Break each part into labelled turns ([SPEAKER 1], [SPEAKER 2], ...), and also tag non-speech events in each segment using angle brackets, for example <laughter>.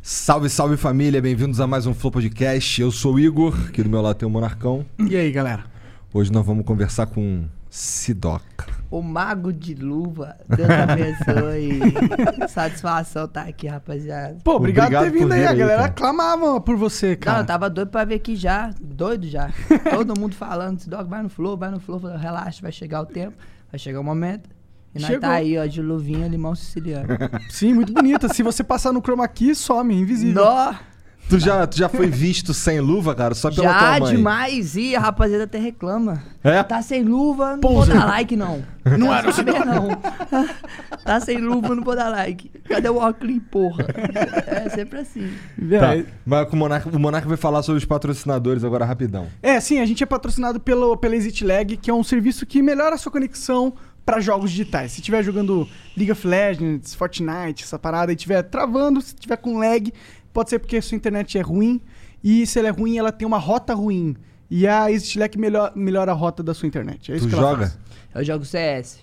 [SPEAKER 1] Salve, salve família, bem-vindos a mais um Flow Podcast. Eu sou o Igor, aqui do meu lado tem o Monarcão.
[SPEAKER 2] E aí, galera?
[SPEAKER 1] Hoje nós vamos conversar com Sidoca.
[SPEAKER 3] O mago de luva. Deus abençoe. Satisfação tá aqui, rapaziada.
[SPEAKER 2] Pô, obrigado,
[SPEAKER 1] Obrigado
[SPEAKER 2] por ter
[SPEAKER 1] por
[SPEAKER 2] vindo aí.
[SPEAKER 1] vir
[SPEAKER 2] A
[SPEAKER 1] aí,
[SPEAKER 2] galera
[SPEAKER 1] cara.
[SPEAKER 2] clamava por você,
[SPEAKER 3] Cara,
[SPEAKER 2] cara.
[SPEAKER 3] eu tava doido pra ver aqui já. Doido já. Todo mundo falando, Doc, vai no flow, vai no flow. Falei, relaxa, vai chegar o tempo, vai chegar o momento. E nós
[SPEAKER 2] Chegou.
[SPEAKER 3] tá aí, ó, de luvinha, limão siciliano.
[SPEAKER 2] Sim, muito bonita. Se você passar no chroma key, some, invisível.
[SPEAKER 3] Nó,
[SPEAKER 1] Tu já, tu já foi visto sem luva, cara? Só é pela
[SPEAKER 3] já
[SPEAKER 1] tua mãe?
[SPEAKER 3] demais. E a rapaziada até reclama.
[SPEAKER 1] É?
[SPEAKER 3] Tá sem luva, não
[SPEAKER 2] Poser.
[SPEAKER 3] vou dar like, não. Não era saber, não. <laughs> tá sem luva, não vou dar like. Cadê o óculos, porra? É sempre assim.
[SPEAKER 1] Tá.
[SPEAKER 2] Véi,
[SPEAKER 1] Mas com o Monarca, o Monarca vai falar sobre os patrocinadores agora rapidão.
[SPEAKER 2] É, sim, a gente é patrocinado pelo, pela Exit Lag, que é um serviço que melhora a sua conexão para jogos digitais. Se estiver jogando League of Legends, Fortnite, essa parada, e estiver travando, se estiver com lag, pode ser porque a sua internet é ruim, e se ela é ruim, ela tem uma rota ruim. E a Exit Lag melhor, melhora a rota da sua internet. É isso
[SPEAKER 1] tu
[SPEAKER 2] que ela
[SPEAKER 1] joga?
[SPEAKER 2] faz.
[SPEAKER 3] Eu jogo CS.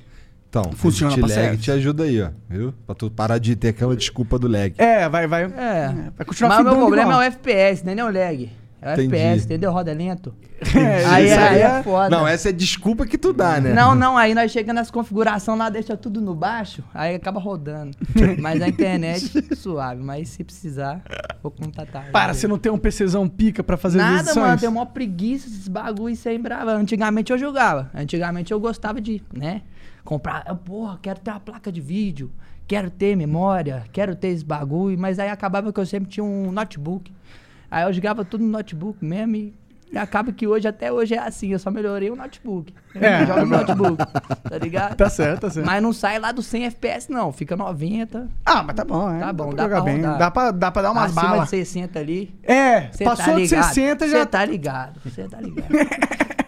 [SPEAKER 1] Então,
[SPEAKER 2] Funciona
[SPEAKER 1] te
[SPEAKER 2] pra
[SPEAKER 1] lag,
[SPEAKER 2] serve.
[SPEAKER 1] te ajuda aí, ó, viu? Pra tu parar de ter aquela desculpa do lag.
[SPEAKER 2] É, vai, vai.
[SPEAKER 3] É.
[SPEAKER 2] vai continuar
[SPEAKER 3] Mas o meu
[SPEAKER 2] fidando
[SPEAKER 3] problema
[SPEAKER 2] igual.
[SPEAKER 3] é o FPS, né? Não é o lag. É o
[SPEAKER 1] Entendi.
[SPEAKER 3] FPS, entendeu? Roda lento.
[SPEAKER 2] É,
[SPEAKER 3] Aí,
[SPEAKER 2] isso
[SPEAKER 3] aí é
[SPEAKER 2] é-
[SPEAKER 3] foda.
[SPEAKER 1] Não, essa é desculpa que tu dá, né?
[SPEAKER 3] Não, não, aí nós chegamos nas configurações lá, deixa tudo no baixo, aí acaba rodando. mas a internet, suave. Mas se precisar, vou contatar.
[SPEAKER 2] Para, você não tem um PCzão pica pra fazer as
[SPEAKER 3] Nada,
[SPEAKER 2] edições?
[SPEAKER 3] mano, tem maior preguiça esses bagulho sem brava. Antigamente eu jogava. Antigamente eu gostava de, né? Comprar. Eu, porra, quero ter uma placa de vídeo, quero ter memória, quero ter esse bagulho. Mas aí acabava que eu sempre tinha um notebook. Aí eu jogava tudo no notebook mesmo e. e acaba que hoje, até hoje é assim, eu só melhorei o notebook.
[SPEAKER 2] É,
[SPEAKER 3] Eu jogo no notebook, tá ligado?
[SPEAKER 2] Tá certo, tá certo.
[SPEAKER 3] Mas não sai lá dos 100 FPS, não. Fica 90,
[SPEAKER 2] Ah, mas tá bom, é.
[SPEAKER 3] Tá bom,
[SPEAKER 2] pra
[SPEAKER 3] dá
[SPEAKER 2] jogar
[SPEAKER 3] pra
[SPEAKER 2] bem.
[SPEAKER 3] rodar.
[SPEAKER 2] Dá pra, dá pra dar umas
[SPEAKER 3] acima
[SPEAKER 2] balas.
[SPEAKER 3] de 60 ali.
[SPEAKER 2] É,
[SPEAKER 3] Cê
[SPEAKER 2] passou
[SPEAKER 3] tá
[SPEAKER 2] de
[SPEAKER 3] ligado.
[SPEAKER 2] 60
[SPEAKER 3] Cê
[SPEAKER 2] já.
[SPEAKER 3] tá ligado, você tá ligado.
[SPEAKER 4] <laughs>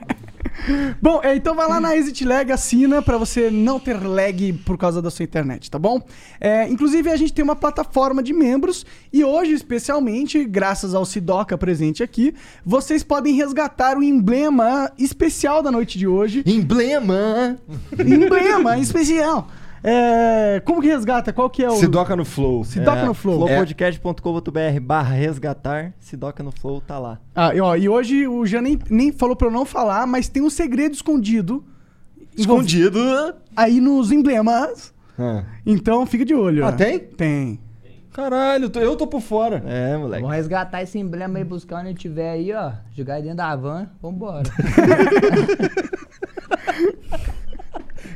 [SPEAKER 2] Bom, é, então vai lá na Exit Lag, assina pra você não ter lag por causa da sua internet, tá bom? É, inclusive, a gente tem uma plataforma de membros e hoje, especialmente, graças ao Sidoca presente aqui, vocês podem resgatar o emblema especial da noite de
[SPEAKER 3] <laughs>
[SPEAKER 2] hoje.
[SPEAKER 1] Emblema!
[SPEAKER 2] emblema especial. É, como que resgata? Qual que é o...
[SPEAKER 1] Sidoca no Flow.
[SPEAKER 2] Sidoca no Flow.
[SPEAKER 1] É.
[SPEAKER 4] flowpodcast.com.br barra resgatar, Sidoca no Flow tá lá.
[SPEAKER 2] Ah, e, ó, e hoje o Jean nem, nem falou pra eu não falar, mas tem um segredo escondido envolv-
[SPEAKER 1] Escondido.
[SPEAKER 2] aí nos emblemas.
[SPEAKER 1] Ah.
[SPEAKER 2] Então fica de olho.
[SPEAKER 1] Ah,
[SPEAKER 2] ó.
[SPEAKER 1] tem?
[SPEAKER 2] Tem.
[SPEAKER 1] Caralho, eu tô- eu tô por fora.
[SPEAKER 4] É, moleque.
[SPEAKER 3] Vamos resgatar esse emblema aí, buscar onde tiver aí, ó. Jogar aí dentro da van,
[SPEAKER 2] <laughs>
[SPEAKER 3] vambora.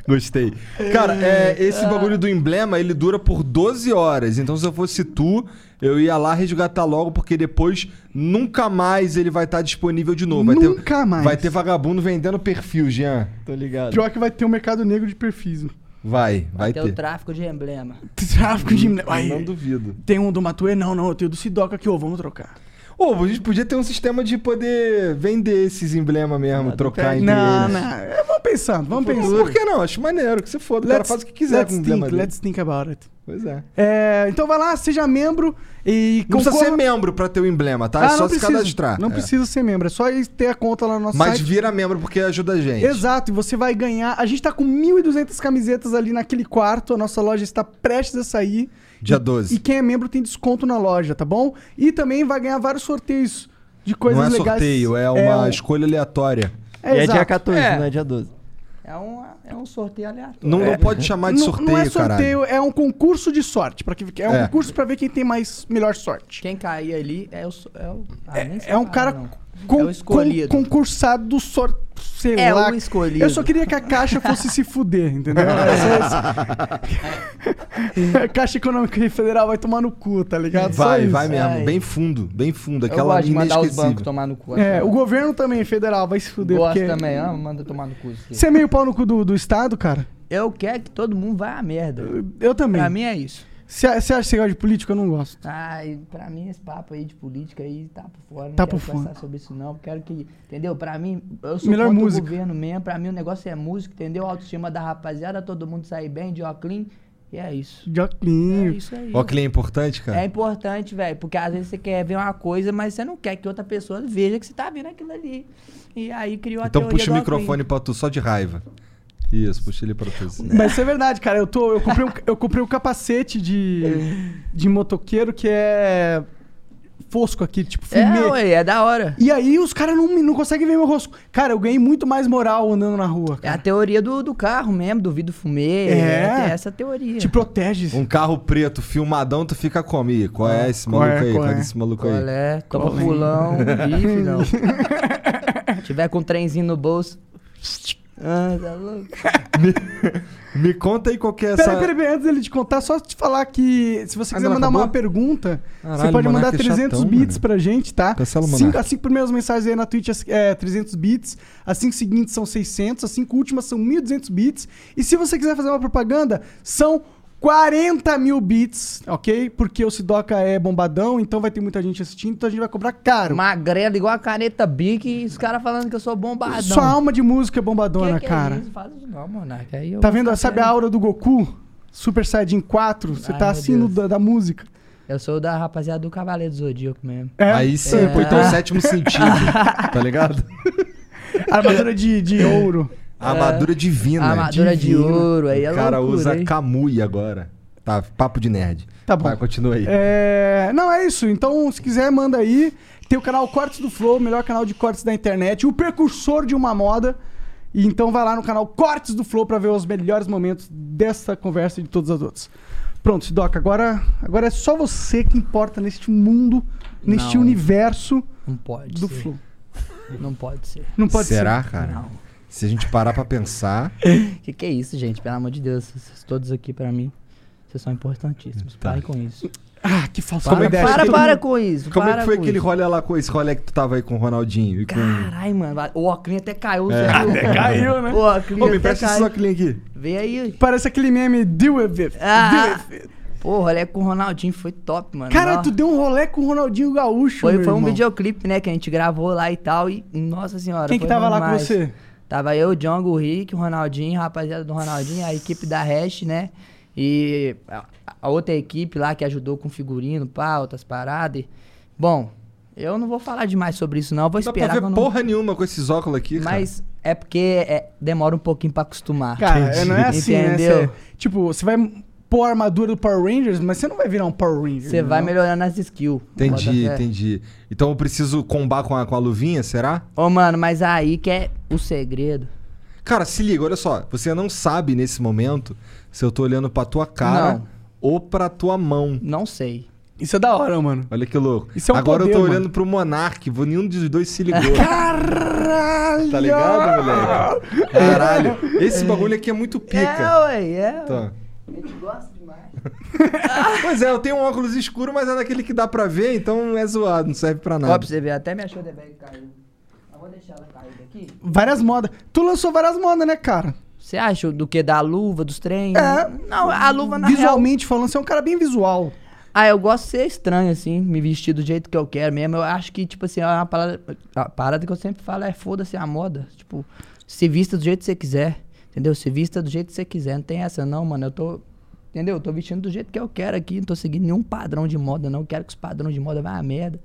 [SPEAKER 1] Gostei. Cara, é, esse bagulho do emblema, ele dura por 12 horas. Então, se eu fosse tu, eu ia lá resgatar logo, porque depois nunca mais ele vai estar disponível de novo. Vai ter-
[SPEAKER 2] Nunca mais.
[SPEAKER 1] Vai ter vagabundo vendendo perfil, Jean.
[SPEAKER 4] Tô ligado.
[SPEAKER 2] Pior que vai ter um mercado negro de perfis. <laughs>
[SPEAKER 1] Vai, vai
[SPEAKER 3] Tem o
[SPEAKER 1] ter.
[SPEAKER 3] tráfico de emblema.
[SPEAKER 2] Tráfico de. Ai,
[SPEAKER 1] Hum, Não duvido.
[SPEAKER 2] tem um do Matuê? Não, não. Eu tenho do Sidoca aqui, ô. Vamos trocar.
[SPEAKER 1] Ô, a gente podia ter um sistema de poder vender esses emblemas mesmo, trocar entre
[SPEAKER 2] Não,
[SPEAKER 1] eles.
[SPEAKER 2] não. É, vamos pensando, vamos pensando.
[SPEAKER 1] Tá, Por que não? Acho maneiro, que você foda. O cara faz o que quiser
[SPEAKER 2] let's
[SPEAKER 1] com o emblema
[SPEAKER 2] think,
[SPEAKER 1] dele.
[SPEAKER 2] let's think about it.
[SPEAKER 1] Pois é.
[SPEAKER 2] É, então vai lá, seja membro e
[SPEAKER 1] Não precisa ser
[SPEAKER 2] concorra-
[SPEAKER 1] membro pra ter o emblema, tá? é
[SPEAKER 2] Ah,
[SPEAKER 1] só
[SPEAKER 2] não
[SPEAKER 1] se
[SPEAKER 2] precisa.
[SPEAKER 1] cadastrar.
[SPEAKER 2] Não
[SPEAKER 1] É.
[SPEAKER 2] precisa ser membro, é só ir ter a conta lá no nosso
[SPEAKER 1] Mas
[SPEAKER 2] site.
[SPEAKER 1] vira membro porque ajuda a gente.
[SPEAKER 2] Exato, e você vai ganhar. A gente tá com 1.200 camisetas ali naquele quarto, a nossa loja está prestes a sair.
[SPEAKER 1] Dia
[SPEAKER 2] E-
[SPEAKER 1] 12.
[SPEAKER 2] E quem é membro tem desconto na loja, tá bom? E também vai ganhar vários sorteios de coisas
[SPEAKER 1] não é
[SPEAKER 2] legais.
[SPEAKER 1] sorteio, é uma
[SPEAKER 2] um-
[SPEAKER 1] escolha aleatória.
[SPEAKER 2] é
[SPEAKER 4] e é dia
[SPEAKER 2] exato.
[SPEAKER 4] 14,
[SPEAKER 3] É.
[SPEAKER 4] não é dia 12.
[SPEAKER 3] É um, é um sorteio aleatório.
[SPEAKER 1] Não, É. não
[SPEAKER 3] <laughs>
[SPEAKER 1] pode chamar de
[SPEAKER 2] Não-
[SPEAKER 1] sorteio,
[SPEAKER 2] não é
[SPEAKER 1] caralho.
[SPEAKER 2] sorteio, é um concurso de sorte. Pra que, é um
[SPEAKER 1] É.
[SPEAKER 2] concurso pra ver quem tem mais melhor sorte.
[SPEAKER 3] Quem cair ali é o. so- É, o, ah, nem sei
[SPEAKER 2] É um
[SPEAKER 3] falar,
[SPEAKER 2] cara
[SPEAKER 3] não.
[SPEAKER 2] con-
[SPEAKER 3] é o escolhido.
[SPEAKER 2] con- concursado do sorteio. Sei
[SPEAKER 3] É
[SPEAKER 2] lá.
[SPEAKER 3] o escolhido.
[SPEAKER 2] Eu só queria que a caixa fosse se fuder,
[SPEAKER 3] <laughs>
[SPEAKER 2] entendeu?
[SPEAKER 3] É,
[SPEAKER 2] é, Essa- a <laughs> Caixa Econômica Federal vai tomar no cu, tá ligado? Só
[SPEAKER 1] Vai,
[SPEAKER 2] isso.
[SPEAKER 1] vai mesmo.
[SPEAKER 3] Ai.
[SPEAKER 1] Bem fundo, bem fundo.
[SPEAKER 3] Eu
[SPEAKER 1] Aquela
[SPEAKER 3] gosto de
[SPEAKER 1] linha
[SPEAKER 3] mandar os bancos
[SPEAKER 1] esquecida.
[SPEAKER 3] tomar no cu.
[SPEAKER 2] É,
[SPEAKER 3] acho
[SPEAKER 2] o governo também, federal, vai se
[SPEAKER 3] que-
[SPEAKER 2] fuder.
[SPEAKER 3] Gosto
[SPEAKER 2] porque...
[SPEAKER 3] também, amo, manda tomar no cu. assim. isso aqui.
[SPEAKER 2] Você é meio pau no cu do, do Estado, cara?
[SPEAKER 3] Eu quero que todo mundo vá à merda.
[SPEAKER 2] Eu também.
[SPEAKER 3] Pra mim é isso.
[SPEAKER 2] Você você acha que você gosta de política? Eu não gosto.
[SPEAKER 3] Ai, Ah, pra mim esse papo aí de política aí tá por fora. Não
[SPEAKER 2] Tá
[SPEAKER 3] quero
[SPEAKER 2] por fora.
[SPEAKER 3] conversar sobre isso não. Quero que, entendeu? Pra mim, eu sou
[SPEAKER 2] Melhor
[SPEAKER 3] contra
[SPEAKER 2] música.
[SPEAKER 3] o governo mesmo. Pra mim o negócio é música, entendeu? Autoestima da rapaziada, todo mundo sair bem, de clean. E é isso. É
[SPEAKER 2] Joclinho.
[SPEAKER 3] isso aí.
[SPEAKER 1] Ó, que é importante, cara.
[SPEAKER 3] É importante, velho, porque às vezes você quer ver uma coisa, mas você não quer que outra pessoa veja que você tá vendo aquilo ali. E aí criou a
[SPEAKER 1] Então
[SPEAKER 3] teoria
[SPEAKER 1] puxa o
[SPEAKER 3] do
[SPEAKER 1] microfone pra tu, só de raiva. Isso, puxa ele pra tu. assim, né?
[SPEAKER 2] Mas isso é verdade, cara. Eu, tô, eu, comprei, um, eu comprei um capacete de, de motoqueiro que é fosco aqui, tipo
[SPEAKER 3] Alckmin.
[SPEAKER 2] fumê.
[SPEAKER 3] É, ué, é da hora.
[SPEAKER 2] E aí os caras não, me- não conseguem ver meu rosto. Cara, eu ganhei muito mais moral andando na rua.
[SPEAKER 3] É
[SPEAKER 2] cara.
[SPEAKER 3] a teoria do, do carro mesmo, do vidro fumê.
[SPEAKER 2] É. Tipo,
[SPEAKER 3] É. tem essa teoria.
[SPEAKER 2] Te protege.
[SPEAKER 1] Um carro preto, filmadão, tu fica como? Ih, qual é esse
[SPEAKER 2] Qual é,
[SPEAKER 1] maluco aí?
[SPEAKER 2] qual
[SPEAKER 1] Qual é
[SPEAKER 2] é?
[SPEAKER 1] esse maluco
[SPEAKER 3] Qual
[SPEAKER 1] aí?
[SPEAKER 3] é? Toma
[SPEAKER 2] Qual é?
[SPEAKER 3] pulão. <laughs> Ih, filhão. Tiver com um trenzinho no bolso. Ah, tá louco.
[SPEAKER 1] Me conta aí qual que é essa...
[SPEAKER 2] Peraí, peraí, peraí, antes dele te contar, só te falar que se você quiser
[SPEAKER 1] Agora
[SPEAKER 2] mandar uma
[SPEAKER 1] acabou?
[SPEAKER 2] pergunta,
[SPEAKER 1] Caralho,
[SPEAKER 2] você pode
[SPEAKER 1] o
[SPEAKER 2] mandar
[SPEAKER 1] Monark é
[SPEAKER 2] 300
[SPEAKER 1] chatão,
[SPEAKER 2] bits
[SPEAKER 1] mano.
[SPEAKER 2] pra gente, tá?
[SPEAKER 1] Cancela o
[SPEAKER 2] cinco,
[SPEAKER 1] Monark.
[SPEAKER 2] as cinco primeiras mensagens aí na Twitch é 300 bits, as cinco seguintes são 600, as cinco últimas são 1.200 bits, e se você quiser fazer uma propaganda, são 40 mil bits, ok? Porque o Sidoca é bombadão, então vai ter muita gente assistindo, então a gente vai cobrar caro.
[SPEAKER 3] Magrelo igual a caneta Bic e os caras falando que eu sou bombadão.
[SPEAKER 2] Sua alma de música é bombadona,
[SPEAKER 3] Que que é
[SPEAKER 2] cara.
[SPEAKER 3] isso? Faz isso não, Monark. Aí eu
[SPEAKER 2] Tá
[SPEAKER 3] vou
[SPEAKER 2] vendo?
[SPEAKER 3] ficar
[SPEAKER 2] Sabe a
[SPEAKER 3] sério.
[SPEAKER 2] aura do Goku? Super Saiyajin 4, você
[SPEAKER 3] Ai,
[SPEAKER 2] tá
[SPEAKER 3] meu
[SPEAKER 2] assim no
[SPEAKER 3] Deus.
[SPEAKER 2] da- da música.
[SPEAKER 3] Eu sou da rapaziada do Cavaleiro do Zodíaco mesmo.
[SPEAKER 2] É.
[SPEAKER 1] Aí sim, pô, então o sétimo sentido, tá <laughs> ligado?
[SPEAKER 2] Armadura de,
[SPEAKER 3] <laughs> É.
[SPEAKER 2] de ouro.
[SPEAKER 1] Armadura divina.
[SPEAKER 3] Armadura É. de ouro, aí é
[SPEAKER 1] O cara
[SPEAKER 3] loucura,
[SPEAKER 1] usa
[SPEAKER 3] hein?
[SPEAKER 1] camui agora. Tá, papo de nerd.
[SPEAKER 2] Tá bom.
[SPEAKER 1] Vai, continua aí.
[SPEAKER 2] É, não, é isso. Então, se quiser, manda aí. Tem o canal Cortes do Flow, o melhor canal de cortes da internet, o precursor de uma moda. E então vai lá no canal Cortes do Flow pra ver os melhores momentos dessa conversa e de todas as outras. Pronto, Sidoca, agora, agora é só você que importa neste mundo, neste
[SPEAKER 3] Não.
[SPEAKER 2] universo
[SPEAKER 3] Não pode
[SPEAKER 2] do
[SPEAKER 3] ser.
[SPEAKER 2] Flow.
[SPEAKER 3] Não pode ser.
[SPEAKER 2] Não pode
[SPEAKER 1] Será,
[SPEAKER 2] ser.
[SPEAKER 1] cara?
[SPEAKER 3] Não.
[SPEAKER 1] Se a gente parar pra pensar...
[SPEAKER 3] Que que é isso, gente? Pelo amor de Deus, vocês todos aqui pra mim, vocês são importantíssimos. Parem com isso.
[SPEAKER 2] Ah, que falsa
[SPEAKER 1] Tá. Como é
[SPEAKER 3] Para,
[SPEAKER 1] que
[SPEAKER 2] ideia.
[SPEAKER 1] foi
[SPEAKER 3] para,
[SPEAKER 1] aquele-
[SPEAKER 3] para com isso.
[SPEAKER 1] Como é
[SPEAKER 3] <laughs> para
[SPEAKER 1] que foi
[SPEAKER 3] com
[SPEAKER 1] aquele
[SPEAKER 3] isso.
[SPEAKER 1] rolê lá com esse rolê que tu tava aí com o Ronaldinho e com...
[SPEAKER 3] Caralho, mano. O Oclin até caiu,
[SPEAKER 1] É.
[SPEAKER 3] você viu?
[SPEAKER 2] Caiu, né?
[SPEAKER 3] O Oclin
[SPEAKER 1] Ô, me
[SPEAKER 3] até
[SPEAKER 1] presta esse
[SPEAKER 3] caiu.
[SPEAKER 1] soclinho aqui.
[SPEAKER 3] Vem aí.
[SPEAKER 2] Parece aquele meme, deal with it.
[SPEAKER 3] Ah, pô, o rolê com o Ronaldinho foi top, mano.
[SPEAKER 2] Caralho,
[SPEAKER 3] Ó,
[SPEAKER 2] tu deu um rolê com o Ronaldinho Gaúcho,
[SPEAKER 3] foi,
[SPEAKER 2] meu
[SPEAKER 3] foi um
[SPEAKER 2] irmão.
[SPEAKER 3] videoclipe, né, que a gente gravou lá e tal. E, nossa senhora.
[SPEAKER 2] Quem que
[SPEAKER 3] foi
[SPEAKER 2] tava
[SPEAKER 3] bom
[SPEAKER 2] lá com
[SPEAKER 3] demais.
[SPEAKER 2] você?
[SPEAKER 3] Tava eu, o Django, o Rick, o Ronaldinho, a rapaziada do Ronaldinho, a equipe da Hash, né? E a, a outra equipe lá que ajudou com figurino, pá, outras paradas. E- Bom, eu não vou falar demais sobre isso, não. Eu vou
[SPEAKER 1] Não dá
[SPEAKER 3] esperar
[SPEAKER 1] pra ver
[SPEAKER 3] quando-
[SPEAKER 1] porra nenhuma com esses óculos aqui, cara.
[SPEAKER 3] Mas é porque é, demora um pouquinho pra acostumar.
[SPEAKER 2] Cara, é, não é assim, né?
[SPEAKER 3] Entendeu?
[SPEAKER 2] Cê- tipo, você vai pôr a armadura do Power Rangers, mas você não vai virar um Power Ranger.
[SPEAKER 3] Você vai
[SPEAKER 2] não.
[SPEAKER 3] melhorando as skills.
[SPEAKER 1] Entendi,
[SPEAKER 3] Bota fé.
[SPEAKER 1] entendi. Então eu preciso combar com a, com a luvinha, será?
[SPEAKER 3] Ô, mano, mas aí que é o segredo.
[SPEAKER 1] Cara, se liga, olha só. Você não sabe nesse momento se eu tô olhando pra tua cara
[SPEAKER 3] Não.
[SPEAKER 1] ou pra tua mão.
[SPEAKER 3] Não sei.
[SPEAKER 2] Isso é da hora, mano.
[SPEAKER 1] Olha que louco.
[SPEAKER 2] Isso é um
[SPEAKER 1] Agora eu
[SPEAKER 2] poder,
[SPEAKER 1] tô
[SPEAKER 2] mano.
[SPEAKER 1] olhando pro Monark, vou- nenhum dos dois se
[SPEAKER 2] <laughs>
[SPEAKER 1] ligou. Caralho! Tá ligado, moleque? Caralho. Esse bagulho aqui é muito
[SPEAKER 3] É,
[SPEAKER 1] pica.
[SPEAKER 3] ué, é. ué.
[SPEAKER 1] Tá. Pois é, eu tenho um óculos escuro, mas é daquele que dá pra ver, então é zoado, não serve pra
[SPEAKER 3] Ó,
[SPEAKER 1] nada.
[SPEAKER 3] pra você ver, até minha shoulder bag caiu. Eu vou deixar ela cair daqui.
[SPEAKER 2] Várias modas. Tu lançou várias modas, né, cara?
[SPEAKER 3] Você acha do que? Da luva, dos trens?
[SPEAKER 2] É.
[SPEAKER 3] Hum. Não, a luva na real...
[SPEAKER 2] Visualmente falando, você é um cara bem visual.
[SPEAKER 3] Ah, eu gosto de ser estranho, assim, me vestir do jeito que eu quero mesmo. Eu acho que, tipo assim, é uma parada, a parada que eu sempre falo é foda-se a moda. Tipo, se vista do jeito que você quiser, entendeu? Se vista do jeito que você quiser. Não tem essa não, mano. Eu tô, entendeu? Eu tô vestindo do jeito que eu quero aqui. Não tô seguindo nenhum padrão de moda, não. Eu quero que os padrões de moda vá a merda.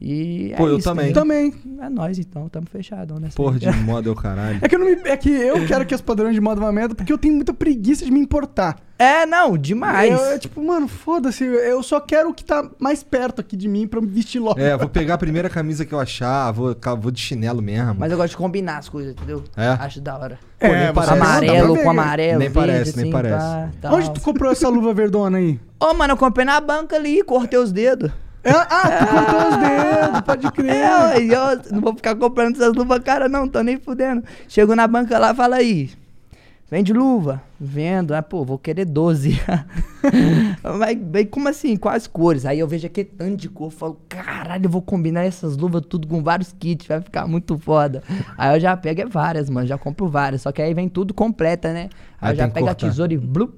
[SPEAKER 3] E é
[SPEAKER 1] Pô, eu
[SPEAKER 3] isso,
[SPEAKER 1] também.
[SPEAKER 2] Eu
[SPEAKER 3] entendeu?
[SPEAKER 2] também.
[SPEAKER 3] É nóis, então. Tamo fechadão nessa.
[SPEAKER 1] Porra
[SPEAKER 3] aí.
[SPEAKER 1] de moda é o caralho.
[SPEAKER 2] É que eu não me. É que eu quero que os padrões de moda vão a merda, porque eu tenho muita preguiça de me importar.
[SPEAKER 3] É, não, demais.
[SPEAKER 2] Eu, é tipo, mano, foda-se, eu só quero o que tá mais perto aqui de mim pra eu me vestir logo.
[SPEAKER 1] É, vou pegar a primeira camisa que eu achar, vou, ca- vou de chinelo mesmo.
[SPEAKER 3] Mas eu gosto de combinar as coisas, entendeu?
[SPEAKER 1] É?
[SPEAKER 3] Acho da hora.
[SPEAKER 1] Pô, nem
[SPEAKER 2] você-
[SPEAKER 1] parece.
[SPEAKER 2] dá
[SPEAKER 3] É, amarelo
[SPEAKER 2] pra ver.
[SPEAKER 3] com amarelo.
[SPEAKER 1] Nem
[SPEAKER 3] verde,
[SPEAKER 1] parece, nem
[SPEAKER 3] assim,
[SPEAKER 1] parece.
[SPEAKER 3] pá, tal.
[SPEAKER 2] Onde tu comprou essa luva verdona aí?
[SPEAKER 3] Ô, mano, eu comprei na banca ali, cortei os dedos.
[SPEAKER 2] É, Ah, tu cortou os dedos, pode crer.
[SPEAKER 3] É, ué, e <laughs> eu não vou ficar comprando essas luvas, cara, não, tô nem fudendo. Chegou na banca lá, fala aí. Vende luva? Vendo. Ah, pô, vou querer 12. <laughs> Mas, bem, como assim? Quais cores? Aí eu vejo aquele tanto de cor, eu falo, caralho, eu vou combinar essas luvas tudo com vários kits, vai ficar muito foda. Aí eu já pego é várias, mano, já compro várias, só que aí vem tudo completa, né?
[SPEAKER 1] Aí
[SPEAKER 3] Aí, eu
[SPEAKER 1] tem
[SPEAKER 3] já
[SPEAKER 1] que
[SPEAKER 3] pego a
[SPEAKER 1] cortar.
[SPEAKER 3] tesoura e blup,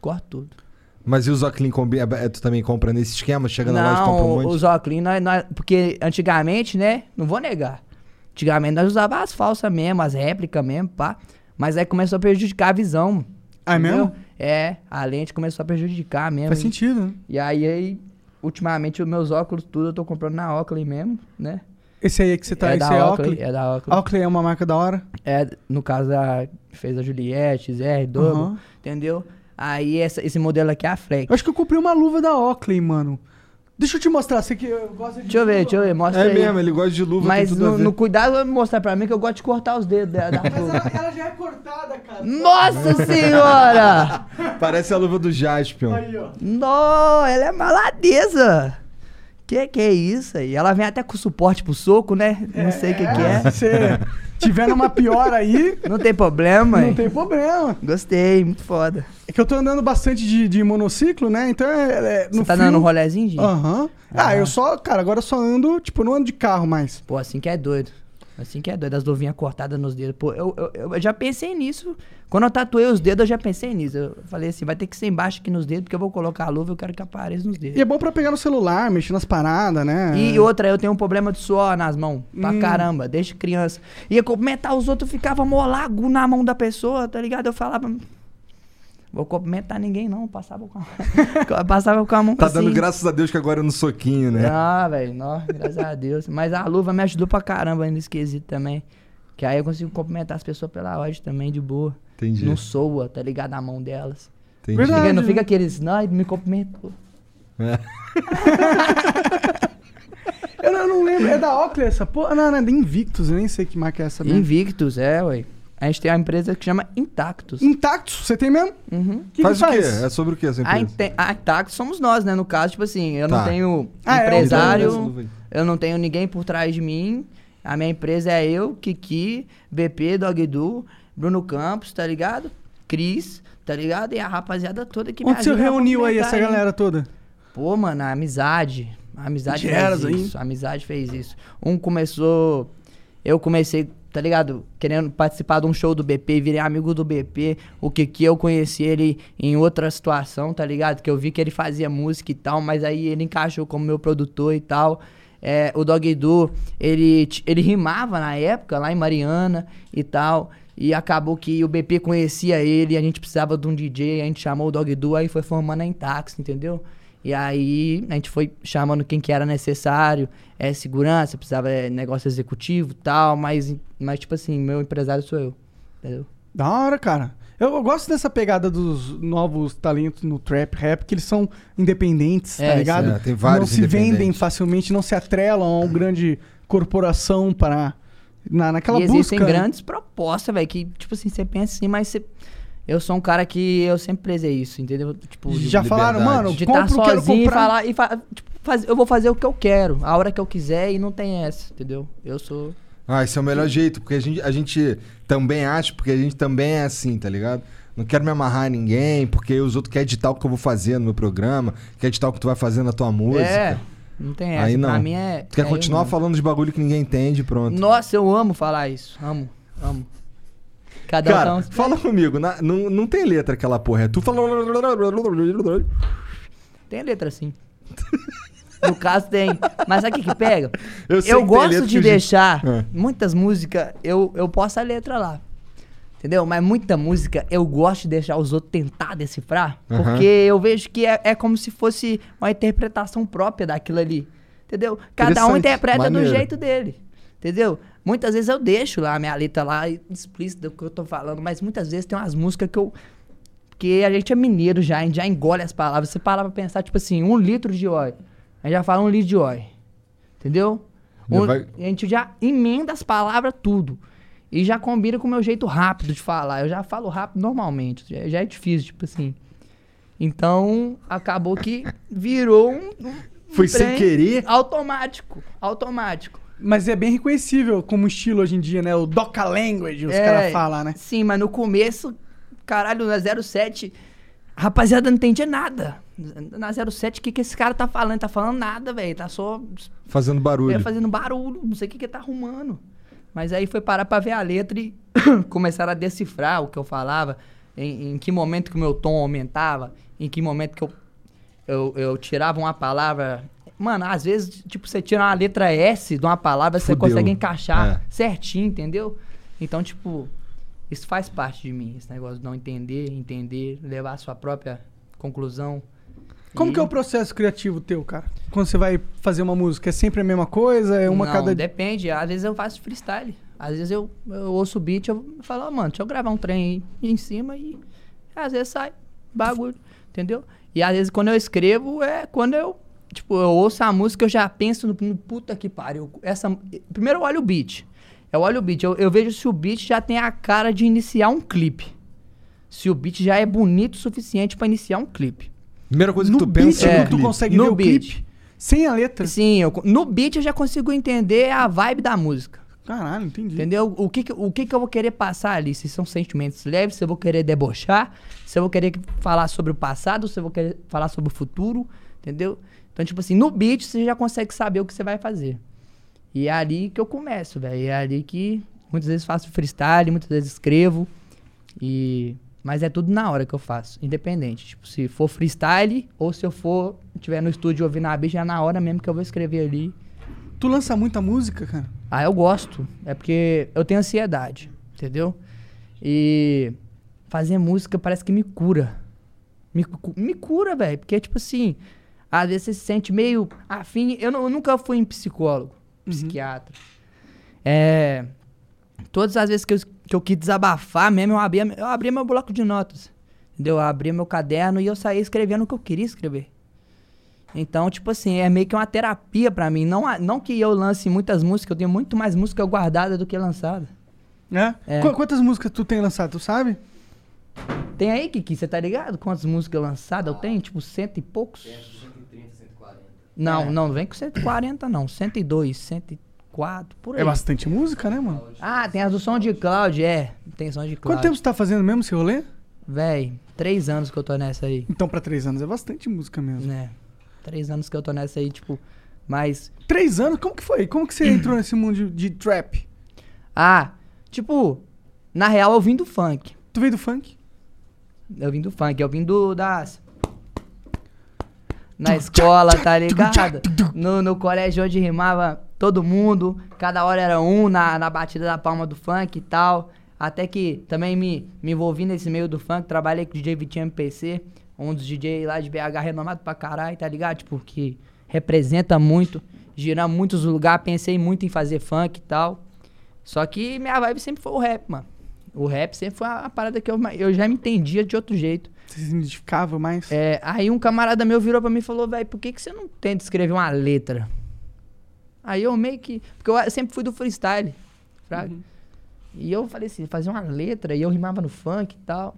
[SPEAKER 3] corto tudo.
[SPEAKER 1] Mas e os óculos combina? é, Tu também compra nesse esquema? Chega na loja e compra um
[SPEAKER 3] Não,
[SPEAKER 1] monte?
[SPEAKER 3] os óculos, nós- nós- porque antigamente, né? Não vou negar. Antigamente nós usávamos as falsas mesmo, as réplicas mesmo, pá. Mas aí começou a prejudicar a visão.
[SPEAKER 2] Ah, é
[SPEAKER 3] entendeu?
[SPEAKER 2] mesmo?
[SPEAKER 3] É, a lente começou a prejudicar mesmo.
[SPEAKER 2] Faz
[SPEAKER 3] E-
[SPEAKER 2] sentido, né?
[SPEAKER 3] E aí, aí, ultimamente, os meus óculos, tudo eu tô comprando na Oakley mesmo, né?
[SPEAKER 2] Esse aí que você tá.
[SPEAKER 3] é,
[SPEAKER 2] esse
[SPEAKER 3] da
[SPEAKER 2] é
[SPEAKER 3] Oakley,
[SPEAKER 2] Oakley.
[SPEAKER 3] é da Oakley.
[SPEAKER 2] Oakley é uma marca da hora.
[SPEAKER 3] É, no caso, a, fez a Juliette, XR, Dobro,
[SPEAKER 2] Aham.
[SPEAKER 3] entendeu? Aí essa- esse modelo aqui é a Flex.
[SPEAKER 2] Eu acho que eu comprei uma luva da Oakley, mano. Deixa eu te mostrar, você que eu gosto de.
[SPEAKER 3] Deixa eu ver, deixa eu ver, mostra
[SPEAKER 1] É
[SPEAKER 3] aí.
[SPEAKER 1] mesmo, ele gosta de luva,
[SPEAKER 3] Mas
[SPEAKER 1] tem tudo a
[SPEAKER 3] no,
[SPEAKER 1] ver.
[SPEAKER 3] no cuidado vai mostrar pra mim que eu gosto de cortar os dedos
[SPEAKER 1] <laughs>
[SPEAKER 3] da, da
[SPEAKER 2] Mas
[SPEAKER 3] flor.
[SPEAKER 2] ela, ela já é cortada, cara.
[SPEAKER 3] Hum, Nossa senhora!
[SPEAKER 1] Parece a luva do Jaspion.
[SPEAKER 2] Aí, ó.
[SPEAKER 3] Nó, ela é maladeza! Que que é isso aí? Ela vem até com suporte pro soco, né? Não sei o que que
[SPEAKER 2] Se
[SPEAKER 3] é.
[SPEAKER 2] você tiver numa pior
[SPEAKER 3] <laughs>
[SPEAKER 2] aí,
[SPEAKER 3] Não tem problema,
[SPEAKER 2] não
[SPEAKER 3] hein?
[SPEAKER 2] tem problema.
[SPEAKER 3] Gostei, muito foda.
[SPEAKER 2] É que eu tô andando bastante de, de monociclo, né? Então é. é- no
[SPEAKER 3] Você tá
[SPEAKER 2] frio-
[SPEAKER 3] dando um rolezinho, gente?
[SPEAKER 2] Aham. Ah, eu só, cara, agora eu só ando, tipo, eu não ando de carro mais.
[SPEAKER 3] Pô, assim que é doido. Assim que é doido, as luvinhas cortadas nos dedos. Pô, eu, eu, eu já pensei nisso. Quando eu tatuei os dedos, eu já pensei nisso. Eu falei assim, vai ter que ser embaixo aqui nos dedos, porque eu vou colocar a luva e eu quero que apareça nos
[SPEAKER 2] E é
[SPEAKER 3] dedos.
[SPEAKER 2] bom pra pegar no celular, mexer nas paradas, né?
[SPEAKER 1] É.
[SPEAKER 3] E outra, eu tenho um problema de suor nas mãos. Pra
[SPEAKER 1] Hum.
[SPEAKER 3] caramba, desde criança. Ia cumprimentar os outros, eu ficava molago na mão da pessoa, tá ligado? Eu falava. Vou cumprimentar ninguém, não. Passava com a, passava com a mão <laughs>
[SPEAKER 1] Tá
[SPEAKER 3] assim.
[SPEAKER 1] dando graças a Deus que agora é no soquinho, né?
[SPEAKER 3] Ah, velho, nó, graças a Deus. Mas a luva me ajudou pra caramba nesse quesito também. Que aí eu consigo cumprimentar as pessoas pela ordem também, de boa.
[SPEAKER 1] Entendi. É.
[SPEAKER 3] Não soa, tá ligado? A mão delas.
[SPEAKER 1] Entendi.
[SPEAKER 2] Verdade.
[SPEAKER 3] Fica- não fica aqueles, não, ele me cumprimentou.
[SPEAKER 2] Eu, não- eu não lembro. É da Oakley essa porra? Não, não, é da Invictus, eu nem sei que marca é essa mesmo.
[SPEAKER 3] Invictus, é, ué. A gente tem uma empresa que chama Intactus.
[SPEAKER 2] Intactos, você tem mesmo? Uhum. Que
[SPEAKER 1] faz
[SPEAKER 2] que
[SPEAKER 1] o quê?
[SPEAKER 2] faz?
[SPEAKER 1] É sobre o quê essa
[SPEAKER 3] A,
[SPEAKER 1] empresa?
[SPEAKER 3] Inte- a Intactus somos nós, né? No caso, tipo assim, eu
[SPEAKER 1] Tá.
[SPEAKER 3] não tenho
[SPEAKER 2] Ah, é,
[SPEAKER 1] o dono dessa luva
[SPEAKER 3] empresário,
[SPEAKER 1] aí.
[SPEAKER 3] eu não tenho ninguém por trás de mim. A minha empresa é eu, Kiki, BP, Dog Du, Bruno Campos, tá ligado? Cris, tá ligado? E a rapaziada toda que me
[SPEAKER 2] Onde você
[SPEAKER 3] ajuda a
[SPEAKER 2] reuniu aí
[SPEAKER 3] movimentar
[SPEAKER 2] essa galera toda?
[SPEAKER 3] Pô, mano, a amizade. A amizade
[SPEAKER 2] Geras,
[SPEAKER 3] fez
[SPEAKER 2] hein?
[SPEAKER 3] isso. A amizade fez isso. Um começou. Eu comecei, tá ligado? Querendo participar de um show do BP, virei amigo do BP. O que que eu conheci ele em outra situação, tá ligado? Que eu vi que ele fazia música e tal, mas aí ele encaixou como meu produtor e tal. É, o Dog Du, ele, t- ele rimava na época, lá em Mariana e tal. E acabou que o BP conhecia ele, a gente precisava de um DJ, a gente chamou o Dog Du, aí foi formando a Intax, entendeu? E aí a gente foi chamando quem que era necessário, é segurança, precisava é, negócio executivo tal, mas, mas tipo assim, meu empresário sou eu. Entendeu?
[SPEAKER 2] Da hora, cara. Eu, eu gosto dessa pegada dos novos talentos no trap rap, que eles são independentes,
[SPEAKER 3] É,
[SPEAKER 2] tá ligado?
[SPEAKER 1] sim. É, tem vários
[SPEAKER 2] Não se vendem
[SPEAKER 1] independentes.
[SPEAKER 2] facilmente, não se atrelam a uma grande corporação para. Na, naquela
[SPEAKER 3] e
[SPEAKER 2] busca. né?
[SPEAKER 3] existem grandes propostas, velho, que tipo assim, você pensa assim, mas você... Eu sou um cara que eu sempre prezei isso, entendeu? Tipo, de-
[SPEAKER 2] Já falaram,
[SPEAKER 1] liberdade.
[SPEAKER 2] mano,
[SPEAKER 3] de
[SPEAKER 2] compro,
[SPEAKER 3] estar
[SPEAKER 2] quero
[SPEAKER 3] sozinho e
[SPEAKER 2] comprar.
[SPEAKER 3] falar e fa- tipo, faz- eu vou fazer o que eu quero, a hora que eu quiser e não tem essa, entendeu? Eu sou
[SPEAKER 1] Ah, esse é o melhor jeito, porque a gente, a gente também acha, porque a gente também é assim, tá ligado? Não quero me amarrar a ninguém, porque os outros querem editar o que eu vou fazer no meu programa, quer editar o que tu vai fazer na tua música.
[SPEAKER 3] É, não tem essa.
[SPEAKER 1] Aí não.
[SPEAKER 3] Pra mim é
[SPEAKER 1] tu quer
[SPEAKER 3] é eu
[SPEAKER 1] continuar
[SPEAKER 3] mesmo.
[SPEAKER 1] falando de bagulho que ninguém entende, pronto.
[SPEAKER 3] Nossa, eu amo falar isso. Amo, amo. Cada um
[SPEAKER 1] Cara,
[SPEAKER 3] tá um.
[SPEAKER 1] fala comigo, na- não, não tem letra aquela porra, é tu falou.
[SPEAKER 3] Tem letra sim. No caso tem. Mas sabe o que, que pega?
[SPEAKER 1] Eu sei que tem
[SPEAKER 3] gosto
[SPEAKER 1] letra
[SPEAKER 3] de
[SPEAKER 1] que-
[SPEAKER 3] deixar
[SPEAKER 1] É.
[SPEAKER 3] muitas músicas, eu, eu posso a letra lá. Entendeu? Mas muita música eu gosto de deixar os outros tentar decifrar.
[SPEAKER 1] Aham.
[SPEAKER 3] Porque eu vejo que é, é como se fosse uma interpretação própria daquilo ali. Entendeu? Cada um
[SPEAKER 1] Interessante,
[SPEAKER 3] interpreta
[SPEAKER 1] maneiro.
[SPEAKER 3] do jeito dele. Entendeu? Muitas vezes eu deixo lá a minha letra lá explícita do que eu tô falando, mas muitas vezes tem umas músicas que eu porque a gente é mineiro já, a gente já engole as palavras. Você para pra pensar, tipo assim, um litro de óleo. A gente já fala um litro de óleo. Entendeu?
[SPEAKER 1] Já
[SPEAKER 3] Um-
[SPEAKER 1] vai-
[SPEAKER 3] A gente já emenda as palavras tudo. E já combina com o meu jeito rápido de falar. Eu já falo rápido normalmente. Já, já é difícil, tipo assim. Então, acabou que virou um. um
[SPEAKER 1] Foi sem
[SPEAKER 3] trem
[SPEAKER 1] querer?
[SPEAKER 3] Automático. Automático.
[SPEAKER 2] Mas é bem reconhecível como estilo hoje em dia, né? O Doca Language,
[SPEAKER 3] É.
[SPEAKER 2] os caras falam, né?
[SPEAKER 3] Sim, mas no começo, caralho, na 07, a rapaziada não entendia nada. Na 07, o que, que esse cara tá falando? Tá falando nada, velho. Tá só
[SPEAKER 1] Fazendo barulho.
[SPEAKER 3] é, fazendo barulho, não sei o que, que ele tá arrumando. Mas aí foi parar pra ver a letra e <coughs> começaram a decifrar o que eu falava, em, em que momento que o meu tom aumentava, em que momento que eu, eu, eu tirava uma palavra. Mano, às vezes, tipo, você tira uma letra S de uma palavra, você
[SPEAKER 1] Fudeu.
[SPEAKER 3] consegue encaixar
[SPEAKER 1] É.
[SPEAKER 3] certinho, entendeu? Então, tipo, isso faz parte de mim, esse negócio de não entender, entender, levar a sua própria conclusão.
[SPEAKER 2] Como
[SPEAKER 3] E-
[SPEAKER 2] que é o processo criativo teu, cara? Quando você vai fazer uma música, é sempre a mesma coisa? É uma
[SPEAKER 3] não,
[SPEAKER 2] cada.
[SPEAKER 3] depende. Às vezes eu faço freestyle. Às vezes eu, eu ouço o beat, eu falo, ó, mano, deixa eu gravar um trem aí em cima e às vezes sai bagulho, entendeu? E às vezes quando eu escrevo é quando eu, tipo, eu ouço a música, eu já penso no, no puta que pariu. Essa, primeiro eu olho o beat. Eu olho o beat, eu, eu vejo se o beat já tem a cara de iniciar um clipe. Se o beat já é bonito o suficiente pra iniciar um clipe.
[SPEAKER 1] Primeira coisa que
[SPEAKER 2] No
[SPEAKER 1] tu
[SPEAKER 2] beat
[SPEAKER 1] pensa
[SPEAKER 2] que
[SPEAKER 1] é
[SPEAKER 2] tu
[SPEAKER 1] clipe.
[SPEAKER 2] consegue
[SPEAKER 3] No
[SPEAKER 2] ver o
[SPEAKER 3] beat.
[SPEAKER 2] clipe sem a letra.
[SPEAKER 3] Sim, eu co- no beat eu já consigo entender a vibe da música.
[SPEAKER 2] Caralho, entendi.
[SPEAKER 3] Entendeu? O que, que- o que, que eu vou querer passar ali? Se são sentimentos leves, se eu vou querer debochar, se eu vou querer que- falar sobre o passado, se eu vou querer falar sobre o futuro, entendeu? Então, tipo assim, no beat você já consegue saber o que você vai fazer. E é ali que eu começo, velho. É ali que muitas vezes faço freestyle, muitas vezes escrevo. E mas é tudo na hora que eu faço, independente. Tipo, se for freestyle ou se eu for tiver no estúdio ouvindo a bicha, é na hora mesmo que eu vou escrever ali.
[SPEAKER 2] Tu lança muita música, cara?
[SPEAKER 3] Ah, eu gosto. É porque eu tenho ansiedade, entendeu? E fazer música parece que me cura. Me, cu- me cura, velho. Porque, tipo assim, às vezes você se sente meio afim. Eu, nu- eu nunca fui em psicólogo, psiquiatra. É. Todas as vezes que eu, que eu quis desabafar mesmo, eu abria, eu abria meu bloco de notas. Entendeu? Eu abria meu caderno e eu saía escrevendo o que eu queria escrever. Então, tipo assim, é meio que uma terapia pra mim. Não, a- não que eu lance muitas músicas, eu tenho muito mais música guardada do que lançada.
[SPEAKER 2] Né?
[SPEAKER 3] É.
[SPEAKER 2] Qu- quantas músicas tu tem lançado, tu sabe?
[SPEAKER 3] Tem aí, Kiki, você tá ligado? Quantas músicas lançadas eu tenho? Tipo, cento e poucos? 130, 140.
[SPEAKER 2] É.
[SPEAKER 3] Não, não, não vem com 140 não. 102, 104, por aí.
[SPEAKER 2] É bastante música, né, mano?
[SPEAKER 3] Ah, tem as do som de Cloud, é. Tem som de Cloud.
[SPEAKER 2] Quanto tempo você tá fazendo mesmo esse rolê?
[SPEAKER 3] Véi, três anos que eu tô nessa aí,
[SPEAKER 2] Então, pra três anos é bastante música mesmo.
[SPEAKER 3] né? Três anos que eu tô nessa aí, tipo... Mas
[SPEAKER 2] Três anos? Como que foi? Como que
[SPEAKER 3] <clears throat>
[SPEAKER 2] você entrou nesse mundo de, de trap?
[SPEAKER 3] Ah, tipo, na real eu vim do funk.
[SPEAKER 2] Tu veio do funk?
[SPEAKER 3] Eu vim do É funk, eu vim do das. Na escola, tá ligado? No, no colégio onde rimava todo mundo, cada hora era um na, na batida da palma do funk e tal. Até que também me, me envolvi nesse meio do funk, trabalhei com o DJ Vitinho MPC, um dos DJ lá de BH renomado pra caralho, tá ligado? Tipo, que representa muito, girar muitos lugares, pensei muito em fazer funk e tal. Só que minha vibe sempre foi o rap, mano. O rap sempre foi a a parada que eu, ma- eu já me entendia de outro jeito.
[SPEAKER 2] Você se identificava mais?
[SPEAKER 3] É, aí um camarada meu virou pra mim e falou, velho, por que, que você não tenta escrever uma letra? Aí eu meio que. Porque eu a- sempre fui do freestyle. fraga. E eu falei assim, fazer uma letra e eu rimava no funk e tal.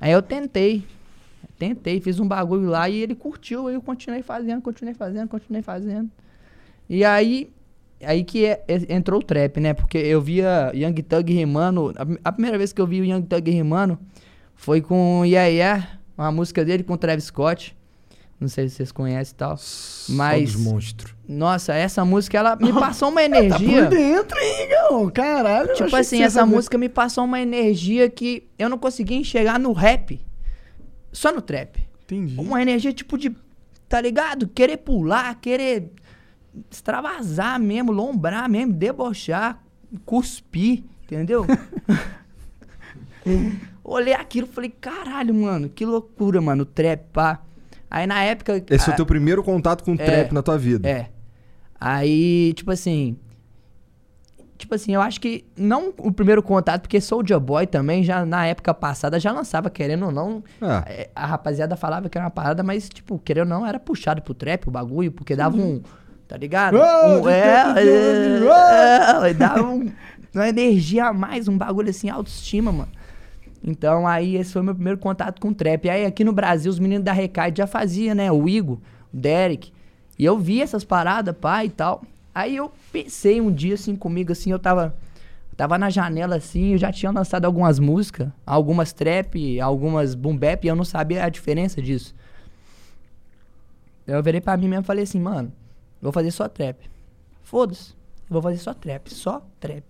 [SPEAKER 3] Aí eu tentei. Tentei, fiz um bagulho lá e ele curtiu. Aí eu continuei fazendo, continuei fazendo, continuei fazendo. E aí. Aí que é- é- entrou o trap, né? Porque eu via Young Thug rimando. A, prim- a primeira vez que eu vi o Young Thug rimando foi com Yeah Yeah, uma música dele com o Travis Scott. Não sei se vocês conhecem e tal. Mas.
[SPEAKER 1] Só dos monstros.
[SPEAKER 3] Nossa, essa música, ela me passou
[SPEAKER 2] <laughs>
[SPEAKER 3] uma
[SPEAKER 2] Tá por
[SPEAKER 3] energia.
[SPEAKER 2] dentro, hein, Igão? Caralho. eu
[SPEAKER 3] tipo
[SPEAKER 2] achei que
[SPEAKER 3] assim,
[SPEAKER 2] você
[SPEAKER 3] essa
[SPEAKER 2] sabia.
[SPEAKER 3] música me passou uma energia que eu não conseguia enxergar no rap. Só no trap.
[SPEAKER 2] Entendi.
[SPEAKER 3] Uma energia tipo de. Tá ligado? Querer pular, querer extravasar mesmo, lombrar mesmo, debochar, cuspir, entendeu? Olhei aquilo e falei, caralho, mano, que loucura, mano, trap, pá. Aí na época.
[SPEAKER 1] Esse é
[SPEAKER 3] a-
[SPEAKER 1] o teu primeiro contato com trap na tua vida.
[SPEAKER 3] é. Aí, tipo assim. Tipo assim, eu acho que não o primeiro contato, porque Soulja Boy também, já na época passada, já lançava, querendo ou não.
[SPEAKER 1] Ah.
[SPEAKER 3] é, A, rapaziada falava que era uma parada, mas, tipo, querendo ou não, era puxado pro trap, o bagulho, porque dava um. Tá ligado?
[SPEAKER 2] Oh,
[SPEAKER 3] um, é,
[SPEAKER 2] tá entendendo,
[SPEAKER 3] é, é, dava um- <laughs> uma energia a mais, um bagulho assim, autoestima, mano. Então aí esse foi meu primeiro contato com trap. Aí aqui no Brasil os meninos da Recade já faziam, né? O Igor, o Derek. E eu vi essas paradas, pai e tal. Aí eu pensei um dia assim comigo, assim, eu tava. Tava na janela assim, eu já tinha lançado algumas músicas, algumas trap, algumas boom bap, e eu não sabia a diferença disso. Aí eu virei pra mim mesmo e falei assim, mano, vou fazer só trap. Foda-se, eu vou fazer só trap, só trap.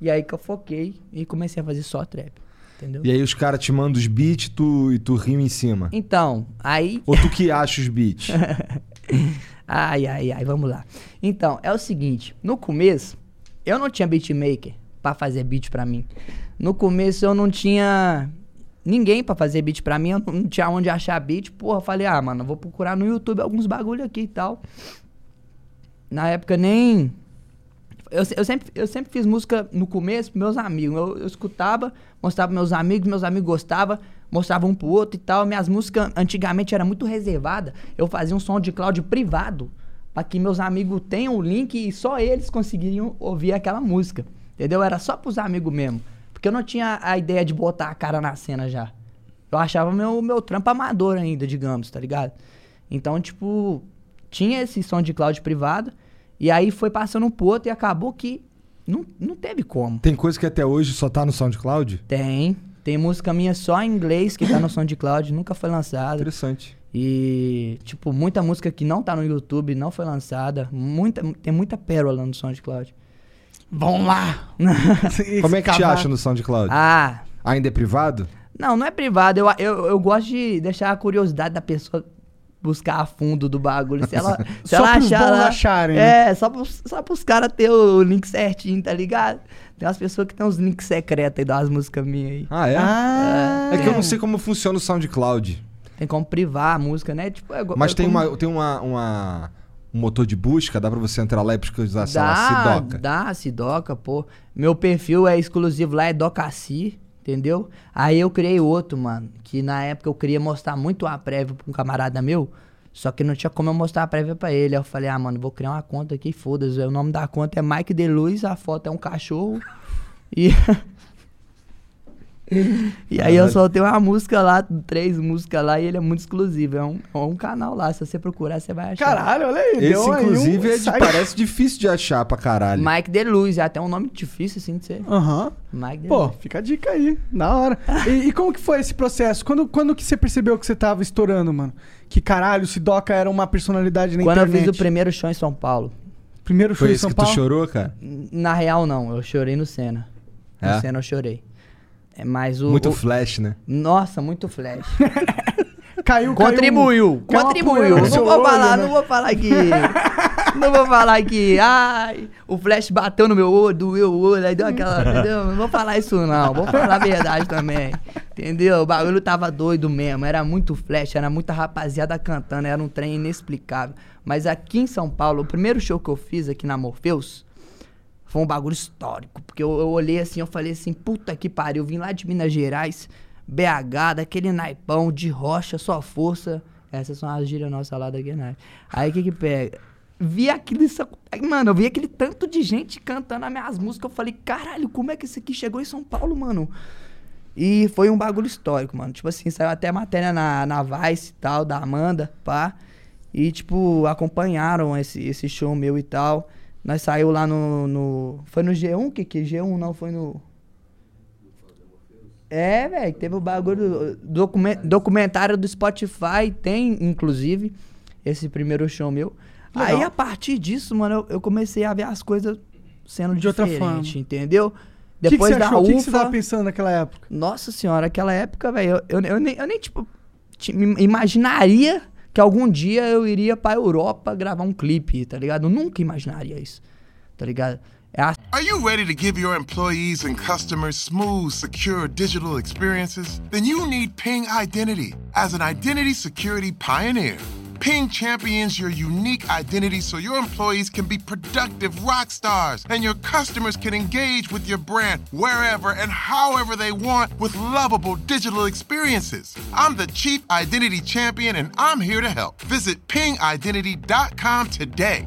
[SPEAKER 3] E aí que eu foquei e comecei a fazer só trap. entendeu?
[SPEAKER 1] E aí os caras te mandam os beats tu, e tu rima em cima.
[SPEAKER 3] Então, aí.
[SPEAKER 1] Ou tu que acha os beats?
[SPEAKER 3] Ai, ai, ai, vamos lá. Então, é o seguinte, no começo, eu não tinha beatmaker pra fazer beat pra mim. No começo eu não tinha ninguém pra fazer beat pra mim, eu não tinha onde achar beat. Porra, eu falei, ah, mano, eu vou procurar no YouTube alguns bagulho aqui e tal. Na época nem eu, se- eu sempre, eu sempre fiz música no começo pros meus amigos. Eu, eu escutava, mostrava pros meus amigos, meus amigos gostavam, mostrava um pro outro e tal. Minhas músicas antigamente era muito reservada. Eu fazia um som de cloud privado para que meus amigos tenham o link e só eles conseguiriam ouvir aquela música. Entendeu? Era só pros amigos mesmo. Porque eu não tinha a ideia de botar a cara na cena já. Eu achava meu, meu trampo amador ainda, digamos, tá ligado? Então, tipo, tinha esse som de cloud privado. E aí foi passando um pro outro e acabou que não, não teve como.
[SPEAKER 1] Tem coisa que até hoje só tá no SoundCloud?
[SPEAKER 3] Tem. Tem música minha só em inglês que tá no SoundCloud, <laughs> nunca foi lançada.
[SPEAKER 1] Interessante.
[SPEAKER 3] E, tipo, muita música que não tá no YouTube, não foi lançada. Muita, tem muita pérola no SoundCloud.
[SPEAKER 2] Vão lá!
[SPEAKER 1] <laughs> Como é que te acha no SoundCloud?
[SPEAKER 3] Ah,
[SPEAKER 1] Ainda é privado?
[SPEAKER 3] não, não é privado. Eu, eu, eu gosto de deixar a curiosidade da pessoa buscar a fundo do bagulho.
[SPEAKER 1] <laughs>
[SPEAKER 3] Se ela,
[SPEAKER 2] Só
[SPEAKER 3] se ela
[SPEAKER 2] pros
[SPEAKER 3] achar
[SPEAKER 2] bons
[SPEAKER 3] lá-
[SPEAKER 2] acharem, né?
[SPEAKER 3] É, só pros, só pros caras ter o link certinho, tá ligado? Tem umas pessoas que tem uns links secretos aí das músicas minhas aí.
[SPEAKER 1] Ah, é?
[SPEAKER 2] Ah,
[SPEAKER 1] é que eu não sei como funciona o SoundCloud.
[SPEAKER 3] Tem como privar a música, né? Tipo, é, go-
[SPEAKER 1] Mas
[SPEAKER 3] é
[SPEAKER 1] tem,
[SPEAKER 3] como-
[SPEAKER 1] uma, tem uma, uma- um motor de busca, dá pra você entrar lá e pesquisar, sei lá,
[SPEAKER 3] Dá,
[SPEAKER 1] Sidoca.
[SPEAKER 3] dá, Sidoca, pô. Meu perfil é exclusivo lá, é Docaci, entendeu? Aí eu criei outro, mano. Que na época eu queria mostrar muito a prévia pra um camarada meu. Só que não tinha como eu mostrar a prévia pra ele. Aí eu falei, ah, mano, vou criar uma conta aqui, foda-se. velho. O nome da conta é Mike De Luz, a foto é um cachorro. <laughs> E. E aí eu
[SPEAKER 1] Caralho.
[SPEAKER 3] soltei uma música lá, três músicas lá, e ele é muito exclusivo. É um, é um canal lá, se você procurar, você vai achar.
[SPEAKER 2] Caralho, olha aí.
[SPEAKER 1] Esse,
[SPEAKER 2] deu aí um
[SPEAKER 1] inclusive, é de-
[SPEAKER 2] insight.
[SPEAKER 1] parece difícil de achar pra caralho.
[SPEAKER 3] Mike De Luz, é até um nome difícil assim de ser.
[SPEAKER 2] Aham.
[SPEAKER 3] Mike De
[SPEAKER 2] Pô,
[SPEAKER 1] É.
[SPEAKER 3] Luz.
[SPEAKER 2] fica a dica aí, da hora. E, e como que foi esse processo? Quando, quando que você percebeu que você tava estourando, mano? Que caralho, o Sidoca era uma personalidade na
[SPEAKER 3] Quando eu
[SPEAKER 2] internet.
[SPEAKER 3] fiz o primeiro show em São Paulo.
[SPEAKER 2] primeiro show
[SPEAKER 1] Foi
[SPEAKER 2] em
[SPEAKER 1] isso
[SPEAKER 2] São
[SPEAKER 1] que
[SPEAKER 2] Paulo?
[SPEAKER 1] tu chorou, cara?
[SPEAKER 3] N- Na real, não, eu chorei no Senna. No
[SPEAKER 1] É?
[SPEAKER 3] Senna eu chorei. É, mas o.
[SPEAKER 1] Muito
[SPEAKER 3] o-
[SPEAKER 1] flash, né?
[SPEAKER 3] Nossa, muito flash.
[SPEAKER 2] Caiu, caiu.
[SPEAKER 3] Contribuiu,
[SPEAKER 2] caiu uma
[SPEAKER 3] contribuiu.
[SPEAKER 2] poeira no
[SPEAKER 3] Não
[SPEAKER 2] seu
[SPEAKER 3] vou
[SPEAKER 2] olho,
[SPEAKER 3] falar,
[SPEAKER 2] né?
[SPEAKER 3] não vou falar que. não vou falar que. Ai, o flash bateu no meu olho, doeu o olho, aí deu aquela. entendeu? Não vou falar isso, não. Vou falar a verdade também. Entendeu? O bagulho tava doido mesmo. Era muito flash, era muita rapaziada cantando, era um trem inexplicável. Mas aqui em São Paulo, o primeiro show que eu fiz aqui na Morpheus. Foi um bagulho histórico, porque eu, eu olhei assim, eu falei assim, puta que pariu, eu vim lá de Minas Gerais, BH, daquele naipão de rocha, só força. Essas são as gírias nossas lá da Guiné. Aí o que que pega? Vi aquilo, isso, mano, eu vi aquele tanto de gente cantando as minhas músicas, eu falei, caralho, como é que isso aqui chegou em São Paulo, mano? E foi um bagulho histórico, mano. Tipo assim, saiu até matéria na, na Vice e tal, da Amanda, pá. E, tipo, acompanharam esse, esse show meu e tal. Nós saiu lá no, no. Foi no G1, que que G1 não, foi no. É, velho, teve o bagulho. do- documen- documentário do Spotify, tem, inclusive, esse primeiro show meu. Aí, a partir disso, mano, eu, eu comecei a ver as coisas sendo
[SPEAKER 2] De outra
[SPEAKER 3] diferente,
[SPEAKER 2] forma.
[SPEAKER 3] entendeu?
[SPEAKER 2] O que, que
[SPEAKER 3] Depois
[SPEAKER 2] você
[SPEAKER 3] da
[SPEAKER 2] achou? O que, que você
[SPEAKER 3] UFA-
[SPEAKER 2] tava pensando naquela época?
[SPEAKER 3] nossa senhora, aquela época, velho, eu, eu, eu nem, eu nem, tipo, ti- me imaginaria que algum dia eu iria pra Europa gravar um clipe, tá ligado? Eu nunca imaginaria isso, tá ligado? É a
[SPEAKER 5] Are you ready to give your employees and customers smooth, secure digital experiences? Then you need Ping Identity. As an identity security pioneer, Ping champions your unique identity so your employees can be productive rock stars and your customers can engage with your brand wherever and however they want with lovable digital experiences. I'm the Chief Identity Champion and I'm here to help. Visit pingidentity.com today.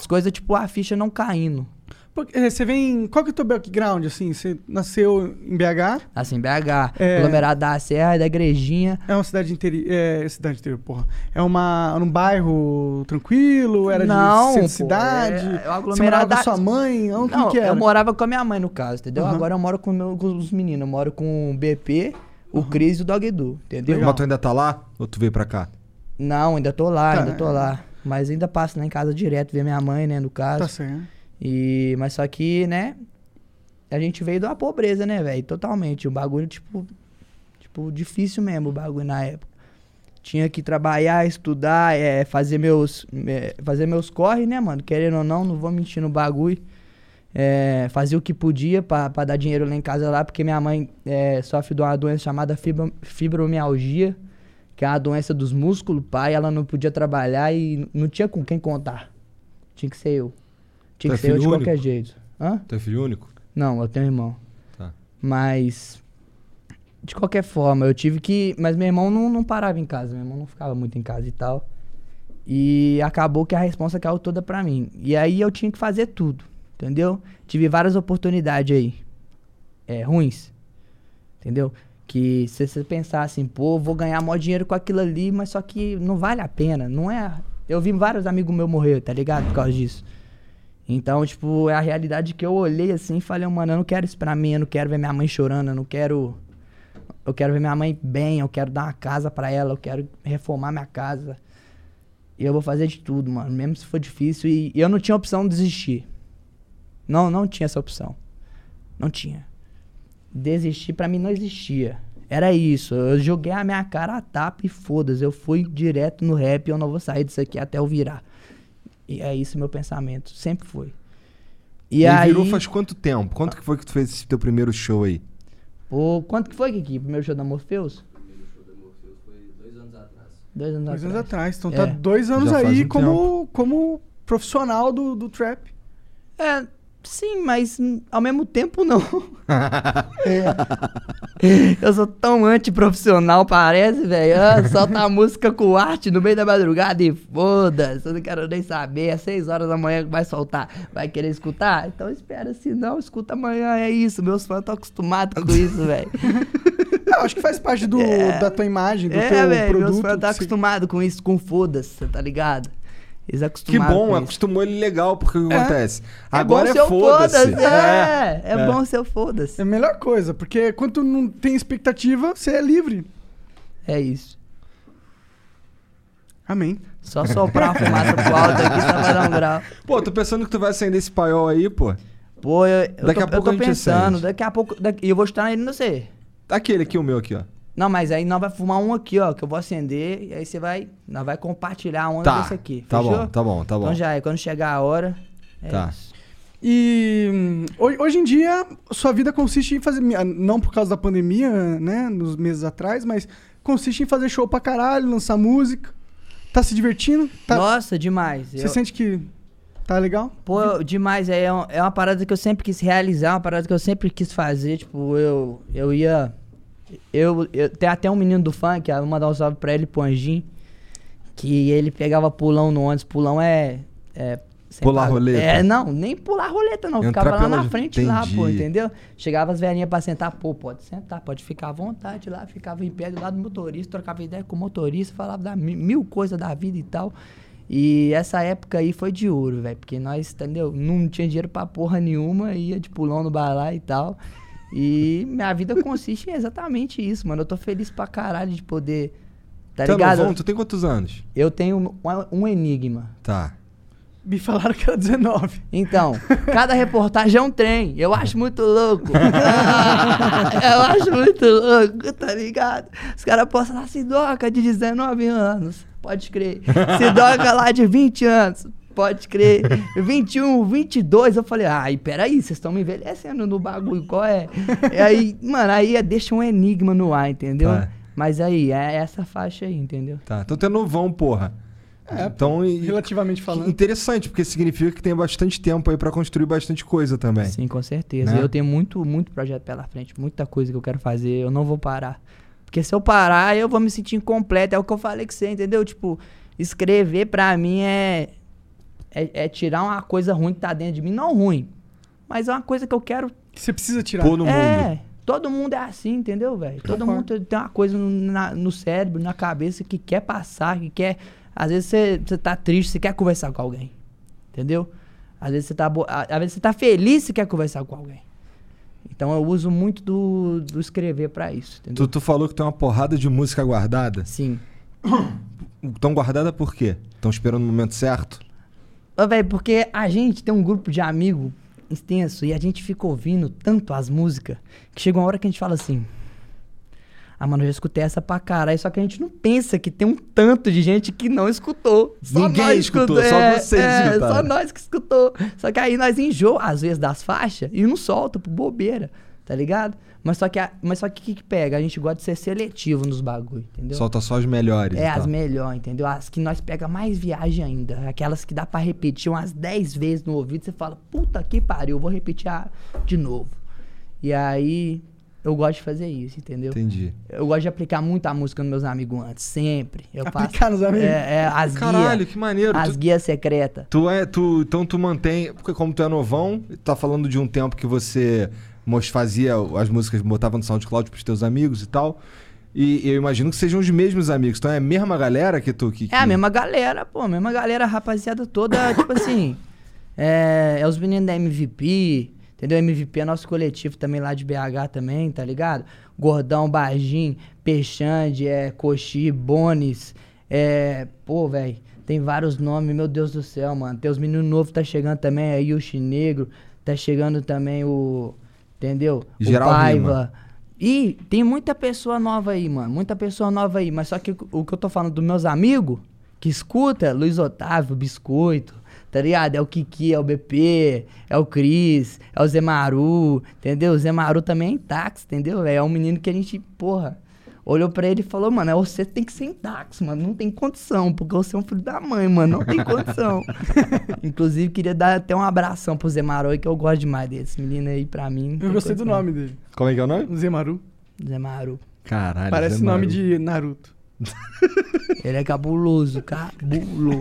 [SPEAKER 3] as coisas, tipo, a ficha não caindo,
[SPEAKER 2] Porque, é, você vem. Qual que é o teu background, assim? Você nasceu em BH?
[SPEAKER 3] Assim, BH,
[SPEAKER 2] É.
[SPEAKER 3] aglomerado da Serra, da Igrejinha.
[SPEAKER 2] É uma cidade interior. É, cidade interior, porra. É uma, um bairro tranquilo? Era
[SPEAKER 3] Não,
[SPEAKER 2] de centro
[SPEAKER 3] pô,
[SPEAKER 2] de cidade?
[SPEAKER 3] é- é o
[SPEAKER 2] Você morava com
[SPEAKER 3] aglomerado-
[SPEAKER 2] sua mãe? Onde
[SPEAKER 3] Não,
[SPEAKER 2] que era?
[SPEAKER 3] eu morava com a minha mãe, no caso, entendeu?
[SPEAKER 2] Aham.
[SPEAKER 3] Agora eu moro com, meu- com os meninos. Eu moro com o BP, o Cris e o Dog Edu, entendeu?
[SPEAKER 1] Mas tu ainda tá lá ou tu veio pra cá?
[SPEAKER 3] Não, ainda tô lá,
[SPEAKER 2] Tá,
[SPEAKER 3] ainda tô
[SPEAKER 2] é.
[SPEAKER 3] lá. Mas ainda passo lá em casa direto, ver minha mãe, né, no caso.
[SPEAKER 2] Tá certo.
[SPEAKER 3] E, mas só que, né, a gente veio da pobreza, né, velho? Totalmente. O bagulho, tipo, tipo, difícil mesmo o bagulho na época. Tinha que trabalhar, estudar, é, fazer meus é, fazer meus corre, né, mano? Querendo ou não, não vou mentir no bagulho. É, fazia o que podia pra pra dar dinheiro lá em casa lá, porque minha mãe é, sofre de uma doença chamada fibro- fibromialgia, que é uma doença dos músculos, pai. Ela não podia trabalhar e n- não tinha com quem contar. Tinha que ser eu. Tinha
[SPEAKER 1] Tu é
[SPEAKER 3] que ser eu de
[SPEAKER 1] filho
[SPEAKER 3] qualquer
[SPEAKER 1] único?
[SPEAKER 3] jeito. Hã?
[SPEAKER 1] Tu é filho único?
[SPEAKER 3] Não, eu tenho um irmão.
[SPEAKER 1] Tá.
[SPEAKER 3] Mas. De qualquer forma, eu tive que. Mas meu irmão não, não parava em casa, meu irmão não ficava muito em casa e tal. E acabou que a responsa caiu toda pra mim. E aí eu tinha que fazer tudo, entendeu? Tive várias oportunidades aí. É, ruins. Entendeu? Que se você pensar assim, pô, vou ganhar maior dinheiro com aquilo ali, mas só que não vale a pena, não é. Eu vi vários amigos meus morrer, tá ligado? Por causa disso. Então, tipo, é a realidade que eu olhei assim e falei, mano, eu não quero isso pra mim, eu não quero ver minha mãe chorando, eu não quero. Eu quero ver minha mãe bem, eu quero dar uma casa pra ela, eu quero reformar minha casa. E eu vou fazer de tudo, mano, mesmo se for difícil. E, e eu não tinha opção de desistir. Não, não tinha essa opção. Não tinha. Desistir pra mim não existia. Era isso. Eu joguei a minha cara a tapa e foda-se. Eu fui direto no rap, eu não vou sair disso aqui até eu virar. E é isso meu pensamento. Sempre foi. E, aí.
[SPEAKER 1] virou faz quanto tempo? Quanto que foi que tu fez esse teu primeiro show aí?
[SPEAKER 3] Pô, quanto que foi, Kiki? Primeiro show da Morpheus? Dois anos
[SPEAKER 2] Dois
[SPEAKER 3] atrás.
[SPEAKER 2] anos atrás. Então
[SPEAKER 3] É.
[SPEAKER 2] tá dois anos
[SPEAKER 1] Já faz
[SPEAKER 2] aí
[SPEAKER 1] um
[SPEAKER 2] como, como profissional do, do trap.
[SPEAKER 3] É, sim, mas hum, ao mesmo
[SPEAKER 2] <laughs>
[SPEAKER 3] tempo não. É. Eu sou tão antiprofissional, parece, velho. Ah, solta a música com arte no meio da madrugada e foda-se. Eu não quero nem saber. É seis horas da manhã que vai soltar. Vai querer escutar? Então espera, se não, escuta amanhã. É isso. Meus fãs estão acostumados com
[SPEAKER 2] <laughs>
[SPEAKER 3] isso, velho.
[SPEAKER 2] É, Eu acho que faz parte do, da tua imagem, do
[SPEAKER 3] É,
[SPEAKER 2] teu
[SPEAKER 3] velho. Meus
[SPEAKER 2] produto.
[SPEAKER 3] fãs
[SPEAKER 1] tá
[SPEAKER 3] estão
[SPEAKER 2] que você-
[SPEAKER 3] acostumados com isso, com foda-se, tá ligado? Eles
[SPEAKER 1] Que
[SPEAKER 3] acostumaram
[SPEAKER 1] bom,
[SPEAKER 3] com isso.
[SPEAKER 1] acostumou ele legal, porque o que acontece?
[SPEAKER 3] É
[SPEAKER 1] Agora
[SPEAKER 3] bom seu
[SPEAKER 1] é foda-se.
[SPEAKER 3] É, é, bom seu foda-se.
[SPEAKER 2] É a melhor coisa, porque quando tu não tem expectativa, você é livre.
[SPEAKER 3] É isso.
[SPEAKER 2] Amém.
[SPEAKER 3] Só soprar a fumaça pro alto aqui, só vai dar um grau.
[SPEAKER 1] Pô, tô pensando que tu vai acender esse paiol aí, pô.
[SPEAKER 3] Pô, eu, eu
[SPEAKER 1] Daqui
[SPEAKER 3] tô,
[SPEAKER 1] a pouco
[SPEAKER 3] eu tô
[SPEAKER 1] a gente
[SPEAKER 3] pensando,
[SPEAKER 1] acende.
[SPEAKER 3] daqui a pouco. daqui- E eu vou chutar ele não sei.
[SPEAKER 1] Tá Aquele aqui, o meu aqui, ó.
[SPEAKER 3] Não, mas aí nós vai fumar um aqui, ó, que eu vou acender, e aí você vai. Nós vai compartilhar um
[SPEAKER 1] Tá,
[SPEAKER 3] desse aqui.
[SPEAKER 1] tá
[SPEAKER 3] fechou?
[SPEAKER 1] bom, tá bom, tá bom.
[SPEAKER 3] Então já é, quando chegar a hora. É
[SPEAKER 1] Tá.
[SPEAKER 3] isso.
[SPEAKER 2] E hum, ho- hoje em dia, sua vida consiste em fazer. ah, Não por causa da pandemia, né? Nos meses atrás, mas consiste em fazer show pra caralho, lançar música. Tá se divertindo? Tá-
[SPEAKER 3] Nossa, demais.
[SPEAKER 2] você
[SPEAKER 3] eu-
[SPEAKER 2] sente que tá legal?
[SPEAKER 3] Pô, eu- demais. É, é um- é uma parada que eu sempre quis realizar, uma parada que eu sempre quis fazer. Tipo, eu, eu ia. Eu, eu- tem até um menino do funk, ah, vou mandar um salve pra ele, pro Anjinho. Que ele pegava pulão no ônibus. Pulão é. é sem
[SPEAKER 1] Pular
[SPEAKER 3] pagar.
[SPEAKER 1] roleta.
[SPEAKER 3] É, não, nem pular roleta, não.
[SPEAKER 1] Entrar
[SPEAKER 3] Ficava lá
[SPEAKER 1] pela-
[SPEAKER 3] na frente, lá, pô,
[SPEAKER 1] Entendi.
[SPEAKER 3] entendeu? Chegava as velhinhas pra sentar, pô, pode sentar, pode ficar à vontade lá. Ficava em pé do lado do motorista, trocava ideia com o motorista, falava da mi- mil coisas da vida e tal. E essa época aí foi de ouro, velho, porque nós, entendeu? Não tinha dinheiro pra porra nenhuma, ia de pulão no balá e tal. E minha vida consiste em exatamente isso, mano. Eu tô feliz pra caralho de poder. Tá
[SPEAKER 1] Tu é
[SPEAKER 3] ligado?
[SPEAKER 1] novão? Tu tem quantos anos?
[SPEAKER 3] Eu tenho um- um enigma.
[SPEAKER 1] Tá.
[SPEAKER 2] Me falaram
[SPEAKER 3] é
[SPEAKER 2] que era 19.
[SPEAKER 3] Então, cada reportagem é um trem. Eu acho muito louco. eu acho muito louco, tá ligado? Os caras postam lá, Sidoca de 19 anos, pode crer. Sidoca lá de 20 anos, pode crer. 21, 22. Eu falei, ai, peraí, vocês estão me envelhecendo no bagulho, qual é? E aí, mano, aí deixa um enigma no ar, entendeu?
[SPEAKER 1] Tá.
[SPEAKER 3] Mas aí, é essa faixa aí, entendeu?
[SPEAKER 1] Tá, então tu é novão, porra. então, e-
[SPEAKER 2] <laughs> Relativamente
[SPEAKER 1] que
[SPEAKER 3] Então,
[SPEAKER 2] falando.
[SPEAKER 1] interessante, porque significa que tem bastante tempo aí pra construir bastante coisa também.
[SPEAKER 3] Sim, com certeza.
[SPEAKER 1] Né?
[SPEAKER 3] Eu tenho muito, muito projeto pela frente, muita coisa que eu quero fazer, eu não vou parar. Porque se eu parar, eu vou me sentir incompleto. É o que eu falei que você, entendeu? Tipo, escrever pra mim é, é. é tirar uma coisa ruim que tá dentro de mim. Não ruim. Mas é uma coisa que eu quero.
[SPEAKER 2] Que você precisa tirar.
[SPEAKER 1] Pôr no
[SPEAKER 3] é,
[SPEAKER 1] mundo.
[SPEAKER 3] todo mundo é assim, entendeu, velho? Todo mundo tem uma coisa no, na- no cérebro, na cabeça que quer passar, que quer. Às vezes você, você tá triste, você quer conversar com alguém. Entendeu? Às vezes você tá, bo- a- às vezes você tá feliz e quer conversar com alguém. Então eu uso muito do, do escrever pra isso, entendeu?
[SPEAKER 1] Tu, tu falou que tem uma porrada de música guardada?
[SPEAKER 3] Sim.
[SPEAKER 1] Tão guardada por quê? Estão esperando o momento certo?
[SPEAKER 3] Ô, velho, porque a gente tem um grupo de amigo extenso e a gente fica ouvindo tanto as músicas que chega uma hora que a gente fala assim. Ah, mano, eu já escutei essa pra caralho, só que a gente não pensa que tem um tanto de gente que não escutou. Só
[SPEAKER 1] Ninguém
[SPEAKER 3] nós
[SPEAKER 1] escutou, só
[SPEAKER 3] é,
[SPEAKER 1] vocês
[SPEAKER 3] é,
[SPEAKER 1] escutaram.
[SPEAKER 3] Só nós que escutou. Só que aí nós enjoa, às vezes, das faixas e não solta por bobeira, tá ligado? Mas só que a- mas só que o que, que pega? A gente gosta de ser seletivo nos bagulho, entendeu?
[SPEAKER 1] Solta só os melhores. então.
[SPEAKER 3] É,
[SPEAKER 1] e tal.
[SPEAKER 3] as melhores, entendeu? As que nós pega mais viagem ainda. Aquelas que dá pra repetir umas 10 vezes no ouvido, você fala, puta que pariu, vou repetir a- de novo. E aí, eu gosto de fazer isso, entendeu?
[SPEAKER 1] Entendi.
[SPEAKER 3] Eu gosto de aplicar muito a música nos meus amigos antes, sempre. Eu
[SPEAKER 2] Aplicar nos amigos?
[SPEAKER 3] É, é, as
[SPEAKER 1] Caralho,
[SPEAKER 3] guias.
[SPEAKER 1] que maneiro,
[SPEAKER 3] As
[SPEAKER 1] tu-
[SPEAKER 3] guias secretas.
[SPEAKER 1] Tu é, tu, então tu mantém, porque como tu é novão, tá falando de um tempo que você mos- fazia as músicas, botava no SoundCloud pros teus amigos e tal. E eu imagino que sejam os mesmos amigos. Então é a mesma galera que tu que,
[SPEAKER 3] É a
[SPEAKER 1] que-
[SPEAKER 3] mesma galera, pô, a mesma galera, a rapaziada toda, <coughs> tipo assim. É, é os meninos da MVP, entendeu? MVP é nosso coletivo também lá de BH também, tá ligado? Gordão, Bargim, Peixande, é, Coxi, Bones, é. Pô, velho, tem vários nomes, meu Deus do céu, mano. Tem os meninos novos tá chegando também, aí o Negro, tá chegando também o. Entendeu?
[SPEAKER 1] Geral
[SPEAKER 3] o
[SPEAKER 1] Rima.
[SPEAKER 3] e tem muita pessoa nova aí, mano. Muita pessoa nova aí. Mas só que o- o que eu tô falando dos meus amigos que escuta, Luiz Otávio, Biscoito, tá ligado? É o Kiki, é o BP, é o Cris, é o Zé Maru, entendeu? O Zé Maru também é em táxi, entendeu? É um menino que a gente, porra, olhou pra ele e falou, mano, é você tem que ser em táxi, mano. Não tem condição, porque você é um filho da mãe, mano. Não
[SPEAKER 2] <laughs>
[SPEAKER 3] tem condição. Inclusive, queria dar até um abração pro Zé Maru aí, que eu gosto demais desse menino aí pra mim. não tem
[SPEAKER 2] Eu gostei do
[SPEAKER 3] condição.
[SPEAKER 2] nome dele.
[SPEAKER 1] Como é que é o nome?
[SPEAKER 2] Zemaru.
[SPEAKER 3] Zé Maru.
[SPEAKER 1] Caralho.
[SPEAKER 2] Parece
[SPEAKER 1] Zé
[SPEAKER 2] nome
[SPEAKER 1] Maru.
[SPEAKER 2] de Naruto.
[SPEAKER 3] Ele
[SPEAKER 2] <laughs>
[SPEAKER 3] é cabuloso, cabuloso.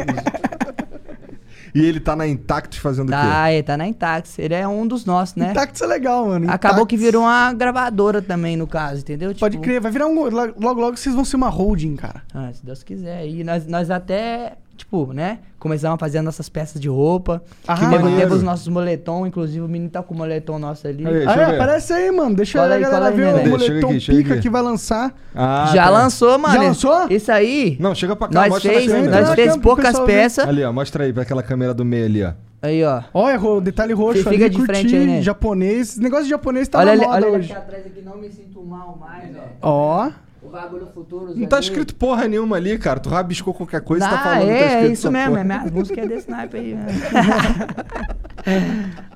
[SPEAKER 1] E ele tá na Intactos fazendo o quê?
[SPEAKER 3] tá, ele tá na Intax. Ele é um dos nossos, né?
[SPEAKER 2] Intacts é legal, mano.
[SPEAKER 3] Acabou
[SPEAKER 2] Intacts.
[SPEAKER 3] que virou uma gravadora também, no caso, entendeu?
[SPEAKER 2] Pode
[SPEAKER 3] Tipo,
[SPEAKER 2] crer, vai virar um. Logo, logo vocês vão ser uma holding, cara.
[SPEAKER 3] Ah, se Deus quiser. E nós, nós até, tipo, né? Começamos a fazer nossas peças de roupa.
[SPEAKER 2] Ah,
[SPEAKER 3] que teve,
[SPEAKER 2] maneiro.
[SPEAKER 3] teve os nossos moletom, inclusive o menino tá com o moletom nosso ali.
[SPEAKER 1] Aí,
[SPEAKER 2] Ah,
[SPEAKER 1] deixa eu
[SPEAKER 2] é,
[SPEAKER 1] ver.
[SPEAKER 2] aparece aí, mano. Deixa
[SPEAKER 3] Cola
[SPEAKER 2] a
[SPEAKER 3] aí,
[SPEAKER 2] galera
[SPEAKER 3] cola aí,
[SPEAKER 2] ver
[SPEAKER 3] neném.
[SPEAKER 2] o
[SPEAKER 1] Chega
[SPEAKER 2] moletom
[SPEAKER 1] aqui, chega
[SPEAKER 2] pica
[SPEAKER 1] aqui.
[SPEAKER 2] que vai lançar.
[SPEAKER 1] Ah,
[SPEAKER 3] Já
[SPEAKER 1] tá.
[SPEAKER 3] lançou, mano.
[SPEAKER 2] lançou?
[SPEAKER 3] Isso aí.
[SPEAKER 1] Não, chega pra cá,
[SPEAKER 3] nós
[SPEAKER 1] mostra
[SPEAKER 3] fez,
[SPEAKER 1] pra câmera.
[SPEAKER 3] nós
[SPEAKER 1] Mostra
[SPEAKER 3] fez
[SPEAKER 2] pra câmera pro
[SPEAKER 3] poucas
[SPEAKER 2] pessoal né? ver.
[SPEAKER 3] peças.
[SPEAKER 1] Ali, ó, mostra aí pra aquela câmera do meio ali, ó.
[SPEAKER 3] Aí, ó.
[SPEAKER 2] Olha, ro- detalhe roxo
[SPEAKER 3] Você
[SPEAKER 2] ali,
[SPEAKER 3] fica de
[SPEAKER 2] curti,
[SPEAKER 3] frente aí, né?
[SPEAKER 2] japonês. Esse negócio de japonês tá
[SPEAKER 3] olha
[SPEAKER 2] na
[SPEAKER 3] ali,
[SPEAKER 2] moda
[SPEAKER 3] olha ele
[SPEAKER 2] hoje.
[SPEAKER 3] aqui atrás aqui, não me sinto mal mais, ó.
[SPEAKER 2] Ó,
[SPEAKER 3] O bagulho futuro.
[SPEAKER 1] Não tá escrito porra nenhuma ali, cara. Tu rabiscou qualquer coisa e tá
[SPEAKER 3] Ah,
[SPEAKER 1] falando que tá
[SPEAKER 3] é,
[SPEAKER 1] escrito
[SPEAKER 3] é isso
[SPEAKER 1] essa
[SPEAKER 3] mesmo.
[SPEAKER 1] porra.
[SPEAKER 3] É, minhas músicas é desse naipe aí. né?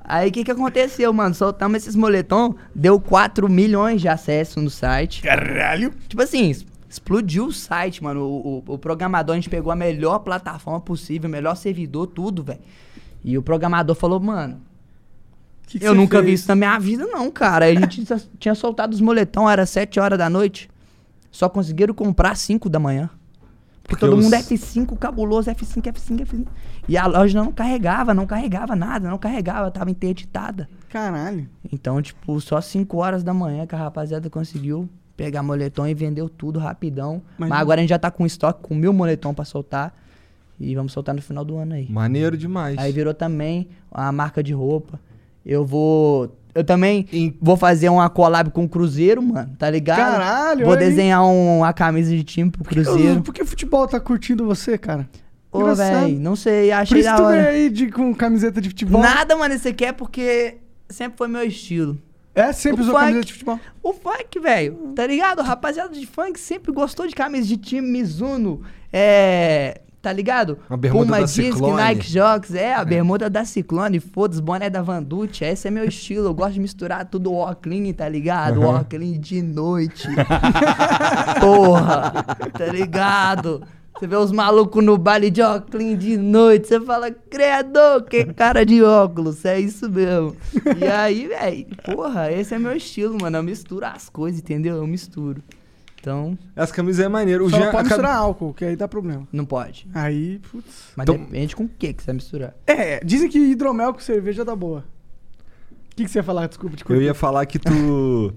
[SPEAKER 3] <laughs> aí, o que que aconteceu, mano? Soltamos esses moletom, deu 4 milhões de acesso no site.
[SPEAKER 2] caralho.
[SPEAKER 3] Tipo assim, es- explodiu o site, mano. O, o- o programador, a gente pegou a melhor plataforma possível, o melhor servidor, tudo, velho. E o programador falou, mano,
[SPEAKER 2] Que que
[SPEAKER 3] eu
[SPEAKER 2] você
[SPEAKER 3] nunca vi
[SPEAKER 2] fez?
[SPEAKER 3] isso na minha vida, não, cara. A gente tinha- <laughs> tinha soltado os moletão, era 7 horas da noite. Só conseguiram comprar 5 da manhã. Porque,
[SPEAKER 1] Porque
[SPEAKER 3] todo
[SPEAKER 1] os-
[SPEAKER 3] mundo é F5, cabuloso, F5, F5, F5. E a loja não carregava, não carregava nada, não carregava, tava interditada.
[SPEAKER 2] Caralho.
[SPEAKER 3] Então, tipo, só 5 horas da manhã que a rapaziada conseguiu pegar moletom e vendeu tudo rapidão. Mas,
[SPEAKER 2] Imagina.
[SPEAKER 3] agora a gente já tá com estoque com mil moletom pra soltar. E vamos soltar no final do ano aí.
[SPEAKER 1] Maneiro demais.
[SPEAKER 3] Aí virou também a marca de roupa. Eu vou. Eu também vou fazer uma collab com o Cruzeiro, mano, tá ligado?
[SPEAKER 2] Caralho,
[SPEAKER 3] Vou
[SPEAKER 2] olha aí.
[SPEAKER 3] desenhar um- uma camisa de time pro
[SPEAKER 2] Eu,
[SPEAKER 3] Cruzeiro.
[SPEAKER 2] por que o futebol tá curtindo você, cara?
[SPEAKER 3] Ô,
[SPEAKER 2] Engraçado.
[SPEAKER 3] velho, não sei,
[SPEAKER 2] Por
[SPEAKER 3] achei
[SPEAKER 2] isso
[SPEAKER 3] da
[SPEAKER 2] tu veio
[SPEAKER 3] hora.
[SPEAKER 2] aí de, com camiseta de futebol.
[SPEAKER 3] Nada, mano, isso aqui é porque sempre foi meu estilo.
[SPEAKER 2] É, sempre
[SPEAKER 3] O
[SPEAKER 2] usou
[SPEAKER 3] funk.
[SPEAKER 2] camiseta de futebol.
[SPEAKER 3] O funk, velho, tá ligado? O rapaziada de funk sempre gostou de camisa de time Mizuno, é. Tá ligado?
[SPEAKER 1] Uma bermuda da Ciclone.
[SPEAKER 3] Nike Jocks, é, a bermuda da Ciclone, foda-se, boné da Vanducci, esse é meu estilo, eu gosto de misturar tudo o Clean, tá ligado? O Clean de noite. <laughs> Porra, tá ligado? Você vê os malucos no baile de óculos de noite, você fala, credo, que cara de óculos, é isso mesmo. E aí, velho, porra, esse é meu estilo, mano, eu misturo as coisas, entendeu? Eu misturo. Então,
[SPEAKER 1] Essa camisa é maneira. O
[SPEAKER 2] Só
[SPEAKER 1] Jean
[SPEAKER 2] não pode
[SPEAKER 1] acaba-
[SPEAKER 2] misturar álcool, que aí dá problema.
[SPEAKER 3] não pode.
[SPEAKER 2] Aí, putz.
[SPEAKER 3] Mas
[SPEAKER 1] Então-
[SPEAKER 3] depende com o que que você vai misturar.
[SPEAKER 2] É, dizem que hidromel com cerveja dá boa. que, que você ia falar? Desculpa, te
[SPEAKER 1] Eu
[SPEAKER 2] cortei.
[SPEAKER 1] ia falar que tu.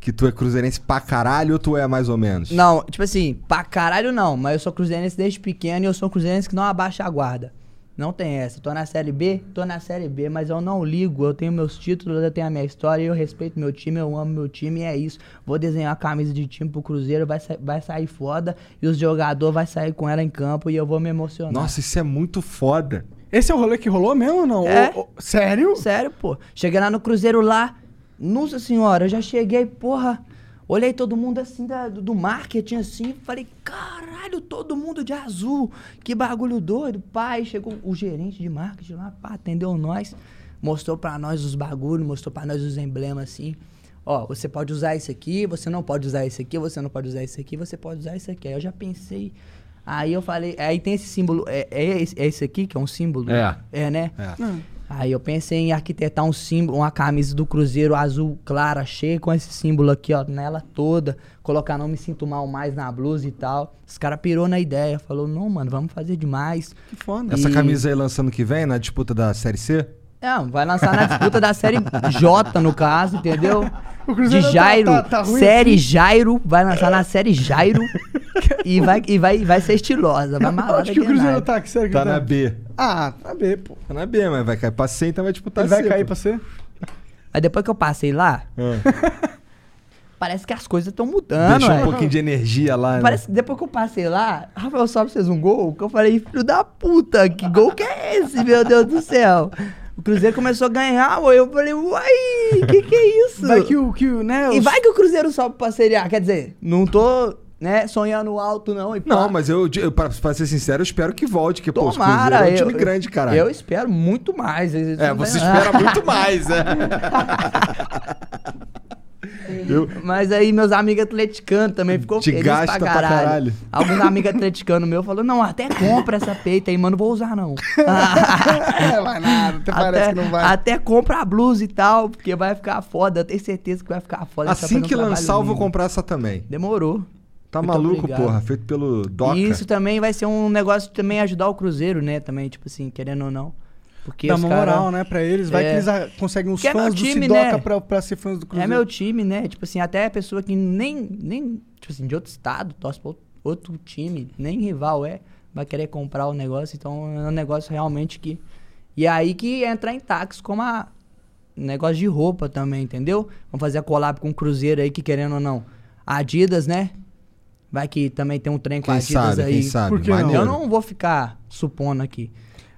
[SPEAKER 1] que tu é cruzeirense pra caralho ou tu é mais ou menos?
[SPEAKER 3] Não, tipo assim, pra caralho não, mas eu sou cruzeirense desde pequeno e eu sou um cruzeirense que não abaixa a guarda. Não tem essa. Tô na Série B, tô na Série B, mas eu não ligo. Eu tenho meus títulos, eu tenho a minha história, eu respeito meu time, eu amo meu time e é isso. Vou desenhar a camisa de time pro Cruzeiro, vai, sa- vai sair foda e os jogadores vão sair com ela em campo e eu vou me emocionar.
[SPEAKER 1] Nossa, isso é muito foda.
[SPEAKER 2] Esse é o rolê que rolou mesmo ou não?
[SPEAKER 3] É.
[SPEAKER 2] O- o- sério?
[SPEAKER 3] Sério, pô. Cheguei lá no Cruzeiro lá. Nossa senhora, eu já cheguei, porra. Olhei todo mundo assim da- do, do marketing, assim. Falei, caralho, todo mundo de azul. Que bagulho doido. Pai, chegou o gerente de marketing lá, pá, atendeu nós. Mostrou pra nós os bagulhos, mostrou pra nós os emblemas, assim. Ó, você pode usar isso aqui, você não pode usar isso aqui, você não pode usar isso aqui, você pode usar isso aqui. Aí eu já pensei. Aí eu falei, aí tem esse símbolo, é, é, esse- é esse aqui que é um símbolo?
[SPEAKER 1] É.
[SPEAKER 3] É, né?
[SPEAKER 1] É.
[SPEAKER 3] Aí eu pensei em arquitetar um símbolo, uma camisa do Cruzeiro azul clara, cheia com esse símbolo aqui, ó, nela toda. Colocar não me sinto mal mais na blusa e tal. Os caras pirou na ideia, falou, não, mano, vamos fazer demais.
[SPEAKER 2] Que foda.
[SPEAKER 1] Essa
[SPEAKER 3] E-
[SPEAKER 1] camisa aí lançando que vem, na disputa da Série C?
[SPEAKER 3] Não, vai lançar na disputa da série J, no caso, entendeu?
[SPEAKER 2] O
[SPEAKER 3] De
[SPEAKER 2] Cruzeiro tá-
[SPEAKER 3] Jairo,
[SPEAKER 2] tá- tá ruim
[SPEAKER 3] série
[SPEAKER 2] assim.
[SPEAKER 3] Jairo, vai lançar na série Jairo e vai, e vai, vai ser estilosa, vai malada
[SPEAKER 2] Acho que o
[SPEAKER 3] é
[SPEAKER 2] Cruzeiro
[SPEAKER 3] nada.
[SPEAKER 2] tá aqui, sério que
[SPEAKER 1] Tá na B.
[SPEAKER 2] Ah, tá B, pô.
[SPEAKER 1] Tá na B, mas vai cair pra C, então vai disputar
[SPEAKER 2] Ele vai
[SPEAKER 1] C,
[SPEAKER 2] cair
[SPEAKER 1] pô.
[SPEAKER 2] pra ser?
[SPEAKER 3] Aí depois que eu passei lá,
[SPEAKER 1] Ah,
[SPEAKER 3] parece que as coisas estão mudando,
[SPEAKER 1] Deixou um
[SPEAKER 3] velho.
[SPEAKER 1] pouquinho de energia lá, né?
[SPEAKER 3] Ah, é? Parece que depois que eu passei lá, Rafael Sobes fez um gol, que eu falei, filho da puta, que gol que é esse, meu Deus do céu? O Cruzeiro começou a ganhar, ué, eu falei, uai, que que é isso?
[SPEAKER 2] Vai que o, que o né,
[SPEAKER 3] E
[SPEAKER 2] os-
[SPEAKER 3] vai que o Cruzeiro sobe pra Série A, quer dizer, não tô, né, sonhando alto não. E
[SPEAKER 1] Não,
[SPEAKER 3] pá.
[SPEAKER 1] mas eu, eu pra, pra ser sincero, eu espero que volte, que pô, os
[SPEAKER 3] Tomara,
[SPEAKER 1] Cruzeiro é um
[SPEAKER 3] eu-
[SPEAKER 1] time grande, caralho.
[SPEAKER 3] Eu né? espero muito mais. isso
[SPEAKER 1] É,
[SPEAKER 3] não
[SPEAKER 1] você
[SPEAKER 3] tem-
[SPEAKER 1] espera muito mais, é. Eu-
[SPEAKER 3] Mas aí meus amigos atleticanos também ficou
[SPEAKER 1] Te
[SPEAKER 3] feliz
[SPEAKER 1] gasta
[SPEAKER 3] pra
[SPEAKER 1] pra
[SPEAKER 3] caralho.
[SPEAKER 1] caralho.
[SPEAKER 3] Alguns amigos atleticanos meus falaram, não, até compra essa peita aí, mano, não vou usar
[SPEAKER 1] <laughs>
[SPEAKER 3] não. Ah,
[SPEAKER 2] É, vai nada, até, parece que não vai.
[SPEAKER 3] até compra a blusa e tal, porque vai ficar foda, eu tenho certeza que vai ficar foda. Essa
[SPEAKER 1] assim
[SPEAKER 3] fazendo
[SPEAKER 1] que
[SPEAKER 3] um trabalho
[SPEAKER 1] lançar, eu vou
[SPEAKER 3] lindo.
[SPEAKER 1] comprar essa também.
[SPEAKER 3] Demorou.
[SPEAKER 1] Tá
[SPEAKER 3] Muito
[SPEAKER 1] maluco,
[SPEAKER 3] Então, obrigado.
[SPEAKER 1] porra? Feito pelo Doca.
[SPEAKER 3] E isso também vai ser um negócio de também ajudar o Cruzeiro, né, também, tipo assim, querendo ou não. Porque
[SPEAKER 2] Dá
[SPEAKER 3] os
[SPEAKER 2] uma
[SPEAKER 3] cara-
[SPEAKER 2] moral, né, pra eles. Vai
[SPEAKER 3] É.
[SPEAKER 2] que eles a- conseguem uns
[SPEAKER 3] Que é meu
[SPEAKER 2] fãs do
[SPEAKER 3] time,
[SPEAKER 2] Sidoca
[SPEAKER 3] né?
[SPEAKER 2] pra, pra ser fãs do Cruzeiro.
[SPEAKER 3] É meu time, né? Tipo assim, até a pessoa que nem, nem tipo assim, de outro estado, torce pra outro- outro time, nem rival é, vai querer comprar o negócio. Então é um negócio realmente que. E é aí que entra em táxi como a negócio de roupa também, entendeu? Vamos fazer a collab com o Cruzeiro aí, que querendo ou não. Adidas, né? Vai que também tem um trem com
[SPEAKER 1] Quem
[SPEAKER 3] a Adidas
[SPEAKER 1] sabe,
[SPEAKER 3] aí.
[SPEAKER 1] quem sabe?
[SPEAKER 2] Por que não?
[SPEAKER 1] Maneiro.
[SPEAKER 3] Eu não vou ficar supondo aqui.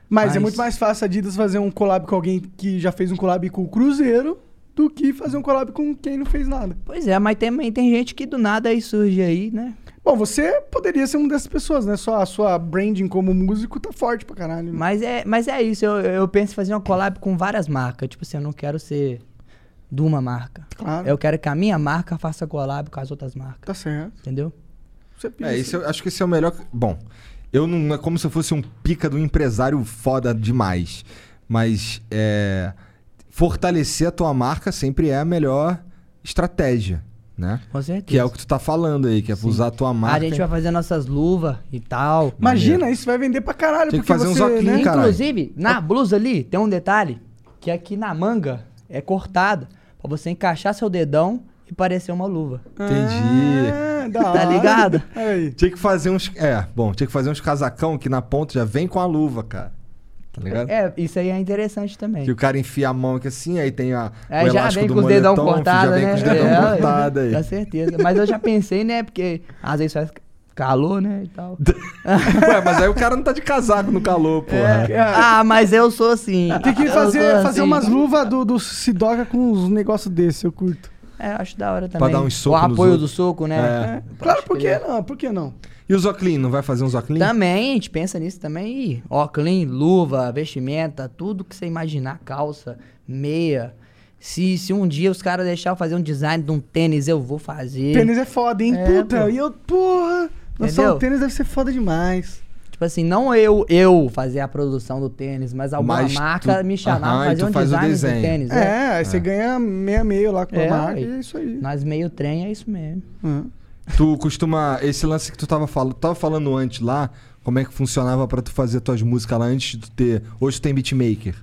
[SPEAKER 2] Mas, é
[SPEAKER 3] Mas-
[SPEAKER 2] muito mais fácil a Adidas fazer um collab com alguém que já fez um collab com o Cruzeiro do que fazer um collab com quem não fez nada.
[SPEAKER 3] Pois é, mas também tem gente que do nada aí surge aí, né?
[SPEAKER 2] Bom, você poderia ser uma dessas pessoas, né? Só a sua branding como músico tá forte pra caralho. né?
[SPEAKER 3] Mas é, mas é isso, eu, eu penso em fazer uma collab com várias marcas. Tipo assim, eu não quero ser de uma marca.
[SPEAKER 2] Claro.
[SPEAKER 3] Eu quero que a minha marca faça collab com as outras marcas,
[SPEAKER 2] Tá certo.
[SPEAKER 3] entendeu?
[SPEAKER 2] Você pensa.
[SPEAKER 1] É, isso eu acho que esse é o melhor. Bom, eu não é como se eu fosse um pica do empresário foda demais. Mas é, fortalecer a tua marca sempre é a melhor estratégia, né?
[SPEAKER 3] Com certeza.
[SPEAKER 1] Que é o que tu tá falando aí, que é usar a tua marca.
[SPEAKER 3] A gente vai fazer nossas luvas e tal.
[SPEAKER 2] Imagina, né, isso vai vender pra caralho.
[SPEAKER 1] Tem que
[SPEAKER 2] porque
[SPEAKER 1] fazer uns
[SPEAKER 2] você,
[SPEAKER 1] óculos,
[SPEAKER 2] né?
[SPEAKER 1] hein, cara?
[SPEAKER 3] Inclusive, na blusa ali, tem um detalhe, que aqui na manga é cortada, pra você encaixar seu dedão e parecer uma luva.
[SPEAKER 1] Entendi.
[SPEAKER 2] Ah, da
[SPEAKER 3] Tá
[SPEAKER 2] hora.
[SPEAKER 3] ligado?
[SPEAKER 2] Olha aí.
[SPEAKER 1] Tinha que fazer uns. É, bom, tinha que fazer uns casacão que na ponta já vem com a luva, cara. Tá ligado?
[SPEAKER 3] É, isso aí é interessante também.
[SPEAKER 1] Que o cara enfia a mão aqui assim, aí tem a,
[SPEAKER 3] Aí
[SPEAKER 1] o
[SPEAKER 3] É, já
[SPEAKER 1] elástico
[SPEAKER 3] vem
[SPEAKER 1] do
[SPEAKER 3] com os dedão
[SPEAKER 1] moletom,
[SPEAKER 3] cortado,
[SPEAKER 1] já vem
[SPEAKER 3] né?
[SPEAKER 1] com os dedão
[SPEAKER 3] É,
[SPEAKER 1] cortado aí. <laughs>
[SPEAKER 3] Com certeza. Mas eu já pensei, né? Porque às vezes faz calor, né? E
[SPEAKER 1] <laughs>
[SPEAKER 3] tal.
[SPEAKER 1] Ué, mas aí o cara não tá de casaco no calor,
[SPEAKER 2] É,
[SPEAKER 1] porra.
[SPEAKER 3] ah, mas eu sou assim.
[SPEAKER 2] Tem que
[SPEAKER 3] Eu
[SPEAKER 2] fazer,
[SPEAKER 3] sou
[SPEAKER 2] fazer
[SPEAKER 3] assim.
[SPEAKER 2] umas luvas do, do Sidoca com uns negócios desse, eu curto.
[SPEAKER 3] É, eu acho da hora também.
[SPEAKER 1] Pra dar uns
[SPEAKER 3] O
[SPEAKER 1] socos nos
[SPEAKER 3] apoio do
[SPEAKER 1] outros. É.
[SPEAKER 3] soco, né? Eu
[SPEAKER 2] É. Claro,
[SPEAKER 3] acho
[SPEAKER 2] por
[SPEAKER 3] ele-
[SPEAKER 2] que não? Por que não?
[SPEAKER 1] E o Zoclin, não vai fazer um Zoclin?
[SPEAKER 3] É. Também, a gente pensa nisso também. Ih, Ó, clean, luva, vestimenta, tudo que você imaginar, calça, meia. Se, se um dia os caras deixarem eu fazer um design de um tênis, eu vou fazer.
[SPEAKER 2] Tênis é foda, hein?
[SPEAKER 3] É,
[SPEAKER 2] Puta,
[SPEAKER 3] pô.
[SPEAKER 2] e eu, porra. Nossa,
[SPEAKER 3] Entendeu?
[SPEAKER 2] o tênis deve ser foda demais.
[SPEAKER 3] Tipo assim, não eu eu fazer a produção do tênis, mas alguma
[SPEAKER 1] Mas
[SPEAKER 3] marca
[SPEAKER 1] tu-
[SPEAKER 3] me chamar
[SPEAKER 1] Aham,
[SPEAKER 3] pra
[SPEAKER 1] e
[SPEAKER 3] fazer
[SPEAKER 1] tu
[SPEAKER 3] um
[SPEAKER 1] faz o
[SPEAKER 3] design
[SPEAKER 1] desenho.
[SPEAKER 3] do tênis.
[SPEAKER 2] É,
[SPEAKER 3] É.
[SPEAKER 2] aí você ganha meia-meia lá com a
[SPEAKER 3] É,
[SPEAKER 2] marca
[SPEAKER 3] aí.
[SPEAKER 2] e é isso aí.
[SPEAKER 3] Nós meio trem é isso mesmo.
[SPEAKER 2] Uhum.
[SPEAKER 1] Tu costuma. Esse lance que tu tava falando. Tava falando antes lá, como é que funcionava pra tu fazer tuas músicas lá antes de tu ter. Hoje tu tem beatmaker.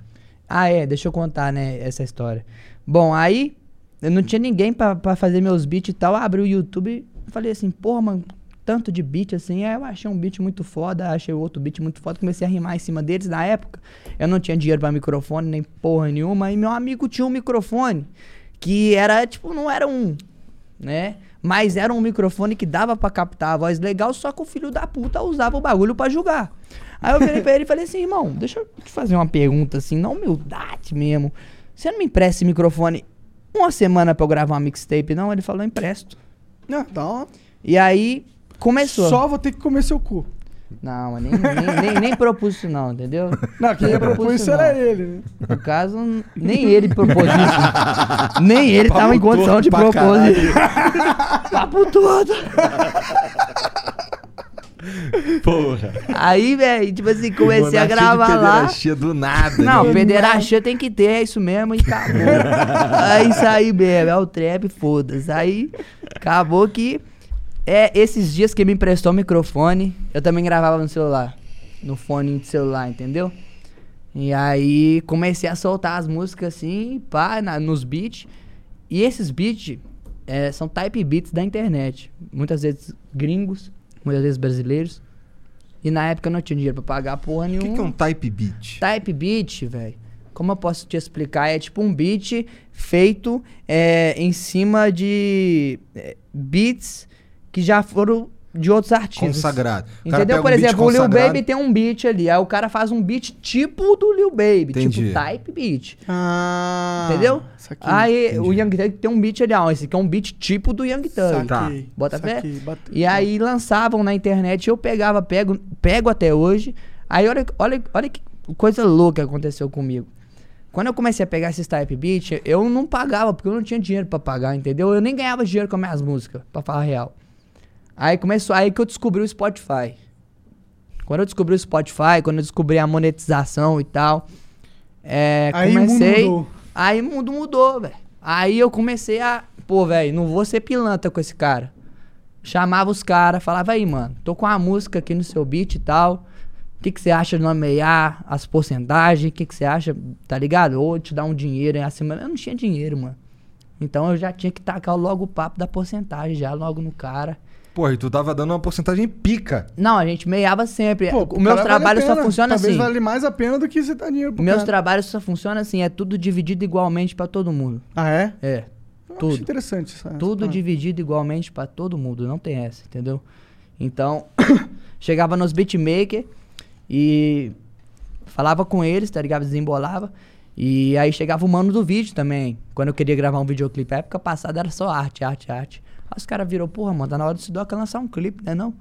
[SPEAKER 3] Ah, é, deixa eu contar, né, essa história. Bom, aí eu não tinha ninguém pra, pra fazer meus beats e tal. Abri o YouTube e falei assim, porra, mano, tanto de beat assim. Aí eu achei um beat muito foda, achei outro beat muito foda. Comecei a rimar em cima deles na época. Eu não tinha dinheiro pra microfone, nem porra nenhuma. E meu amigo tinha um microfone que era, tipo, não era um, né? Mas era um microfone que dava pra captar a voz legal, só que o filho da puta usava o bagulho pra julgar. Aí eu virei pra ele e falei assim, irmão, deixa eu te fazer uma pergunta assim, na humildade mesmo. Você não me empresta esse microfone uma semana pra eu gravar uma mixtape, não? Ele falou, "Eu empresto.
[SPEAKER 2] Não, então.
[SPEAKER 3] E aí começou.
[SPEAKER 2] Só vou ter que comer seu cu.
[SPEAKER 3] Não, mas nem, nem, nem, nem propus isso não, entendeu?
[SPEAKER 2] Não, quem
[SPEAKER 3] Nem
[SPEAKER 2] propôs isso
[SPEAKER 3] não.
[SPEAKER 2] era ele, né?
[SPEAKER 3] No caso, n- nem ele
[SPEAKER 4] <laughs>
[SPEAKER 3] propôs isso. nem ele tava em
[SPEAKER 4] Papo
[SPEAKER 3] condição
[SPEAKER 4] torto
[SPEAKER 3] de
[SPEAKER 4] pra
[SPEAKER 3] propor
[SPEAKER 4] caralho.
[SPEAKER 3] isso.
[SPEAKER 4] <laughs>
[SPEAKER 3] Papo todo.
[SPEAKER 4] Porra.
[SPEAKER 3] Aí, velho, tipo assim, comecei
[SPEAKER 1] Monarquia
[SPEAKER 3] a
[SPEAKER 1] de
[SPEAKER 3] gravar lá.
[SPEAKER 1] pederastia do nada.
[SPEAKER 3] Não,
[SPEAKER 1] né?
[SPEAKER 3] pederastia tem que ter, é isso mesmo,
[SPEAKER 1] <laughs>
[SPEAKER 3] e acabou. aí isso aí mesmo, é o trap, foda-se. Aí acabou que. É, esses dias que me emprestou o microfone, eu também gravava no celular. No fone de celular, entendeu? E aí comecei a soltar as músicas assim, pá, na- nos beats. E esses beats é, são type beats da internet. Muitas vezes gringos, muitas vezes brasileiros. E na época eu não tinha dinheiro pra pagar porra
[SPEAKER 1] O
[SPEAKER 3] nenhuma.
[SPEAKER 1] que, que é um type beat?
[SPEAKER 3] Type beat, velho. Como eu posso te explicar? É tipo um beat feito é, em cima de é, beats que já foram de outros artistas.
[SPEAKER 1] Consagrado. O cara pega
[SPEAKER 3] Entendeu?
[SPEAKER 1] um
[SPEAKER 3] Por
[SPEAKER 1] beat
[SPEAKER 3] exemplo, o Lil
[SPEAKER 1] consagrado.
[SPEAKER 3] Baby tem um beat ali. Aí o cara faz um beat tipo do Lil Baby.
[SPEAKER 1] Entendi.
[SPEAKER 3] Tipo type beat.
[SPEAKER 2] Ah.
[SPEAKER 3] entendeu?
[SPEAKER 2] Saquei.
[SPEAKER 3] Aí o Young Thug tem um beat ali. Ó, esse aqui é um beat tipo do Young Thug.
[SPEAKER 2] Saquei.
[SPEAKER 3] Bota fé?
[SPEAKER 2] saquei, bate-
[SPEAKER 3] E aí lançavam na internet, eu pegava, pego, pego até hoje. Aí olha, olha, olha que coisa louca que aconteceu comigo. Quando eu comecei a pegar esses type beat, eu não pagava, porque eu não tinha dinheiro pra pagar, entendeu? Eu nem ganhava dinheiro com as minhas músicas, pra falar a real. Aí começou, aí que eu descobri o Spotify. Quando eu descobri o Spotify, quando eu descobri a monetização e tal, é,
[SPEAKER 2] Aí o mundo
[SPEAKER 3] comecei.
[SPEAKER 2] mudou.
[SPEAKER 3] Aí o mundo mudou, velho. Aí eu comecei a. Pô, velho, não vou ser pilantra com esse cara. Chamava os caras, falava aí, mano, tô com uma música aqui no seu beat e tal. O que que você acha de nomear as porcentagens? O que que você acha, tá ligado? Ou te dar um dinheiro aí acima. Eu não tinha dinheiro, mano. Então eu já tinha que tacar logo o papo da porcentagem, já logo no cara.
[SPEAKER 1] Porra, e tu tava dando uma porcentagem pica.
[SPEAKER 3] Não, a gente meiava sempre.
[SPEAKER 2] Pô,
[SPEAKER 3] o
[SPEAKER 2] cara,
[SPEAKER 3] meu
[SPEAKER 2] vale
[SPEAKER 3] trabalho
[SPEAKER 2] a
[SPEAKER 3] só
[SPEAKER 2] pena.
[SPEAKER 3] funciona
[SPEAKER 2] Talvez
[SPEAKER 3] assim.
[SPEAKER 2] vale mais a pena do que você dar dinheiro
[SPEAKER 3] O
[SPEAKER 2] pro
[SPEAKER 3] Meus
[SPEAKER 2] cara.
[SPEAKER 3] trabalhos só funcionam assim, é tudo dividido igualmente pra todo mundo.
[SPEAKER 2] Ah, é?
[SPEAKER 3] É.
[SPEAKER 2] Eu Acho
[SPEAKER 3] Tudo.
[SPEAKER 2] interessante essa. essa
[SPEAKER 3] Tudo
[SPEAKER 2] parada.
[SPEAKER 3] dividido igualmente pra todo mundo, não tem essa, entendeu? Então, <coughs> chegava nos beatmaker e falava com eles, tá ligado? Desembolava. E aí chegava o mano do vídeo também. Quando eu queria gravar um videoclipe, a época passada era só arte, arte, arte. Aí os caras virou, porra, mano, tá na hora do Sidoca lançar um clipe, né não?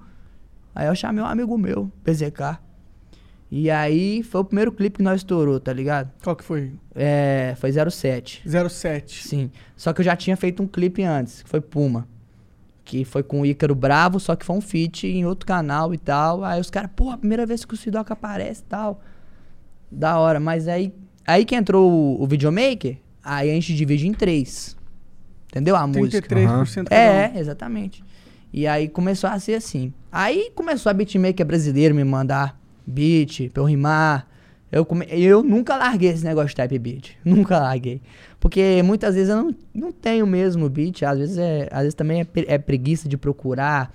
[SPEAKER 3] Aí eu chamei um amigo meu, PZK. E aí foi o primeiro clipe que nós estourou, tá ligado?
[SPEAKER 2] Qual que foi?
[SPEAKER 3] É, foi 07.
[SPEAKER 2] 07.
[SPEAKER 3] Sim. Só que eu já tinha feito um clipe antes, que foi Puma. Que foi com o Ícaro Bravo, só que foi um feat em outro canal e tal. Aí os caras, porra, primeira vez que o Sidoca aparece e tal. Da hora. Mas aí, aí que entrou o, o videomaker, aí a gente divide em três. Entendeu? A música.
[SPEAKER 2] 33% cada um.
[SPEAKER 3] É, é, exatamente. E aí começou a ser assim. Aí começou a beatmaker brasileiro me mandar beat pra eu rimar. Eu, come- eu nunca larguei esse negócio de type beat. <laughs> Nunca larguei. Porque muitas vezes eu não, não tenho mesmo beat. Às vezes, é, às vezes também é, pre- é preguiça de procurar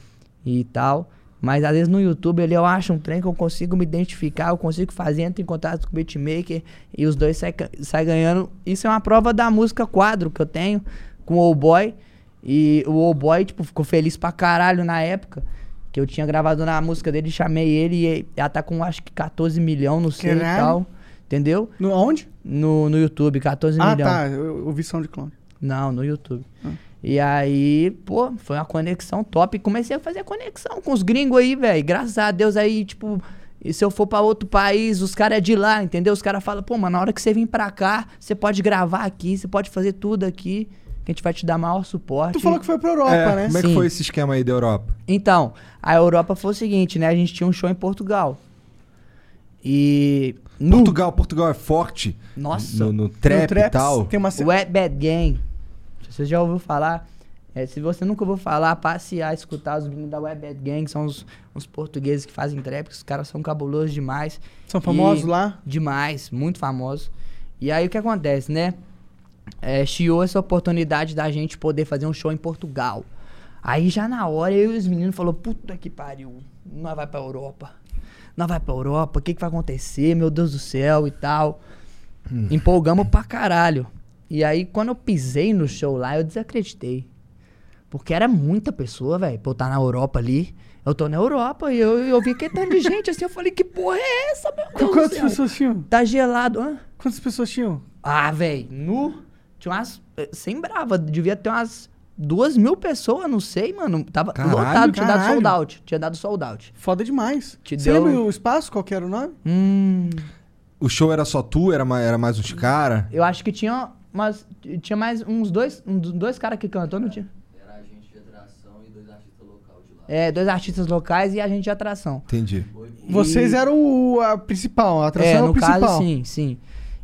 [SPEAKER 3] e tal. Mas às vezes no YouTube ali eu acho um trem que eu consigo me identificar, eu consigo fazer, entro em contato com o beatmaker e os dois saem sai ganhando. Isso é uma prova da música quadro que eu tenho com o Old Boy. E o Old Boy, tipo, ficou feliz pra caralho na época. Que eu tinha gravado na música dele, chamei ele e ela tá com acho que 14 milhões, não sei e
[SPEAKER 2] Caralho.
[SPEAKER 3] tal. Entendeu?
[SPEAKER 2] No, aonde?
[SPEAKER 3] No, no YouTube, 14
[SPEAKER 2] Ah,
[SPEAKER 3] milhões.
[SPEAKER 2] tá. Ah. Eu eu ouvi SoundCloud.
[SPEAKER 3] Não, no YouTube. E aí, pô, foi uma conexão top. E Comecei a fazer conexão com os gringos aí, velho. Graças a Deus aí, tipo, e se eu for pra outro país, os caras é de lá, entendeu? Os caras falam, pô, mano, na hora que você vir pra cá, você pode gravar aqui, você pode fazer tudo aqui, que a gente vai te dar maior suporte.
[SPEAKER 2] Tu falou que foi pra Europa,
[SPEAKER 1] É,
[SPEAKER 2] né?
[SPEAKER 1] Como é que
[SPEAKER 3] Sim.
[SPEAKER 1] foi esse esquema aí da Europa?
[SPEAKER 3] Então, a Europa foi o seguinte, né? A gente tinha um show em Portugal. E. No...
[SPEAKER 1] Portugal, Portugal é forte.
[SPEAKER 3] Nossa.
[SPEAKER 1] No, no trap,
[SPEAKER 2] No Traps
[SPEAKER 1] e tal.
[SPEAKER 2] Tem uma
[SPEAKER 3] O Wet Bad Gang. Se você já ouviu falar, é, se você nunca ouviu falar, passe a escutar os meninos da Wet Bad Gang, que são os, os portugueses que fazem trap, que os caras são cabulosos demais.
[SPEAKER 2] São famosos
[SPEAKER 3] E-
[SPEAKER 2] lá?
[SPEAKER 3] Demais, muito famosos. E aí o que acontece, né? É, chiou essa oportunidade da gente poder fazer um show em Portugal. Aí já na hora eu e os meninos falou: puta que pariu, nós vai pra Europa. Nós vai pra Europa, o que, que vai acontecer? Meu Deus do céu e tal. Empolgamos pra caralho. E aí, quando eu pisei no show lá, eu desacreditei. Porque era muita pessoa, velho, pra eu estar na Europa ali. Eu tô na Europa e eu, eu vi que tanto de gente assim. Eu falei, que porra é essa, meu Deus do
[SPEAKER 2] Quantas
[SPEAKER 3] céu?
[SPEAKER 2] pessoas tinham?
[SPEAKER 3] Tá gelado, hã?
[SPEAKER 2] Quantas pessoas tinham?
[SPEAKER 3] Ah, velho, nu. Tinha umas. eh, Sem brava, devia ter umas duas mil pessoas, não sei, mano. Tava
[SPEAKER 2] Caralho,
[SPEAKER 3] lotado, tinha dado
[SPEAKER 2] caralho.
[SPEAKER 3] sold out. Tinha dado sold out.
[SPEAKER 2] Foda demais.
[SPEAKER 3] Te
[SPEAKER 2] Você
[SPEAKER 3] deu- um-
[SPEAKER 2] lembra o espaço? Qual que era o nome?
[SPEAKER 3] Hum.
[SPEAKER 1] O show era só tu? Era mais, era mais uns caras?
[SPEAKER 3] Eu acho que tinha umas. Tinha mais uns dois. Uns dois caras que cantou, não tinha? Era a gente de atração e dois artistas locais de lá. É, dois artistas locais e a gente de atração.
[SPEAKER 1] Entendi.
[SPEAKER 2] Vocês
[SPEAKER 3] Hum, E-
[SPEAKER 2] eram o- a principal, a atração
[SPEAKER 3] É,
[SPEAKER 2] era
[SPEAKER 3] no
[SPEAKER 2] o principal.
[SPEAKER 3] caso, sim, sim.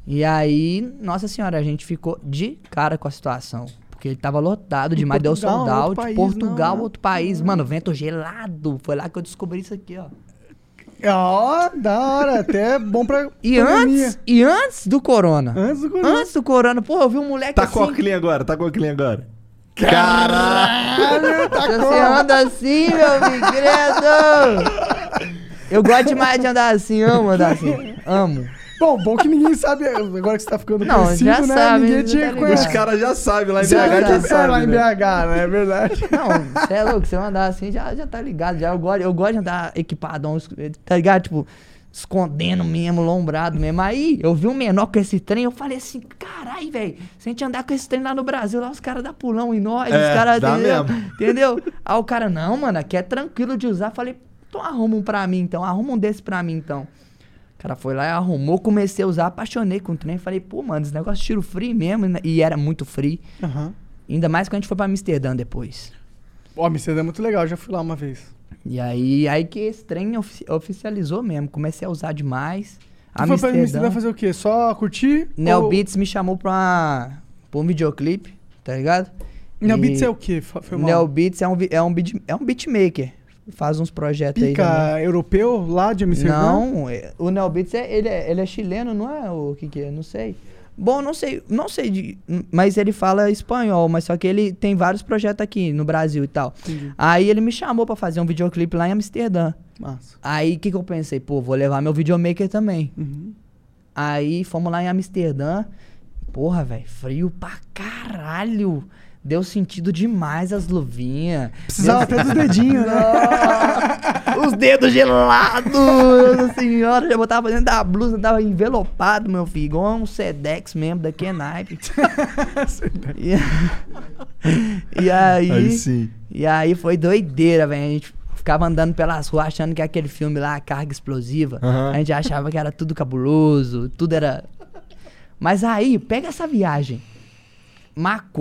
[SPEAKER 3] E aí, nossa senhora, a gente ficou de cara com a situação. Porque ele tava lotado
[SPEAKER 2] Em
[SPEAKER 3] demais, deu
[SPEAKER 2] Portugal,
[SPEAKER 3] sold
[SPEAKER 2] outro
[SPEAKER 3] out.
[SPEAKER 2] país,
[SPEAKER 3] Portugal,
[SPEAKER 2] não, né?
[SPEAKER 3] outro país. Mano, vento gelado. Foi lá que eu descobri isso aqui, ó.
[SPEAKER 2] É, Ó, da hora, até é bom pra.
[SPEAKER 3] E
[SPEAKER 2] pandemia.
[SPEAKER 3] antes, e antes do corona.
[SPEAKER 2] Antes do corona.
[SPEAKER 3] Antes do corona, pô, eu vi um moleque
[SPEAKER 1] Tá
[SPEAKER 3] assim.
[SPEAKER 1] com a clean agora, tá com a clean agora. Caralho!
[SPEAKER 3] Se Você anda assim, meu segredo! Eu gosto demais de andar assim, amo andar assim. Amo.
[SPEAKER 2] Bom, bom que ninguém sabe. Agora que você tá ficando
[SPEAKER 3] Não,
[SPEAKER 2] conhecido,
[SPEAKER 3] já
[SPEAKER 2] né?
[SPEAKER 3] sabe,
[SPEAKER 2] ninguém
[SPEAKER 3] já
[SPEAKER 2] tinha
[SPEAKER 3] tá
[SPEAKER 1] Os
[SPEAKER 3] ligado.
[SPEAKER 2] conhecido.
[SPEAKER 1] caras já sabem, lá em BH
[SPEAKER 2] Você
[SPEAKER 1] já
[SPEAKER 2] é, lá
[SPEAKER 1] sabe.
[SPEAKER 2] em
[SPEAKER 1] né?
[SPEAKER 2] BH, né? É verdade.
[SPEAKER 3] Não, você é louco, você andar assim já, já tá ligado. Já, eu, gosto, eu gosto de andar equipadão, es- tá ligado? Tipo, escondendo mesmo, lombrado mesmo. Aí eu vi um menor com esse trem, eu falei assim, carai, velho, se a gente andar com esse trem lá no Brasil, lá os caras dá pulão em nós,
[SPEAKER 1] É,
[SPEAKER 3] os caras.
[SPEAKER 1] dá
[SPEAKER 3] Entendeu?
[SPEAKER 1] mesmo.
[SPEAKER 3] <laughs> entendeu? Aí o cara, não, mano, aqui é tranquilo de usar. Falei, então arruma um pra mim então, arruma um desse pra mim então. O cara foi lá e arrumou, comecei a usar, apaixonei com o trem. Falei, pô, mano, esse negócio de tiro free mesmo. né? E era muito free.
[SPEAKER 2] Aham.
[SPEAKER 3] Ainda mais quando a gente foi pra Amsterdã depois.
[SPEAKER 2] Ó, Amsterdã é muito legal, já fui lá uma vez.
[SPEAKER 3] E aí, aí que esse trem ofi- oficializou mesmo. Comecei a usar demais.
[SPEAKER 2] Tu foi pra Amsterdã
[SPEAKER 3] Amsterdã.
[SPEAKER 2] fazer o quê? Só curtir?
[SPEAKER 3] Neo
[SPEAKER 2] ou-
[SPEAKER 3] Beats me chamou pra, uma- pra um videoclipe, tá ligado?
[SPEAKER 2] Neo Beats
[SPEAKER 3] E
[SPEAKER 2] é o quê? Fa- Foi mal.
[SPEAKER 3] Neo Beats é um, vi- é um, beat, é um beatmaker. Faz uns projetos aí. também.
[SPEAKER 2] Pica é europeu lá de Amsterdã?
[SPEAKER 3] Não, é- o Neo Beats é, ele, é, ele é chileno, não é? O que que é? Não sei. Bom, não sei, não sei, de- mas ele fala espanhol, mas só que ele tem vários projetos aqui no Brasil e tal. Aí ele me chamou pra fazer um videoclipe lá em Amsterdã.
[SPEAKER 2] Massa.
[SPEAKER 3] Aí o que, que eu pensei? Pô, vou levar meu videomaker também.
[SPEAKER 2] Uhum.
[SPEAKER 3] Aí fomos lá em Amsterdã. Porra, velho, frio pra caralho. Deu sentido demais as luvinhas.
[SPEAKER 2] Precisava até dos dedinhos, né?
[SPEAKER 3] Os dedos gelados! <laughs> Nossa senhora, já botava pra dentro da blusa, tava envelopado, meu filho, igual um Sedex mesmo, daqui
[SPEAKER 2] <laughs>
[SPEAKER 3] é naipe. <laughs> e, e aí.
[SPEAKER 1] Aí sim.
[SPEAKER 3] E aí foi doideira, velho. A gente ficava andando pelas ruas achando que aquele filme lá, Carga Explosiva,
[SPEAKER 1] Aham.
[SPEAKER 3] a gente achava que era tudo cabuloso, tudo era. Mas aí, pega essa viagem. Maco.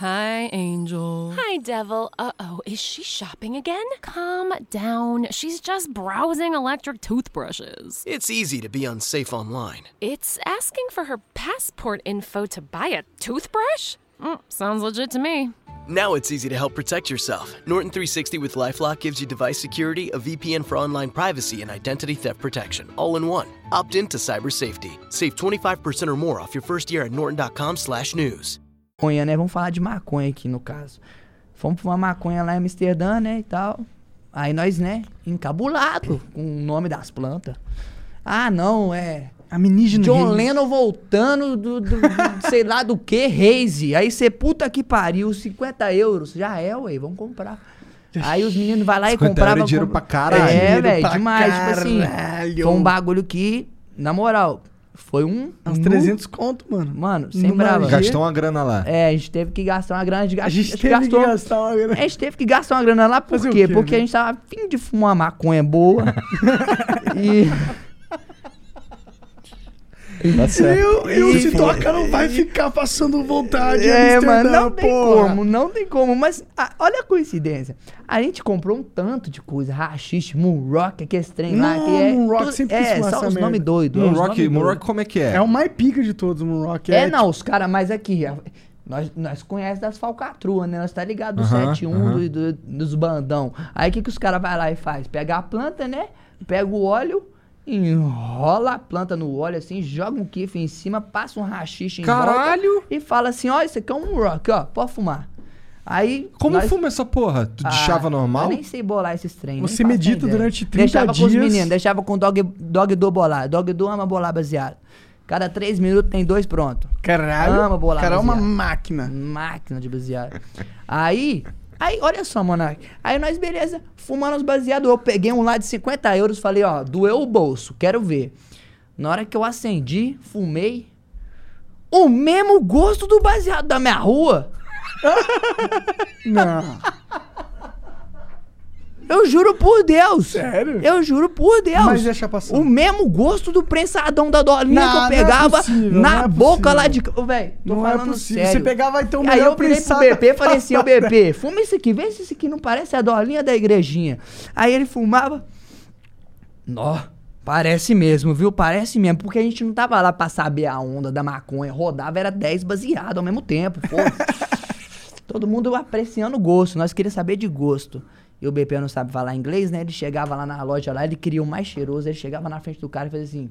[SPEAKER 6] Hi, Angel.
[SPEAKER 7] Hi, Devil. Uh oh, is she shopping again? Calm down. She's just browsing electric toothbrushes.
[SPEAKER 8] It's easy to be unsafe online.
[SPEAKER 7] It's asking for her passport info to buy a toothbrush? Mm, sounds legit to me.
[SPEAKER 8] Now it's easy to help protect yourself. Norton 360 with LifeLock gives you device security, a VPN for online privacy, and identity theft protection, all in one. Opt in to cyber safety. Save 25% or more off your first year at norton.com/news.
[SPEAKER 3] maconha, né? Vamos falar de maconha aqui no caso. Fomos pra uma maconha lá em Amsterdã, né? E tal. Aí nós, né? Encabulado com o nome das plantas. Ah, não, é.
[SPEAKER 2] Aminígeno
[SPEAKER 3] <laughs> John
[SPEAKER 2] Reis.
[SPEAKER 3] Lennon voltando do, do- do sei lá do que, Reise. Aí você, puta que pariu, 50 euros. Já é, ué, vamos comprar. Aí os meninos vai lá e
[SPEAKER 1] 50 euros
[SPEAKER 3] compravam.
[SPEAKER 1] é dinheiro
[SPEAKER 3] com-
[SPEAKER 1] pra caralho. É
[SPEAKER 3] É,
[SPEAKER 1] dinheiro
[SPEAKER 3] velho,
[SPEAKER 1] pra
[SPEAKER 3] demais. Tipo assim,
[SPEAKER 1] caralho.
[SPEAKER 3] foi um bagulho que, na moral, foi um.
[SPEAKER 2] Uns
[SPEAKER 3] nu-
[SPEAKER 2] 300 conto, mano.
[SPEAKER 3] Mano, sem
[SPEAKER 2] Numa
[SPEAKER 3] brava.
[SPEAKER 2] G.
[SPEAKER 1] Gastou uma grana lá.
[SPEAKER 3] É, a gente teve que gastar uma grana. A gente,
[SPEAKER 2] A gente teve que gastar uma grana.
[SPEAKER 3] A gente teve que gastar uma grana lá por
[SPEAKER 2] Fazer o
[SPEAKER 3] quê?
[SPEAKER 2] quê,
[SPEAKER 3] Porque
[SPEAKER 2] né?
[SPEAKER 3] a gente tava afim de fumar uma maconha boa. e.
[SPEAKER 4] Tá certo.
[SPEAKER 2] Eu, eu
[SPEAKER 3] E-
[SPEAKER 2] se toca, não vai ficar passando vontade. em
[SPEAKER 3] É,
[SPEAKER 2] Amsterdã,
[SPEAKER 3] mano, não tem
[SPEAKER 2] porra.
[SPEAKER 3] como, não tem como. Mas ah, olha a coincidência. A gente comprou um tanto de coisa. Rachixe, Moonrock, aquele trem lá.
[SPEAKER 2] Não,
[SPEAKER 3] Que é,
[SPEAKER 2] Moonrock
[SPEAKER 3] tudo-
[SPEAKER 2] sempre quis
[SPEAKER 3] É,
[SPEAKER 2] falar
[SPEAKER 3] só
[SPEAKER 2] essa
[SPEAKER 3] os
[SPEAKER 2] merda.
[SPEAKER 3] nomes doidos. é os
[SPEAKER 1] Moonrock,
[SPEAKER 3] nome doido.
[SPEAKER 1] Moonrock como é que é?
[SPEAKER 2] É o mais pica de todos, o Moonrock.
[SPEAKER 3] É, não, os caras mais aqui. ó, Nós, nós conhecemos das falcatruas, né? Nós tá ligado do
[SPEAKER 1] Aham,
[SPEAKER 3] 7-1,
[SPEAKER 1] aham.
[SPEAKER 3] do- do- dos bandão. Aí o que, que os caras vai lá e faz? Pega a planta, né? Pega o óleo, enrola a planta no óleo assim, joga um kiff em cima, passa um rachixe em volta
[SPEAKER 1] Caralho!
[SPEAKER 3] E fala assim, ó, isso aqui é um rock, ó, pode fumar. Aí...
[SPEAKER 1] Como
[SPEAKER 3] nós-
[SPEAKER 1] fuma essa porra? Tu
[SPEAKER 3] Ah,
[SPEAKER 1] chava normal?
[SPEAKER 3] Eu nem sei bolar esses trem. nem
[SPEAKER 2] Você
[SPEAKER 3] faço
[SPEAKER 2] medita
[SPEAKER 3] nem ideia.
[SPEAKER 2] durante 30
[SPEAKER 3] deixava com
[SPEAKER 2] dias.
[SPEAKER 3] os meninos, deixava com o dog, dog do bolar. Dog do ama bolar baseado. Cada três minutos tem dois pronto.
[SPEAKER 2] Caralho.
[SPEAKER 3] Ama bolar
[SPEAKER 2] cara é uma
[SPEAKER 3] baseado.
[SPEAKER 2] máquina.
[SPEAKER 3] Máquina de baseado. aí, aí, olha só, Monark. Aí nós, beleza, fumando os baseados. Eu peguei um lá de 50 euros, falei, ó, doeu o bolso, quero ver. Na hora que eu acendi, fumei. O mesmo gosto do baseado da minha rua.
[SPEAKER 2] <laughs> Não.
[SPEAKER 3] Eu juro por Deus.
[SPEAKER 2] Sério?
[SPEAKER 3] Eu juro por Deus.
[SPEAKER 2] Mas e a chapação?
[SPEAKER 3] O mesmo gosto do prensadão da dolinha
[SPEAKER 2] Não,
[SPEAKER 3] que eu
[SPEAKER 2] não é
[SPEAKER 3] pegava
[SPEAKER 2] possível,
[SPEAKER 3] na
[SPEAKER 2] não é
[SPEAKER 3] boca
[SPEAKER 2] possível.
[SPEAKER 3] lá de... Ô, velho, tô
[SPEAKER 2] Não é
[SPEAKER 3] falando
[SPEAKER 2] possível.
[SPEAKER 3] sério.
[SPEAKER 2] Você pegava, então, o
[SPEAKER 3] Aí
[SPEAKER 2] melhor
[SPEAKER 3] eu virei pro
[SPEAKER 2] prensado.
[SPEAKER 3] BP e falei assim,
[SPEAKER 2] <laughs>
[SPEAKER 3] ô, BP, fuma isso aqui, vê se isso aqui não parece a dolinha da igrejinha. Aí ele fumava... Nó, parece mesmo, viu? Parece mesmo, porque a gente não tava lá pra saber a onda da maconha. Rodava, era 10 baseado ao mesmo tempo,
[SPEAKER 2] <laughs>
[SPEAKER 3] pô. Todo mundo apreciando o gosto, nós queríamos saber de gosto. E o BP não sabe falar inglês, né? Ele chegava lá na loja lá, ele queria o mais cheiroso, ele chegava na frente do cara e fazia assim.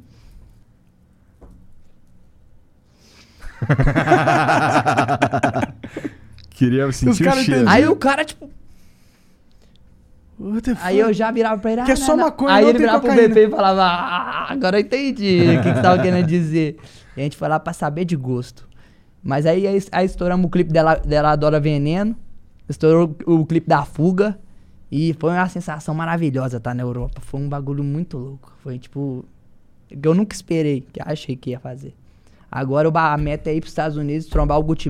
[SPEAKER 1] Queria
[SPEAKER 2] Os
[SPEAKER 1] sentir o
[SPEAKER 2] caras
[SPEAKER 1] cheiro.
[SPEAKER 2] entenderam.
[SPEAKER 3] Aí o cara, tipo,
[SPEAKER 2] What the
[SPEAKER 3] aí
[SPEAKER 2] fuck?
[SPEAKER 3] eu já virava pra ele.
[SPEAKER 2] Que é
[SPEAKER 3] "Ah,
[SPEAKER 2] só maconha,
[SPEAKER 3] Aí
[SPEAKER 2] não
[SPEAKER 3] ele
[SPEAKER 2] tem
[SPEAKER 3] virava pro
[SPEAKER 2] cocaína."
[SPEAKER 3] BP e falava, ah, agora eu entendi o que, que você tava querendo dizer. E a gente foi lá pra saber de gosto. Mas aí, aí, aí estouramos o clipe dela, dela Adora Veneno, estourou o, o clipe da Fuga. E foi uma sensação maravilhosa tá, na Europa. Foi um bagulho muito louco. Foi tipo. que Eu nunca esperei, que eu achei que ia fazer. Agora o ba- a meta é ir pros Estados Unidos, trombar o Gucci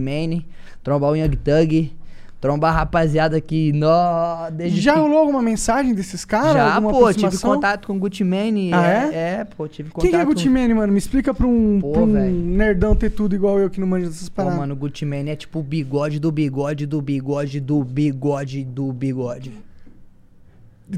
[SPEAKER 3] trombar o Young Thug, trombar a rapaziada que. Nó, desde
[SPEAKER 2] Já
[SPEAKER 3] que-
[SPEAKER 2] rolou alguma mensagem desses caras?
[SPEAKER 3] já,
[SPEAKER 2] Ah, alguma
[SPEAKER 3] pô, tive
[SPEAKER 2] aproximação?
[SPEAKER 3] contato com o Gucci
[SPEAKER 2] Ah,
[SPEAKER 3] é, é? pô, tive
[SPEAKER 2] Quem
[SPEAKER 3] contato
[SPEAKER 2] que é
[SPEAKER 3] com-
[SPEAKER 2] Gucci mano? Me explica pra um,
[SPEAKER 3] Pô,
[SPEAKER 2] pra um
[SPEAKER 3] velho.
[SPEAKER 2] nerdão ter tudo igual eu que não manjo dessas
[SPEAKER 3] Pô,
[SPEAKER 2] paradas.
[SPEAKER 3] mano, o Gucci Mane é tipo o bigode do bigode do bigode do bigode do bigode.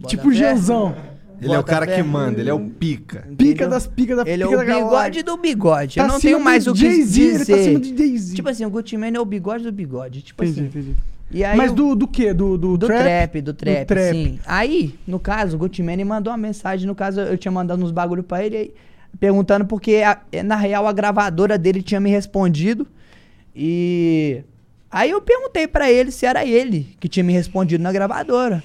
[SPEAKER 2] tipo Genzão.
[SPEAKER 1] Ele é o
[SPEAKER 3] Bota
[SPEAKER 1] cara
[SPEAKER 3] fé.
[SPEAKER 1] que manda, ele é o pica.
[SPEAKER 2] Pica das picas da
[SPEAKER 3] Ele é o
[SPEAKER 2] pica da
[SPEAKER 3] bigode
[SPEAKER 2] galáxia.
[SPEAKER 3] do bigode.
[SPEAKER 2] Tá
[SPEAKER 3] Eu não
[SPEAKER 2] acima
[SPEAKER 3] tenho mais
[SPEAKER 2] do
[SPEAKER 3] o que
[SPEAKER 2] Jay-Z,
[SPEAKER 3] dizer.
[SPEAKER 2] ele tá acima do Jay-Z.
[SPEAKER 3] Tipo assim, o Gucci Mane é o bigode do bigode. Tipo
[SPEAKER 2] Entendi,
[SPEAKER 3] assim.
[SPEAKER 2] entendi.
[SPEAKER 3] E aí
[SPEAKER 2] Mas
[SPEAKER 3] o-
[SPEAKER 2] do, do quê? Do, do,
[SPEAKER 3] do trap, do trap,
[SPEAKER 2] trap.
[SPEAKER 3] sim. Aí, no caso, o Gucci-Mane mandou uma mensagem, no caso, eu tinha mandado uns bagulho pra ele, aí, perguntando porque, a- é, na real, a gravadora dele tinha me respondido, e... Aí eu perguntei pra ele se era ele que tinha me respondido na gravadora.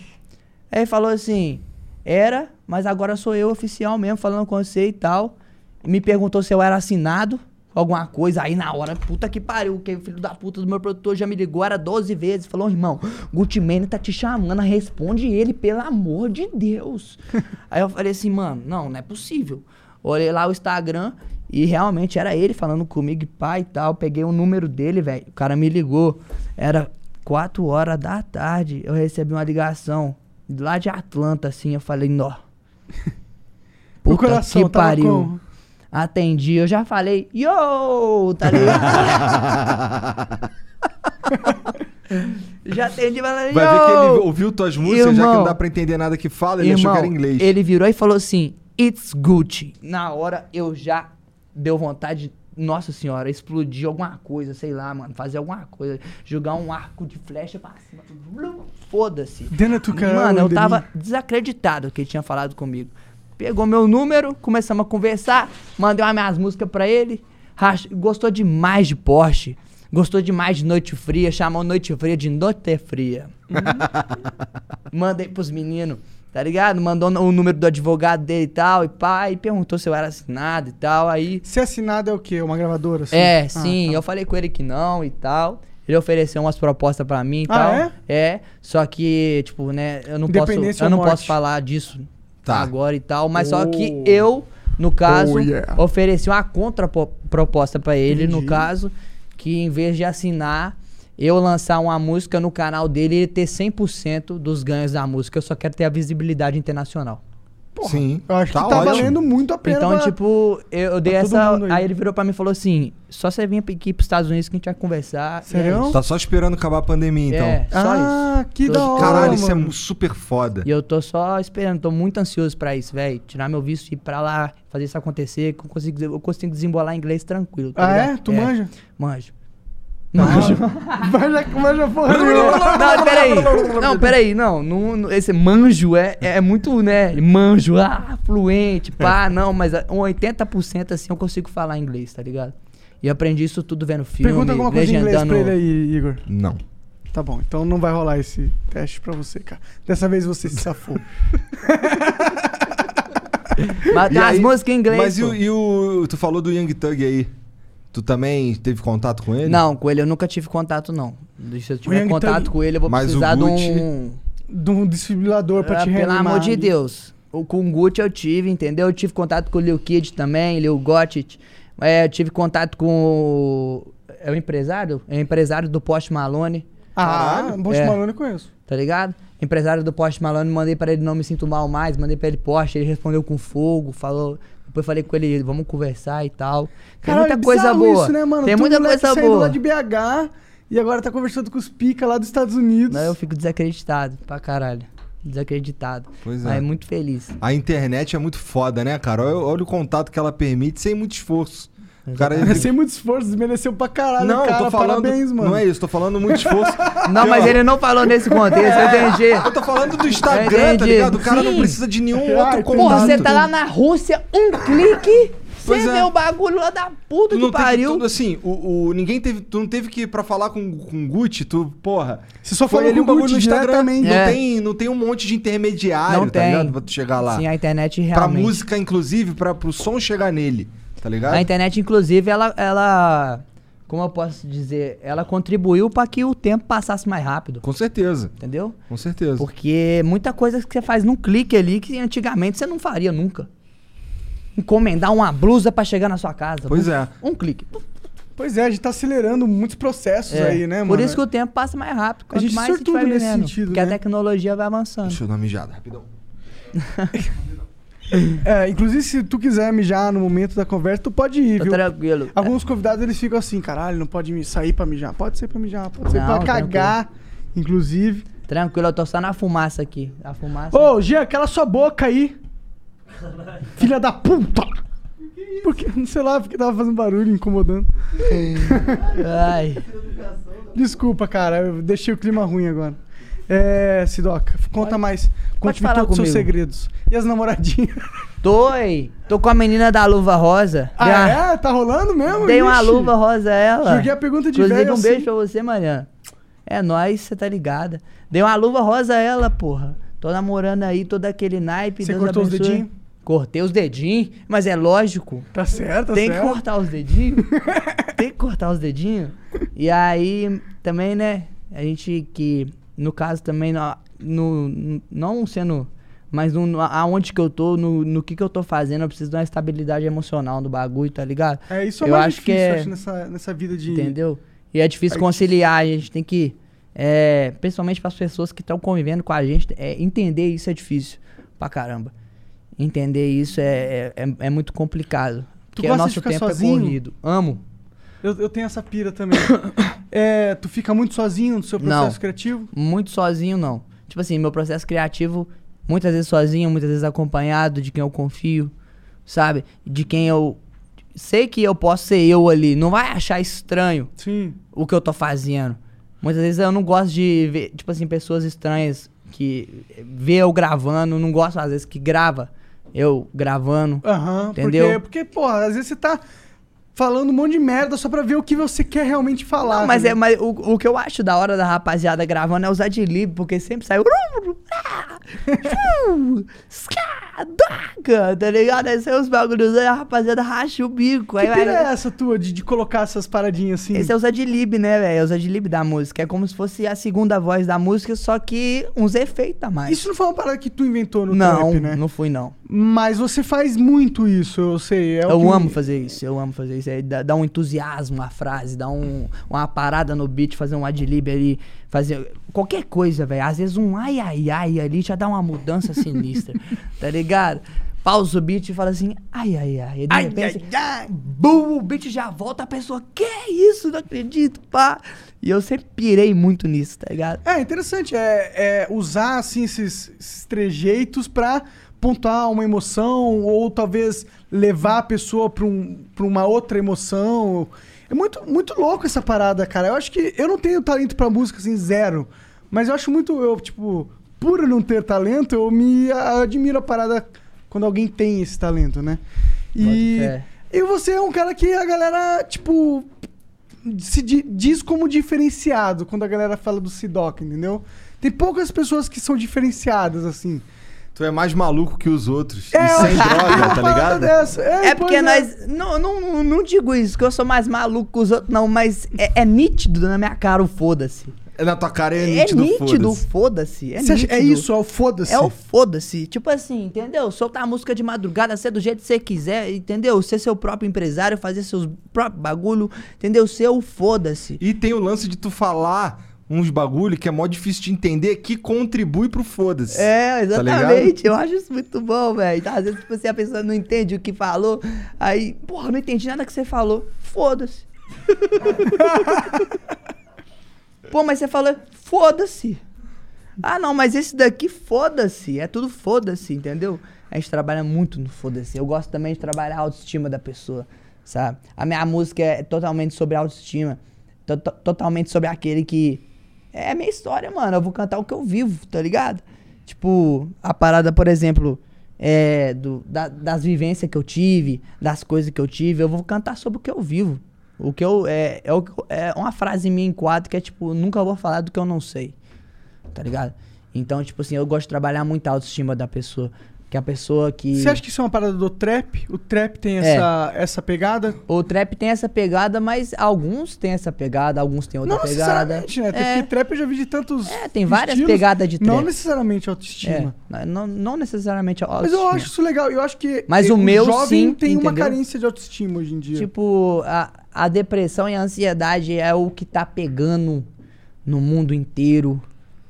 [SPEAKER 3] Aí ele falou assim, era, mas agora sou eu oficial mesmo, falando com você e tal. Me perguntou se eu era assinado, alguma coisa. Aí na hora, puta que pariu, que o filho da puta do meu produtor já me ligou, era 12 vezes. Falou, irmão, Gutman tá te chamando, responde ele, pelo amor de Deus.
[SPEAKER 2] <laughs>
[SPEAKER 3] Aí eu falei assim, mano, não, não é possível. Olhei lá o Instagram e realmente era ele falando comigo e pai e tal. Peguei o número dele, velho. O cara me ligou. Era 4 horas da tarde. Eu recebi uma ligação lá de Atlanta, assim. Eu falei, nó.
[SPEAKER 2] <laughs> O
[SPEAKER 3] Puta
[SPEAKER 2] coração
[SPEAKER 3] que
[SPEAKER 2] tava
[SPEAKER 3] pariu.
[SPEAKER 2] como?
[SPEAKER 3] Atendi, eu já falei, yo, tá
[SPEAKER 1] <laughs>
[SPEAKER 3] ligado? já atendi, falei,
[SPEAKER 1] Vai ver que
[SPEAKER 3] "Yo".
[SPEAKER 1] ele ouviu tuas músicas, já que não
[SPEAKER 3] Irmão.
[SPEAKER 1] dá pra entender nada que fala, ele achou que era inglês.
[SPEAKER 3] Ele virou e falou assim: It's Gucci. Na hora eu já deu vontade, nossa senhora, explodir alguma coisa, sei lá, mano, fazer alguma coisa, jogar um arco de flecha pra cima. blum, Foda-se.
[SPEAKER 2] Dentro da tua cara,
[SPEAKER 3] Mano, eu
[SPEAKER 2] Ademir.
[SPEAKER 3] tava desacreditado que ele tinha falado comigo. Pegou meu número, começamos a conversar, mandei umas minhas músicas pra ele. rach- Gostou demais de Porsche. Gostou demais de Noite Fria, chamou Noite Fria de Noite Fria. Mandei pros meninos. Tá ligado? Mandou o número do advogado dele e tal, e pá, e perguntou se eu era assinado e tal, aí...
[SPEAKER 2] Se assinado é o quê? Uma gravadora? assim?
[SPEAKER 3] É,
[SPEAKER 2] Ah,
[SPEAKER 3] sim, eu falei com ele que não e tal. Ele ofereceu umas propostas pra mim e
[SPEAKER 2] Ah,
[SPEAKER 3] tal. É? só que, tipo, né, eu não posso,
[SPEAKER 2] Independência
[SPEAKER 3] eu
[SPEAKER 2] ou
[SPEAKER 3] não
[SPEAKER 2] morte?
[SPEAKER 3] posso falar disso agora e tal, mas só que eu, no caso,
[SPEAKER 2] Tá. Oh, yeah.
[SPEAKER 3] ofereci uma contraproposta pra ele, no
[SPEAKER 2] Entendi.
[SPEAKER 3] caso, que em vez de assinar, eu lançar uma música no canal dele e ele ter 100% dos ganhos da música, eu só quero ter a visibilidade internacional.
[SPEAKER 1] Sim.
[SPEAKER 2] Eu acho
[SPEAKER 3] Tá
[SPEAKER 2] que tá
[SPEAKER 3] ótimo.
[SPEAKER 2] valendo muito a pena.
[SPEAKER 3] Então,
[SPEAKER 2] pra- <laughs>
[SPEAKER 3] tipo, eu, eu dei
[SPEAKER 2] pra todo
[SPEAKER 3] essa.
[SPEAKER 2] mundo
[SPEAKER 3] Aí.
[SPEAKER 2] aí.
[SPEAKER 3] ele virou pra mim e falou assim: só você vir aqui pros Estados Unidos que a gente vai conversar.
[SPEAKER 2] Sério?
[SPEAKER 1] Tá só esperando acabar a pandemia, então.
[SPEAKER 3] É, só
[SPEAKER 2] Ah,
[SPEAKER 3] isso.
[SPEAKER 2] que
[SPEAKER 3] Tô-
[SPEAKER 2] da hora.
[SPEAKER 1] Caralho, isso
[SPEAKER 2] mano.
[SPEAKER 1] é super foda.
[SPEAKER 3] E eu tô só esperando, tô muito ansioso pra isso, velho. Tirar meu visto, ir pra lá, fazer isso acontecer. que Eu consigo, eu consigo desembolar inglês tranquilo. tá
[SPEAKER 2] Ah, é?
[SPEAKER 3] ligado?
[SPEAKER 2] Tu manja?
[SPEAKER 3] Manjo.
[SPEAKER 2] Manja, manja porra nenhuma. <laughs>
[SPEAKER 3] Não, peraí. Não, peraí, não. não, não- esse manjo é, é muito, né? Manjo, ah, fluente, pá, não, mas ah, 80% assim eu consigo falar inglês, tá ligado? E eu aprendi isso tudo vendo filme,
[SPEAKER 2] Pergunta alguma coisa em inglês
[SPEAKER 3] legendando.
[SPEAKER 2] pra ele aí, Igor.
[SPEAKER 1] Não.
[SPEAKER 2] Tá bom, então não vai rolar esse teste pra você, cara. Dessa vez você se safou.
[SPEAKER 3] <laughs> Mas
[SPEAKER 1] E
[SPEAKER 3] tem umas
[SPEAKER 1] aí-
[SPEAKER 3] músicas em inglês.
[SPEAKER 1] Mas e,
[SPEAKER 3] pô.
[SPEAKER 1] o, e o- Tu falou do Young Thug aí. Tu também teve contato com ele?
[SPEAKER 3] Não, com ele eu nunca tive contato, não. Se eu tiver
[SPEAKER 2] tá
[SPEAKER 1] Young
[SPEAKER 3] contato
[SPEAKER 1] Thug-
[SPEAKER 3] com ele, eu vou
[SPEAKER 1] Mas o
[SPEAKER 3] precisar de
[SPEAKER 1] Gucci-
[SPEAKER 3] um.
[SPEAKER 2] De um desfibrilador pra
[SPEAKER 3] Ah,
[SPEAKER 2] te reanimar.
[SPEAKER 3] Pelo amor de
[SPEAKER 2] ali.
[SPEAKER 3] Deus. O, com o Gucci eu tive, entendeu? Eu tive contato com o Lil Kid também, Lil Gotit. É, eu tive contato com o. É o empresário? É o empresário do Post Malone.
[SPEAKER 2] Ah,
[SPEAKER 3] Caralho.
[SPEAKER 2] Post
[SPEAKER 3] É.
[SPEAKER 2] Malone eu conheço.
[SPEAKER 3] Tá ligado? Empresário do Post Malone, mandei pra ele não me sinto mal mais, mandei pra ele Porsche, ele respondeu com fogo, falou. Depois falei com ele, vamos conversar e tal. Tem
[SPEAKER 2] Caralho,
[SPEAKER 3] muita
[SPEAKER 2] bizarro
[SPEAKER 3] coisa boa.
[SPEAKER 2] Isso, né, mano?
[SPEAKER 3] Tem
[SPEAKER 2] Tu,
[SPEAKER 3] muita
[SPEAKER 2] moleque,
[SPEAKER 3] coisa
[SPEAKER 2] saindo lá
[SPEAKER 3] boa.
[SPEAKER 2] de BH e agora tá conversando com os pica lá dos Estados Unidos. <laughs>
[SPEAKER 3] Não, eu fico desacreditado pra caralho. Desacreditado.
[SPEAKER 1] Pois é.
[SPEAKER 3] Mas muito feliz.
[SPEAKER 1] <laughs> A internet é muito foda, né, cara? Olha, olha o contato que ela permite sem muito esforço. O cara,
[SPEAKER 2] É Sem muito esforço, desmereceu pra caralho,
[SPEAKER 1] <laughs> não,
[SPEAKER 2] cara.
[SPEAKER 1] eu tô falando.
[SPEAKER 2] Parabéns, mano.
[SPEAKER 1] Não é isso, tô falando muito esforço. É,
[SPEAKER 3] Não, mas ele não falou nesse contexto, <laughs> eu entendi.
[SPEAKER 1] Eu tô falando do Instagram, tá
[SPEAKER 3] É, Entendi.
[SPEAKER 1] ligado? O cara não
[SPEAKER 3] Sim.
[SPEAKER 1] precisa de nenhum
[SPEAKER 2] Ah,
[SPEAKER 1] outro contato.
[SPEAKER 3] Porra, você tá lá na Rússia, um clique,
[SPEAKER 1] Pois
[SPEAKER 3] você
[SPEAKER 1] é.
[SPEAKER 3] vê o bagulho lá da puta
[SPEAKER 1] Tu
[SPEAKER 3] que
[SPEAKER 1] não teve
[SPEAKER 3] pariu.
[SPEAKER 1] tudo assim, o, o- ninguém teve, tu não teve que ir pra falar com, com o Gucci, tu, porra.
[SPEAKER 2] Você só
[SPEAKER 1] foi
[SPEAKER 2] falou
[SPEAKER 1] ali
[SPEAKER 2] com
[SPEAKER 1] um
[SPEAKER 2] o Gucci
[SPEAKER 1] bagulho no Instagram,
[SPEAKER 2] diretamente.
[SPEAKER 1] não,
[SPEAKER 3] É.
[SPEAKER 1] tem, não tem um monte de intermediário,
[SPEAKER 3] Não
[SPEAKER 1] tá
[SPEAKER 3] tem.
[SPEAKER 1] ligado? Pra tu chegar lá.
[SPEAKER 3] Sim, a internet
[SPEAKER 1] pra
[SPEAKER 3] realmente. Ah,
[SPEAKER 1] música, inclusive, pra, pro som chegar nele, tá ligado?
[SPEAKER 3] A internet, inclusive, ela, ela. Como eu posso dizer? Ela contribuiu pra que o tempo passasse mais rápido,
[SPEAKER 1] Com certeza,
[SPEAKER 3] entendeu?
[SPEAKER 1] com certeza.
[SPEAKER 3] Porque muita coisa que você faz num clique ali que antigamente você não faria nunca. Encomendar uma blusa pra chegar na sua casa.
[SPEAKER 1] Pois
[SPEAKER 3] um,
[SPEAKER 1] é.
[SPEAKER 3] Um clique.
[SPEAKER 2] Pois é, a gente tá acelerando muitos processos
[SPEAKER 3] É.
[SPEAKER 2] aí, né, mano?
[SPEAKER 3] Por isso que o tempo passa mais rápido. Quanto
[SPEAKER 2] gente é
[SPEAKER 3] mais a gente
[SPEAKER 2] sortudo
[SPEAKER 3] vai
[SPEAKER 2] nesse
[SPEAKER 3] vivendo,
[SPEAKER 2] sentido,
[SPEAKER 3] Porque
[SPEAKER 2] né?
[SPEAKER 3] a tecnologia vai avançando.
[SPEAKER 1] Deixa eu dar uma mijada, rapidão.
[SPEAKER 2] É, inclusive, se tu quiser mijar no momento da conversa, tu pode ir,
[SPEAKER 3] Tô
[SPEAKER 2] viu?
[SPEAKER 3] tranquilo. é,
[SPEAKER 2] Alguns convidados, eles ficam assim, caralho, não pode me- sair pra mijar. Pode sair pra mijar, pode sair
[SPEAKER 3] Não,
[SPEAKER 2] pra cagar, inclusive.
[SPEAKER 3] Tranquilo, eu tô só na fumaça aqui. A fumaça.
[SPEAKER 2] Ô, Jean, cala sua boca
[SPEAKER 3] <laughs>
[SPEAKER 2] aí. Filha da puta! Porque, <laughs> não sei lá, porque tava fazendo barulho, incomodando.
[SPEAKER 3] Ai.
[SPEAKER 2] Desculpa, cara, eu deixei o clima ruim agora. É, Sidoca, conta mais. Conte-me
[SPEAKER 3] falar
[SPEAKER 2] todos os seus
[SPEAKER 3] comigo.
[SPEAKER 2] segredos. E as
[SPEAKER 3] <laughs>
[SPEAKER 2] namoradinhas?
[SPEAKER 3] Tô, ei. Tô com a menina da luva rosa.
[SPEAKER 2] Ah,
[SPEAKER 3] Dei uma-
[SPEAKER 2] é? Tá rolando mesmo?
[SPEAKER 3] Dei uma
[SPEAKER 2] Ixi.
[SPEAKER 3] luva rosa a ela.
[SPEAKER 2] Joguei a pergunta de
[SPEAKER 3] Inclusive,
[SPEAKER 2] velho
[SPEAKER 3] um
[SPEAKER 2] assim.
[SPEAKER 3] beijo pra você, Mariana. É nóis, você tá ligada. Dei uma luva rosa a ela, porra. Tô namorando aí, todo aquele naipe.
[SPEAKER 2] Você
[SPEAKER 3] Deus
[SPEAKER 2] cortou os
[SPEAKER 3] abençoe.
[SPEAKER 2] dedinhos?
[SPEAKER 3] Cortei os dedinhos, mas é lógico.
[SPEAKER 2] Tá certo, tá
[SPEAKER 3] Tem
[SPEAKER 2] certo.
[SPEAKER 3] que cortar
[SPEAKER 2] <laughs>
[SPEAKER 3] os dedinhos. tem que cortar os dedinhos. E aí, também, né? A gente que, no caso, também, no, no- não sendo. Mas no- no- aonde que eu tô, no, no que que eu tô fazendo, eu preciso de uma estabilidade emocional do bagulho, tá ligado?
[SPEAKER 2] É, isso é
[SPEAKER 3] eu
[SPEAKER 2] mais
[SPEAKER 3] acho
[SPEAKER 2] difícil,
[SPEAKER 3] que é,
[SPEAKER 2] acho, nessa, nessa vida de...
[SPEAKER 3] Entendeu? E é difícil conciliar, a gente tem que. É, principalmente para as pessoas que estão convivendo com a gente, é, entender isso é difícil pra caramba. Entender isso é, é, é- é muito complicado. Porque o
[SPEAKER 2] gosta de
[SPEAKER 3] nosso
[SPEAKER 2] ficar
[SPEAKER 3] tempo
[SPEAKER 2] sozinho?
[SPEAKER 3] é corrido. Amo.
[SPEAKER 2] Eu, eu tenho essa pira também. <coughs> É, tu fica muito sozinho no seu processo
[SPEAKER 3] Não.
[SPEAKER 2] criativo?
[SPEAKER 3] Muito sozinho, não. Tipo assim, meu processo criativo, muitas vezes sozinho, muitas vezes acompanhado de quem eu confio, sabe? De quem eu. Sei que eu posso ser eu ali. Não vai achar estranho.
[SPEAKER 2] Sim.
[SPEAKER 3] o que eu tô fazendo. Muitas vezes eu não gosto de ver, tipo assim, pessoas estranhas que vê eu gravando, não gosto às vezes que grava eu gravando.
[SPEAKER 2] Aham, porque,
[SPEAKER 3] Entendeu?
[SPEAKER 2] porque, porra, às vezes você tá falando um monte de merda só pra ver o que você quer realmente falar.
[SPEAKER 3] Não, mas,
[SPEAKER 2] né?
[SPEAKER 3] é, mas o, o que eu acho da hora da rapaziada gravando é usar de livre, porque sempre sai. o ru, ru, ru. Skadaka, tá ligado? Aí saiu os bagulhos aí, a rapaziada racha o bico. Aí
[SPEAKER 2] Que
[SPEAKER 3] vai-
[SPEAKER 2] pira é essa tua de, de colocar essas paradinhas assim?
[SPEAKER 3] Esse é os adlib, né, velho? É os adlib da música. É como se fosse a segunda voz da música, só que uns efeitos a mais.
[SPEAKER 2] Isso não foi uma parada que tu inventou no
[SPEAKER 3] Não,
[SPEAKER 2] trap, né?
[SPEAKER 3] não fui não.
[SPEAKER 2] Mas você faz muito isso, eu sei. é o
[SPEAKER 3] eu
[SPEAKER 2] que-
[SPEAKER 3] amo fazer isso, eu amo fazer isso. É, dá, dá um entusiasmo à frase, dá um- uma parada no beat, fazer um adlib ali, fazer qualquer coisa, velho. Às vezes um ai ai ai ali já dá uma mudança sinistra, tá ligado? Pausa o beat e fala assim, ai ai ai. E de
[SPEAKER 9] Ai,
[SPEAKER 3] repente, bum, o beat já volta, a pessoa, que é isso? Não acredito, pá. E eu sempre pirei muito nisso, tá ligado?
[SPEAKER 2] É interessante, é, é usar assim esses, esses trejeitos pra pontuar uma emoção ou talvez levar a pessoa pra, um, pra uma outra emoção. É muito, muito louco essa parada, cara. Eu acho que eu não tenho talento pra música assim zero, mas eu acho muito eu tipo por eu não ter talento eu me a- admiro a parada quando alguém tem esse talento, né? E
[SPEAKER 3] fé.
[SPEAKER 2] e você é um cara que a galera tipo se di- diz como diferenciado quando a galera fala do Sidoc, entendeu? Tem poucas pessoas que são diferenciadas assim.
[SPEAKER 1] Tu é mais maluco que os outros.
[SPEAKER 2] É,
[SPEAKER 1] e
[SPEAKER 3] <laughs>
[SPEAKER 1] sem droga, tá
[SPEAKER 2] parada
[SPEAKER 1] ligado?
[SPEAKER 2] dessa. É,
[SPEAKER 3] É
[SPEAKER 2] pois
[SPEAKER 3] porque nós. Não, não, não- não digo isso, que eu sou mais maluco que os outros, não, mas é, é nítido na minha cara o foda-se.
[SPEAKER 1] É Na tua cara é
[SPEAKER 3] É
[SPEAKER 1] nítido,
[SPEAKER 3] nítido,
[SPEAKER 1] foda-se.
[SPEAKER 3] foda-se. É,
[SPEAKER 1] Você acha- é
[SPEAKER 3] nítido.
[SPEAKER 1] isso, é o foda-se?
[SPEAKER 3] É o foda-se. Tipo assim, entendeu? Soltar a música de madrugada, ser do jeito que você quiser, entendeu? Ser seu próprio empresário, fazer seus próprios bagulho, entendeu? Ser o foda-se.
[SPEAKER 1] E tem o lance de tu falar uns bagulho que é mó difícil de entender que contribui pro foda-se.
[SPEAKER 3] É,
[SPEAKER 1] Tá ligado?
[SPEAKER 3] exatamente. eu acho isso muito bom, velho. Às vezes, tipo assim, a pessoa não entende o que falou, aí, porra, não entendi nada que você falou.
[SPEAKER 1] <laughs>
[SPEAKER 3] Foda-se. Pô, mas você falou, foda-se. Ah, não, mas esse daqui, foda-se. É tudo foda-se, entendeu? A gente trabalha muito no foda-se. Eu gosto também de trabalhar a autoestima da pessoa, sabe? A minha música é totalmente sobre autoestima. to- to- totalmente sobre aquele que. É a minha história, mano. Eu vou cantar o que eu vivo, tá ligado? Tipo, a parada, por exemplo, é, do- da- das vivências que eu tive, das coisas que eu tive, eu vou cantar sobre o que eu vivo. O que eu. É, é, o que eu- é uma frase minha em quadro que é tipo, nunca vou falar do que eu não sei tá ligado? Então, tipo assim, eu gosto de trabalhar muito a autoestima da pessoa. Que é a pessoa que.
[SPEAKER 2] Você acha que isso é uma parada do trap? O trap tem
[SPEAKER 3] É.
[SPEAKER 2] essa, essa pegada?
[SPEAKER 3] O trap tem essa pegada, mas alguns têm essa pegada, alguns têm outra
[SPEAKER 2] não
[SPEAKER 3] pegada.
[SPEAKER 2] necessariamente, né? Até
[SPEAKER 3] É,
[SPEAKER 2] porque trap eu já vi de tantos. É,
[SPEAKER 3] tem várias pegadas de trap.
[SPEAKER 2] Não necessariamente autoestima.
[SPEAKER 3] É, não, não necessariamente
[SPEAKER 2] Mas eu
[SPEAKER 3] autoestima.
[SPEAKER 2] acho isso legal. Eu acho que
[SPEAKER 3] Mas o
[SPEAKER 2] eh,
[SPEAKER 3] meu,
[SPEAKER 2] jovem
[SPEAKER 3] sim,
[SPEAKER 2] tem uma
[SPEAKER 3] entendeu?
[SPEAKER 2] carência de autoestima hoje em dia.
[SPEAKER 3] Tipo, a, a depressão e a ansiedade é o que tá pegando no mundo inteiro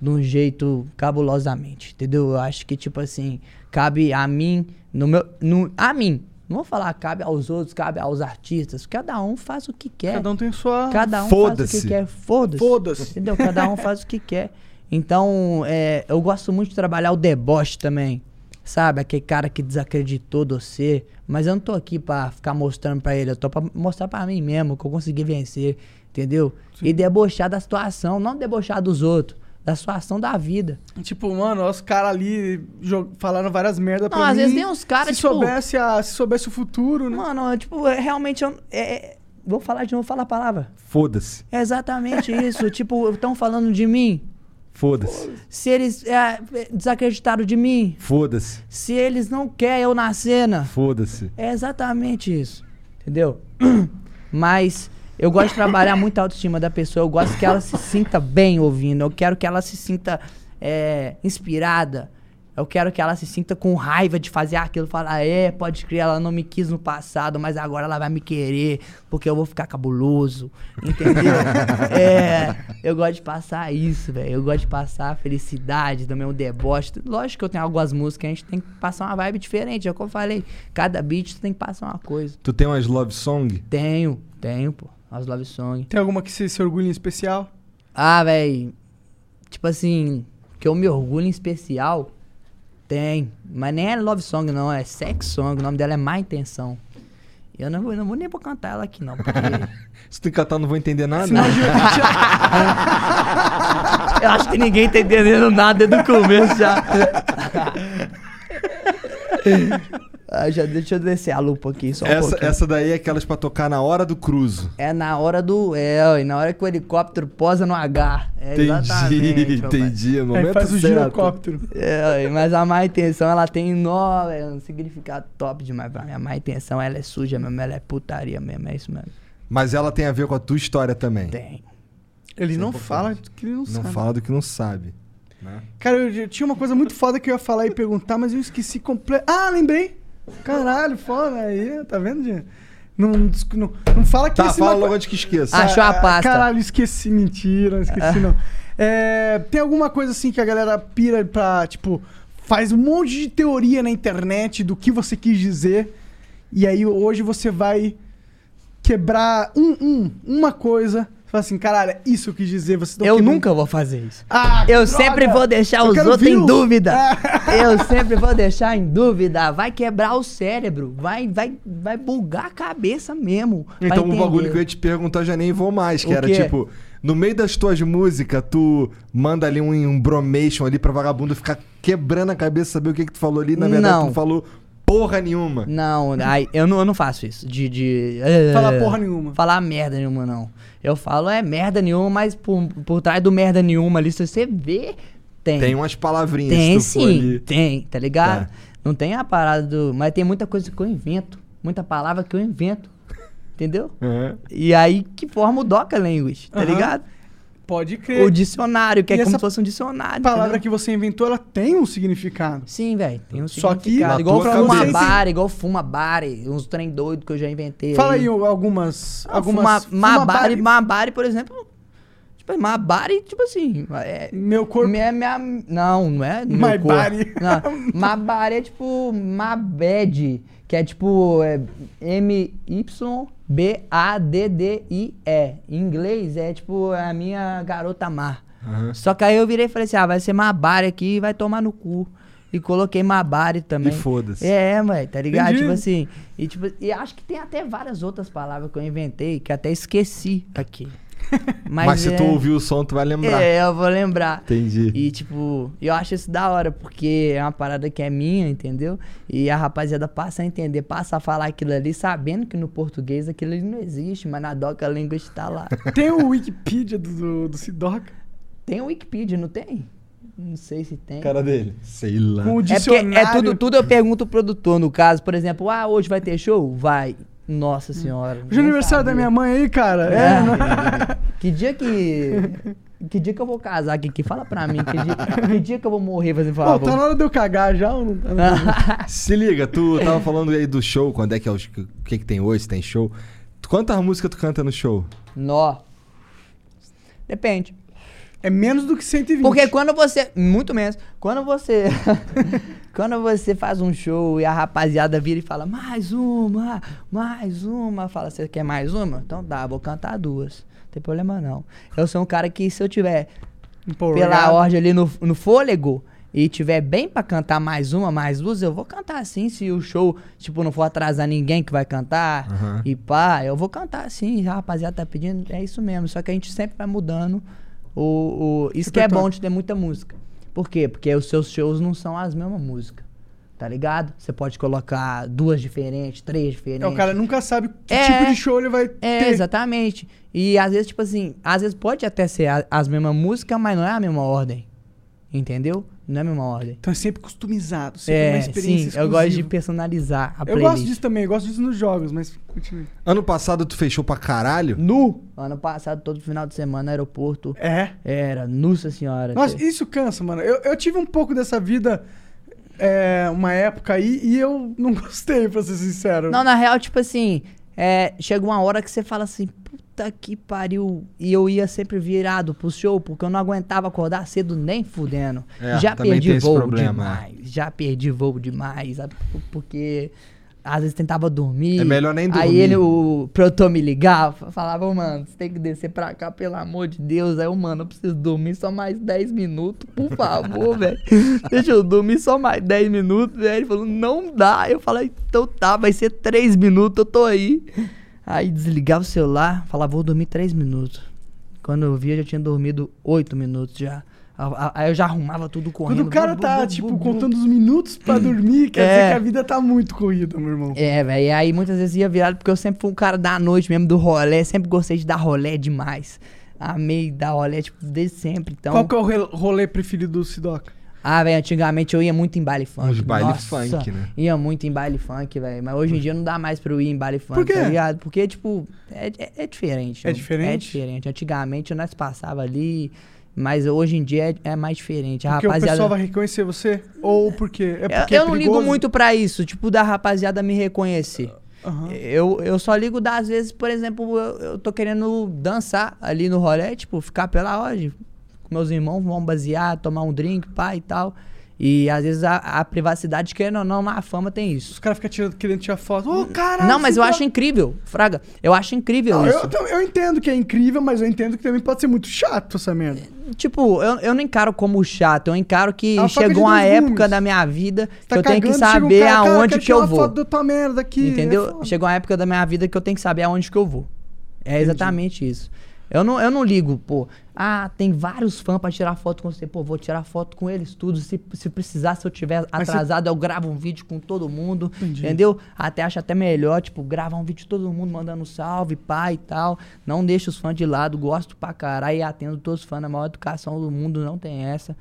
[SPEAKER 3] de um jeito cabulosamente, entendeu? Eu acho que, tipo assim, cabe a mim, no meu, no, a mim. Não vou falar cabe aos outros, cabe aos artistas. Cada um faz o que quer.
[SPEAKER 2] Cada um tem sua.
[SPEAKER 3] Cada um faz o que
[SPEAKER 2] Foda-se.
[SPEAKER 3] quer. Foda-se.
[SPEAKER 2] Foda-se.
[SPEAKER 3] Entendeu? Cada um faz o que quer. Então, é, eu gosto muito de trabalhar o deboche também. Sabe? Aquele cara que desacreditou de você. Mas eu não tô aqui pra ficar mostrando pra ele. Eu tô pra mostrar pra mim mesmo que eu consegui vencer. Entendeu? E debochar da situação. Não debochar dos outros. Da situação da vida.
[SPEAKER 2] Tipo, mano, os caras ali jo- falaram várias merdas pra
[SPEAKER 3] Não, às
[SPEAKER 2] mim.
[SPEAKER 3] vezes tem uns caras,
[SPEAKER 2] se
[SPEAKER 3] tipo-
[SPEAKER 2] soubesse a, Se soubesse o futuro, né?
[SPEAKER 3] Mano, tipo, é, realmente eu. é- é- vou falar de novo, falar a palavra.
[SPEAKER 1] Foda-se.
[SPEAKER 3] É exatamente isso. <laughs> tipo, estão falando de mim.
[SPEAKER 1] Foda-se.
[SPEAKER 3] Se eles é, desacreditaram de mim.
[SPEAKER 1] Foda-se.
[SPEAKER 3] Se eles não querem eu na cena.
[SPEAKER 1] Foda-se.
[SPEAKER 3] É exatamente isso. Entendeu? <clears throat> Mas eu gosto de trabalhar muito a autoestima da pessoa. Eu gosto que ela se sinta bem ouvindo. Eu quero que ela se sinta é, inspirada. Eu quero que ela se sinta com raiva de fazer aquilo. Falar, é, pode crer, ela não me quis no passado, mas agora ela vai me querer, porque eu vou ficar cabuloso. Entendeu? é, eu gosto de passar isso, velho. Eu gosto de passar a felicidade, também o deboche. Lógico que eu tenho algumas músicas, a gente tem que passar uma vibe diferente. É o que eu falei. Cada beat tem que passar uma coisa.
[SPEAKER 1] Tu tem umas love song?
[SPEAKER 3] Tenho, tenho, pô. As love song.
[SPEAKER 2] Tem alguma que você se orgulha em especial?
[SPEAKER 3] Ah, velho. Tipo assim, que eu me orgulho em especial. Tem. Mas nem é love song, não. É sex song. O nome dela é Má Intenção. E Eu não vou, não vou nem pra cantar ela aqui, não. Porque
[SPEAKER 1] Se tu cantar, não vou entender nada.
[SPEAKER 3] eu acho que ninguém tá entendendo nada desde o começo já. Ah, já, deixa eu descer a lupa aqui só um
[SPEAKER 1] essa,
[SPEAKER 3] pouquinho.
[SPEAKER 1] essa daí é aquelas pra tocar na hora do cruzo.
[SPEAKER 3] É na hora do. É, e na hora que o helicóptero posa no H. É exatamente,
[SPEAKER 1] entendi,
[SPEAKER 3] meu pai.
[SPEAKER 1] entendi. é o momento certo.
[SPEAKER 3] É, mas a má intenção, ela tem nó, é um significado top demais pra mim. A má intenção, ela é suja mesmo, ela é putaria mesmo, é isso mesmo.
[SPEAKER 1] Mas ela tem a ver com a tua história também.
[SPEAKER 3] Tem.
[SPEAKER 2] Ele não fala que ele é não,
[SPEAKER 1] Não
[SPEAKER 2] sabe.
[SPEAKER 1] fala do que não sabe.
[SPEAKER 2] Cara, eu, eu tinha uma coisa muito foda que eu ia falar e perguntar, mas eu esqueci completo. Ah, lembrei! Caralho, foda aí, tá vendo, Jean? Não, dis- não, não fala que
[SPEAKER 1] Tá,
[SPEAKER 2] esse
[SPEAKER 1] fala
[SPEAKER 2] maco-
[SPEAKER 1] logo antes que esqueça.
[SPEAKER 2] Ah,
[SPEAKER 1] Achou a
[SPEAKER 2] ah,
[SPEAKER 1] pasta.
[SPEAKER 2] Caralho, esqueci, mentira, não esqueci não. É, tem alguma coisa assim que a galera pira pra, tipo, faz um monte de teoria na internet do que você quis dizer, e aí hoje você vai quebrar um, um, uma coisa. Você fala assim, caralho, isso eu quis dizer. Você não
[SPEAKER 3] Eu
[SPEAKER 2] quebrou-
[SPEAKER 3] nunca vou fazer isso.
[SPEAKER 2] Ah,
[SPEAKER 3] eu
[SPEAKER 2] droga!
[SPEAKER 3] sempre vou deixar
[SPEAKER 2] Eu
[SPEAKER 3] os
[SPEAKER 2] quero
[SPEAKER 3] outros em
[SPEAKER 2] views.
[SPEAKER 3] dúvida.
[SPEAKER 1] É.
[SPEAKER 3] Eu sempre vou deixar em dúvida. Vai quebrar o cérebro. Vai, vai, vai bugar a cabeça mesmo. Vai
[SPEAKER 1] Então o
[SPEAKER 3] entender.
[SPEAKER 1] bagulho que eu ia te perguntar eu já nem vou mais, que
[SPEAKER 3] O
[SPEAKER 1] era
[SPEAKER 3] quê?
[SPEAKER 1] tipo, no meio das tuas músicas, tu manda ali um, um bromation ali pra vagabundo ficar quebrando a cabeça, saber o que, que tu falou ali, na verdade tu
[SPEAKER 3] Não.
[SPEAKER 1] não falou porra nenhuma.
[SPEAKER 3] Não, ai, eu não, eu não faço isso. De. de <laughs>
[SPEAKER 1] Falar
[SPEAKER 3] eh,
[SPEAKER 1] porra
[SPEAKER 2] É. nenhuma.
[SPEAKER 3] Falar merda nenhuma, não. Eu falo é merda nenhuma, mas por, por trás do merda nenhuma ali, se você vê, tem.
[SPEAKER 1] Tem umas palavrinhas se
[SPEAKER 3] Tem
[SPEAKER 1] tu for
[SPEAKER 3] sim,
[SPEAKER 1] ali. É.
[SPEAKER 3] tem, tá ligado? Não tem a parada do. Mas tem muita coisa que eu invento. Muita palavra que eu invento. Entendeu?
[SPEAKER 1] É.
[SPEAKER 3] E aí que forma o Doca Language, tá
[SPEAKER 2] Aham.
[SPEAKER 3] ligado?
[SPEAKER 2] Pode crer.
[SPEAKER 3] O dicionário, que
[SPEAKER 2] E
[SPEAKER 3] é como
[SPEAKER 2] essa
[SPEAKER 3] se fosse um dicionário.
[SPEAKER 2] palavra
[SPEAKER 3] entendeu?
[SPEAKER 2] que você inventou, ela tem um significado.
[SPEAKER 3] Sim, velho. Tem um
[SPEAKER 2] Só que
[SPEAKER 3] Significado, igual
[SPEAKER 2] pra
[SPEAKER 3] fuma
[SPEAKER 2] vocês-
[SPEAKER 3] bar, igual fuma bar, uns trem doido que eu já inventei.
[SPEAKER 2] Fala aí algumas.
[SPEAKER 3] Ah,
[SPEAKER 2] algumas
[SPEAKER 3] fuma- Mabari,
[SPEAKER 2] fumabari-
[SPEAKER 3] Mabari, por exemplo. Tipo, Mabari, tipo assim. é-
[SPEAKER 2] meu corpo.
[SPEAKER 3] Minha, minha- não, não é.
[SPEAKER 2] My
[SPEAKER 3] meu corpo.
[SPEAKER 2] body.
[SPEAKER 3] Não,
[SPEAKER 1] <laughs>
[SPEAKER 3] Mabari é tipo. Mabed, que é tipo. É, M-Y-B-A-D-D-I-E. Em inglês é tipo a minha garota mar.
[SPEAKER 9] Aham.
[SPEAKER 3] Só que aí eu virei e falei assim: ah, vai ser Mabari aqui e vai tomar no cu. E coloquei Mabari também.
[SPEAKER 1] E foda-se.
[SPEAKER 3] É, mãe, tá ligado?
[SPEAKER 1] Entendi.
[SPEAKER 3] Tipo assim. E, tipo, e acho que tem até várias outras palavras que eu inventei que até esqueci
[SPEAKER 1] <laughs>
[SPEAKER 3] aqui.
[SPEAKER 1] Mas, se tu
[SPEAKER 3] é-
[SPEAKER 1] ouvir o som, tu vai lembrar.
[SPEAKER 3] É, eu vou lembrar.
[SPEAKER 1] Entendi.
[SPEAKER 3] E, tipo, eu acho isso da hora, porque é uma parada que é minha, entendeu? E a rapaziada passa a entender, passa a falar aquilo ali, sabendo que no português aquilo ali não existe, mas na doca a língua
[SPEAKER 2] <laughs>
[SPEAKER 3] está lá.
[SPEAKER 2] Tem o Wikipedia do, do, do Sidoca?
[SPEAKER 3] Tem o Wikipedia, não tem? Não sei se tem.
[SPEAKER 1] Cara dele. Sei lá.
[SPEAKER 3] é porque é tudo, tudo eu pergunto o produtor, no caso, por exemplo, ah, hoje vai ter show? Vai. Nossa senhora.
[SPEAKER 2] Hoje é aniversário da minha mãe aí, cara. É,
[SPEAKER 3] É.
[SPEAKER 2] né?
[SPEAKER 3] <laughs> Que dia que. Que dia que eu vou casar? Que, que fala pra mim. Que dia, que dia que eu vou morrer fazendo
[SPEAKER 2] Pô,
[SPEAKER 3] favor?
[SPEAKER 2] tá na hora de eu cagar já ou não tá
[SPEAKER 3] Ah.
[SPEAKER 2] na hora?
[SPEAKER 1] Se liga, tu tava falando aí do show, quando é que é o o que, que tem hoje, se tem show. Quantas músicas tu canta no show?
[SPEAKER 3] <laughs> Nó. Depende.
[SPEAKER 2] É menos do que 120.
[SPEAKER 3] Porque é quando você. Muito menos. Quando você. <laughs> quando você faz um show e a rapaziada vira e fala, mais uma, mais uma. Fala, você quer mais uma? Então dá, vou cantar duas. Não tem problema não. Eu sou um cara que se eu tiver pela
[SPEAKER 2] Empolgado.
[SPEAKER 3] ordem ali no, no fôlego e tiver bem pra cantar mais uma, mais duas, eu vou cantar assim. Se o show, tipo, não for atrasar ninguém que vai cantar
[SPEAKER 9] Aham.
[SPEAKER 3] e pá, eu vou cantar assim. A rapaziada tá pedindo, é isso mesmo. Só que a gente sempre vai mudando. O, o-
[SPEAKER 2] Tipo
[SPEAKER 3] isso que é
[SPEAKER 2] então.
[SPEAKER 9] Repertório.
[SPEAKER 3] bom de ter muita música. Por quê? Porque os seus shows não são as mesmas músicas. Tá ligado? Você pode colocar duas diferentes, três diferentes.
[SPEAKER 2] É, o cara nunca sabe que
[SPEAKER 3] É.
[SPEAKER 2] tipo de show ele vai
[SPEAKER 3] É,
[SPEAKER 2] ter.
[SPEAKER 3] exatamente. E às vezes, tipo assim, às vezes pode até ser a- as mesmas músicas, mas não é a mesma ordem. Entendeu? Não é a mesma ordem.
[SPEAKER 2] Então é sempre customizado, sempre uma
[SPEAKER 3] É, sim,
[SPEAKER 2] experiência
[SPEAKER 3] eu gosto de
[SPEAKER 2] exclusiva.
[SPEAKER 3] personalizar a
[SPEAKER 2] Eu
[SPEAKER 3] playlist.
[SPEAKER 2] gosto disso também, eu gosto disso nos jogos, mas continue.
[SPEAKER 1] Ano passado tu fechou pra caralho? <laughs>
[SPEAKER 3] Nu! Ano passado, todo final de semana, aeroporto.
[SPEAKER 2] É?
[SPEAKER 3] Era, nossa senhora.
[SPEAKER 2] Nossa,
[SPEAKER 3] teve-
[SPEAKER 2] isso cansa, mano. Eu, eu tive um pouco dessa vida, é, uma época aí, e eu não <laughs> gostei, pra ser sincero.
[SPEAKER 3] Não, na real, tipo assim, é, chega uma hora que você fala assim, puta que pariu. E eu ia sempre virado pro show, porque eu não aguentava acordar cedo nem fudendo.
[SPEAKER 1] É,
[SPEAKER 3] já
[SPEAKER 1] também
[SPEAKER 3] perdi
[SPEAKER 1] tem esse
[SPEAKER 3] voo
[SPEAKER 1] problema, é.
[SPEAKER 3] demais. Já perdi voo demais. sabe? Porque às vezes tentava dormir.
[SPEAKER 1] É melhor nem dormir.
[SPEAKER 3] Aí ele, o Proton me ligava, falava, "Ô, mano, você tem que descer pra cá, pelo amor de Deus. Aí eu, mano, eu preciso dormir só mais 10 minutos, por favor, <laughs> velho. Deixa eu dormir só mais 10 minutos. Aí ele falou, não dá. Eu falei, então tá, vai ser 3 minutos, eu tô aí. Aí desligava o celular, falava, vou dormir 3 minutos. Quando eu via, eu já tinha dormido 8 minutos já. Aí eu já arrumava tudo correndo.
[SPEAKER 2] Quando o cara
[SPEAKER 3] bu- bu-
[SPEAKER 2] tá,
[SPEAKER 3] bu-
[SPEAKER 2] tipo,
[SPEAKER 3] bu- bu-
[SPEAKER 2] contando os minutos
[SPEAKER 3] <clears throat>
[SPEAKER 2] pra dormir, quer dizer
[SPEAKER 3] É.
[SPEAKER 2] que a vida tá muito corrida, meu irmão.
[SPEAKER 3] É, velho. E aí muitas vezes ia virado, porque eu sempre fui um cara da noite mesmo, do rolé. Sempre gostei de dar rolé demais. Amei dar rolé, tipo, desde sempre. Então...
[SPEAKER 2] Qual que é o re- rolê preferido do Sidoca?
[SPEAKER 3] Ah, velho, antigamente eu ia muito em baile funk.
[SPEAKER 2] Uns baile
[SPEAKER 3] Nossa,
[SPEAKER 2] funk, né?
[SPEAKER 3] Ia muito em baile funk, velho. Mas hoje em dia não dá mais pra eu ir em baile funk,
[SPEAKER 2] quê?
[SPEAKER 3] tá ligado? Porque, tipo, é, é- é diferente.
[SPEAKER 2] É
[SPEAKER 3] Eu-
[SPEAKER 2] diferente?
[SPEAKER 3] É diferente. Antigamente nós passava ali, mas hoje em dia é, é mais diferente. A
[SPEAKER 2] Porque o
[SPEAKER 3] rapaziada.
[SPEAKER 2] pessoal vai reconhecer você? Ou porque. É
[SPEAKER 3] Eu-
[SPEAKER 2] porque
[SPEAKER 3] eu
[SPEAKER 2] é
[SPEAKER 3] não ligo
[SPEAKER 2] perigoso?
[SPEAKER 3] muito pra isso, tipo, da rapaziada me reconhecer.
[SPEAKER 2] Ah,
[SPEAKER 3] Eu, eu só ligo das vezes, por exemplo, eu, eu tô querendo dançar ali no rolê, tipo, ficar pela hoje. Com meus irmãos, vamos basear, tomar um drink, pá e tal. E às vezes a, a privacidade, querendo ou não, na fama tem isso. Os
[SPEAKER 2] caras ficam querendo tirar foto. Ô, caralho!
[SPEAKER 3] Não, mas
[SPEAKER 2] esse
[SPEAKER 3] eu
[SPEAKER 2] cara-
[SPEAKER 3] acho incrível, Fraga. Eu acho incrível
[SPEAKER 2] Não,
[SPEAKER 3] isso.
[SPEAKER 2] eu, tam- eu entendo que é incrível, mas eu entendo que também pode ser muito chato essa merda.
[SPEAKER 3] Tipo, eu, eu não encaro como chato, eu encaro que
[SPEAKER 2] É uma faca de
[SPEAKER 3] chegou uma
[SPEAKER 2] dois
[SPEAKER 3] época
[SPEAKER 2] gumes.
[SPEAKER 3] da minha vida que
[SPEAKER 2] Tá
[SPEAKER 3] eu tenho que
[SPEAKER 2] cagando, chega um
[SPEAKER 3] saber
[SPEAKER 2] cara, cara,
[SPEAKER 3] aonde
[SPEAKER 2] quero
[SPEAKER 3] que eu
[SPEAKER 2] tirar
[SPEAKER 3] vou.
[SPEAKER 2] foto da tua merda aqui, é
[SPEAKER 3] Entendeu?
[SPEAKER 2] foda.
[SPEAKER 3] Chegou uma época da minha vida que eu tenho que saber aonde que eu vou. É exatamente isso. Eu não, eu não ligo, pô. Ah, tem vários fãs pra tirar foto com você. Pô, vou tirar foto com eles tudo. Se, se precisar, se eu tiver
[SPEAKER 9] Mas você-
[SPEAKER 3] atrasado, eu gravo um vídeo com todo mundo. Entendeu? Até acho até melhor, tipo, gravar um vídeo de todo mundo mandando salve, pai e tal. Não deixo os fãs de lado, gosto pra caralho e atendo todos os fãs. Na maior educação do mundo, não tem essa.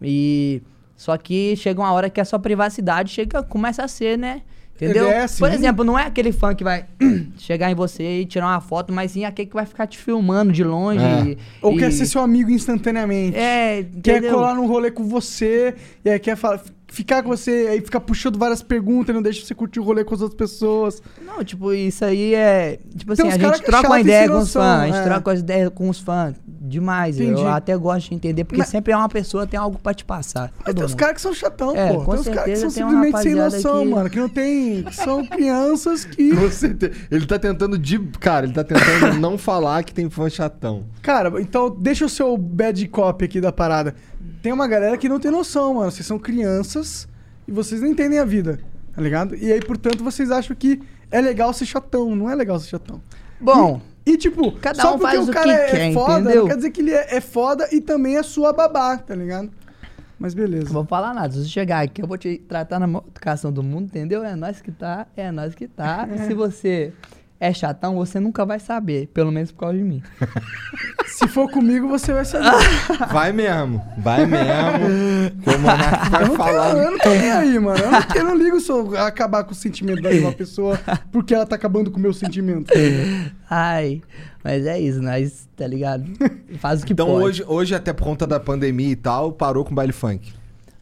[SPEAKER 3] E. Só que chega uma hora que a sua privacidade chega, começa a ser, né? Entendeu?
[SPEAKER 2] Ele é assim.
[SPEAKER 3] Por exemplo, não é aquele fã que vai <clears throat> chegar em você e tirar uma foto, mas sim aquele que vai ficar te filmando de longe. e-
[SPEAKER 2] É. Ou
[SPEAKER 3] e-
[SPEAKER 2] quer ser seu amigo instantaneamente.
[SPEAKER 3] É,
[SPEAKER 2] Quer
[SPEAKER 3] entendeu?
[SPEAKER 2] colar num rolê com você, e aí quer fa- ficar com você, aí fica puxando várias perguntas, não deixa você curtir o rolê com as outras pessoas.
[SPEAKER 3] Não, tipo, isso aí é. Tipo assim,
[SPEAKER 2] Tem uns
[SPEAKER 3] a
[SPEAKER 2] cara
[SPEAKER 3] gente
[SPEAKER 2] que é
[SPEAKER 3] troca uma
[SPEAKER 2] chato e
[SPEAKER 3] ideia
[SPEAKER 2] sem
[SPEAKER 3] com os
[SPEAKER 2] noção,
[SPEAKER 3] fãs, a gente
[SPEAKER 2] é.
[SPEAKER 3] troca as ideias com os fãs. Demais,
[SPEAKER 2] Entendi.
[SPEAKER 3] eu até gosto de entender, porque sempre é uma pessoa tem algo pra te passar.
[SPEAKER 2] Mas tem
[SPEAKER 3] Todo
[SPEAKER 2] uns
[SPEAKER 3] mundo.
[SPEAKER 2] caras que são chatão,
[SPEAKER 3] É,
[SPEAKER 2] pô.
[SPEAKER 3] com
[SPEAKER 2] Tem uns caras que
[SPEAKER 3] certeza
[SPEAKER 2] são
[SPEAKER 3] tem uma
[SPEAKER 2] simplesmente sem
[SPEAKER 3] rapaziada
[SPEAKER 2] noção,
[SPEAKER 3] que-
[SPEAKER 2] mano. Que não tem. Que são <laughs> crianças que.
[SPEAKER 1] Com certeza. Ele tá tentando de. Cara, ele tá tentando <laughs> não falar que tem fã chatão.
[SPEAKER 2] Cara, então deixa o seu bad cop aqui da parada. Tem uma galera que não tem noção, mano. Vocês são crianças e vocês não entendem a vida, tá ligado? E aí, portanto, vocês acham que é legal ser chatão. Não é legal ser chatão.
[SPEAKER 3] Bom,
[SPEAKER 2] E, e, tipo,
[SPEAKER 3] cada
[SPEAKER 2] só
[SPEAKER 3] um
[SPEAKER 2] porque
[SPEAKER 3] faz
[SPEAKER 2] o
[SPEAKER 3] o
[SPEAKER 2] cara
[SPEAKER 3] que
[SPEAKER 2] é
[SPEAKER 3] quer,
[SPEAKER 2] foda,
[SPEAKER 3] entendeu?
[SPEAKER 2] não quer dizer que ele é, é foda e também é sua babá, tá ligado? Mas beleza.
[SPEAKER 3] Vou falar nada. Se você chegar aqui, eu vou te tratar na maior educação do mundo, entendeu? É nós que tá, é nós
[SPEAKER 2] <laughs>
[SPEAKER 3] que tá. Se você é chatão, você nunca vai saber. Pelo menos por causa de mim.
[SPEAKER 2] Se for comigo, você vai saber.
[SPEAKER 3] <laughs>
[SPEAKER 1] Vai mesmo. Vai mesmo. que o <laughs> Monark vai
[SPEAKER 2] Eu não,
[SPEAKER 1] falar.
[SPEAKER 2] tenho, eu não tô nem aí, mano. Eu não, eu não ligo se eu acabar com o sentimento de uma pessoa porque ela tá acabando com o meu sentimento.
[SPEAKER 3] É. Ai, mas é isso, nós, tá ligado? Faz o que
[SPEAKER 1] Então
[SPEAKER 3] pode.
[SPEAKER 1] hoje, hoje, até por conta da pandemia e tal, parou com baile funk.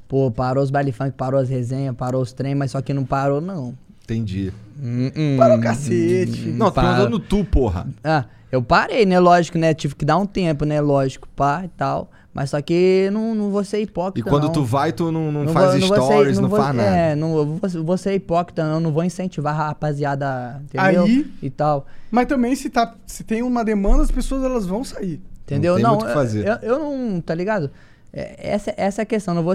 [SPEAKER 3] Pô, parou os baile funk, parou as resenhas, parou os trem, mas só que não parou, não.
[SPEAKER 1] Entendi. Tá.
[SPEAKER 3] Parou
[SPEAKER 1] o
[SPEAKER 3] cacete.
[SPEAKER 1] Não, tô perguntando tu, porra.
[SPEAKER 3] Ah, eu parei, né? Lógico, né? Tive que dar um tempo, né? Lógico, pá e tal. Mas só que não, não vou ser
[SPEAKER 1] E
[SPEAKER 3] hipócrita.
[SPEAKER 1] quando
[SPEAKER 3] não.
[SPEAKER 1] tu vai, tu não, não,
[SPEAKER 3] Então. Não
[SPEAKER 1] faz
[SPEAKER 3] vou- não vou ser-
[SPEAKER 1] stories, não,
[SPEAKER 3] vou-
[SPEAKER 1] faz nada.
[SPEAKER 3] É, não eu vou, vou ser hipócrita, não. Não vou incentivar a rapaziada, entendeu?
[SPEAKER 2] Aí-
[SPEAKER 3] E tal.
[SPEAKER 2] Mas também se, tá, se tem uma demanda, as pessoas elas vão sair.
[SPEAKER 3] Entendeu?
[SPEAKER 2] tem
[SPEAKER 3] Não,
[SPEAKER 2] muito o que
[SPEAKER 3] eu-
[SPEAKER 2] fazer.
[SPEAKER 3] Eu, eu não, tá ligado? É, Essa, essa é a questão, não vou...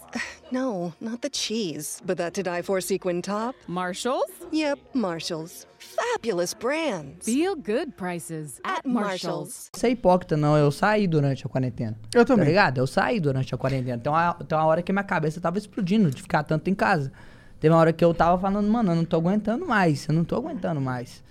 [SPEAKER 10] <sighs> No, not the cheese, but that to die for sequin top. Marshalls? Yep, Marshalls. Fabulous brands. Feel good prices at Marshalls.
[SPEAKER 3] Não ser hipócrita, não. Eu saí durante a quarentena. Eu também. Tá ligado? Eu saí durante a quarentena. Então, a, então a hora que minha cabeça tava explodindo de ficar tanto em casa. Teve uma hora que eu tava falando, mano, eu não tô aguentando mais. Eu não tô aguentando mais.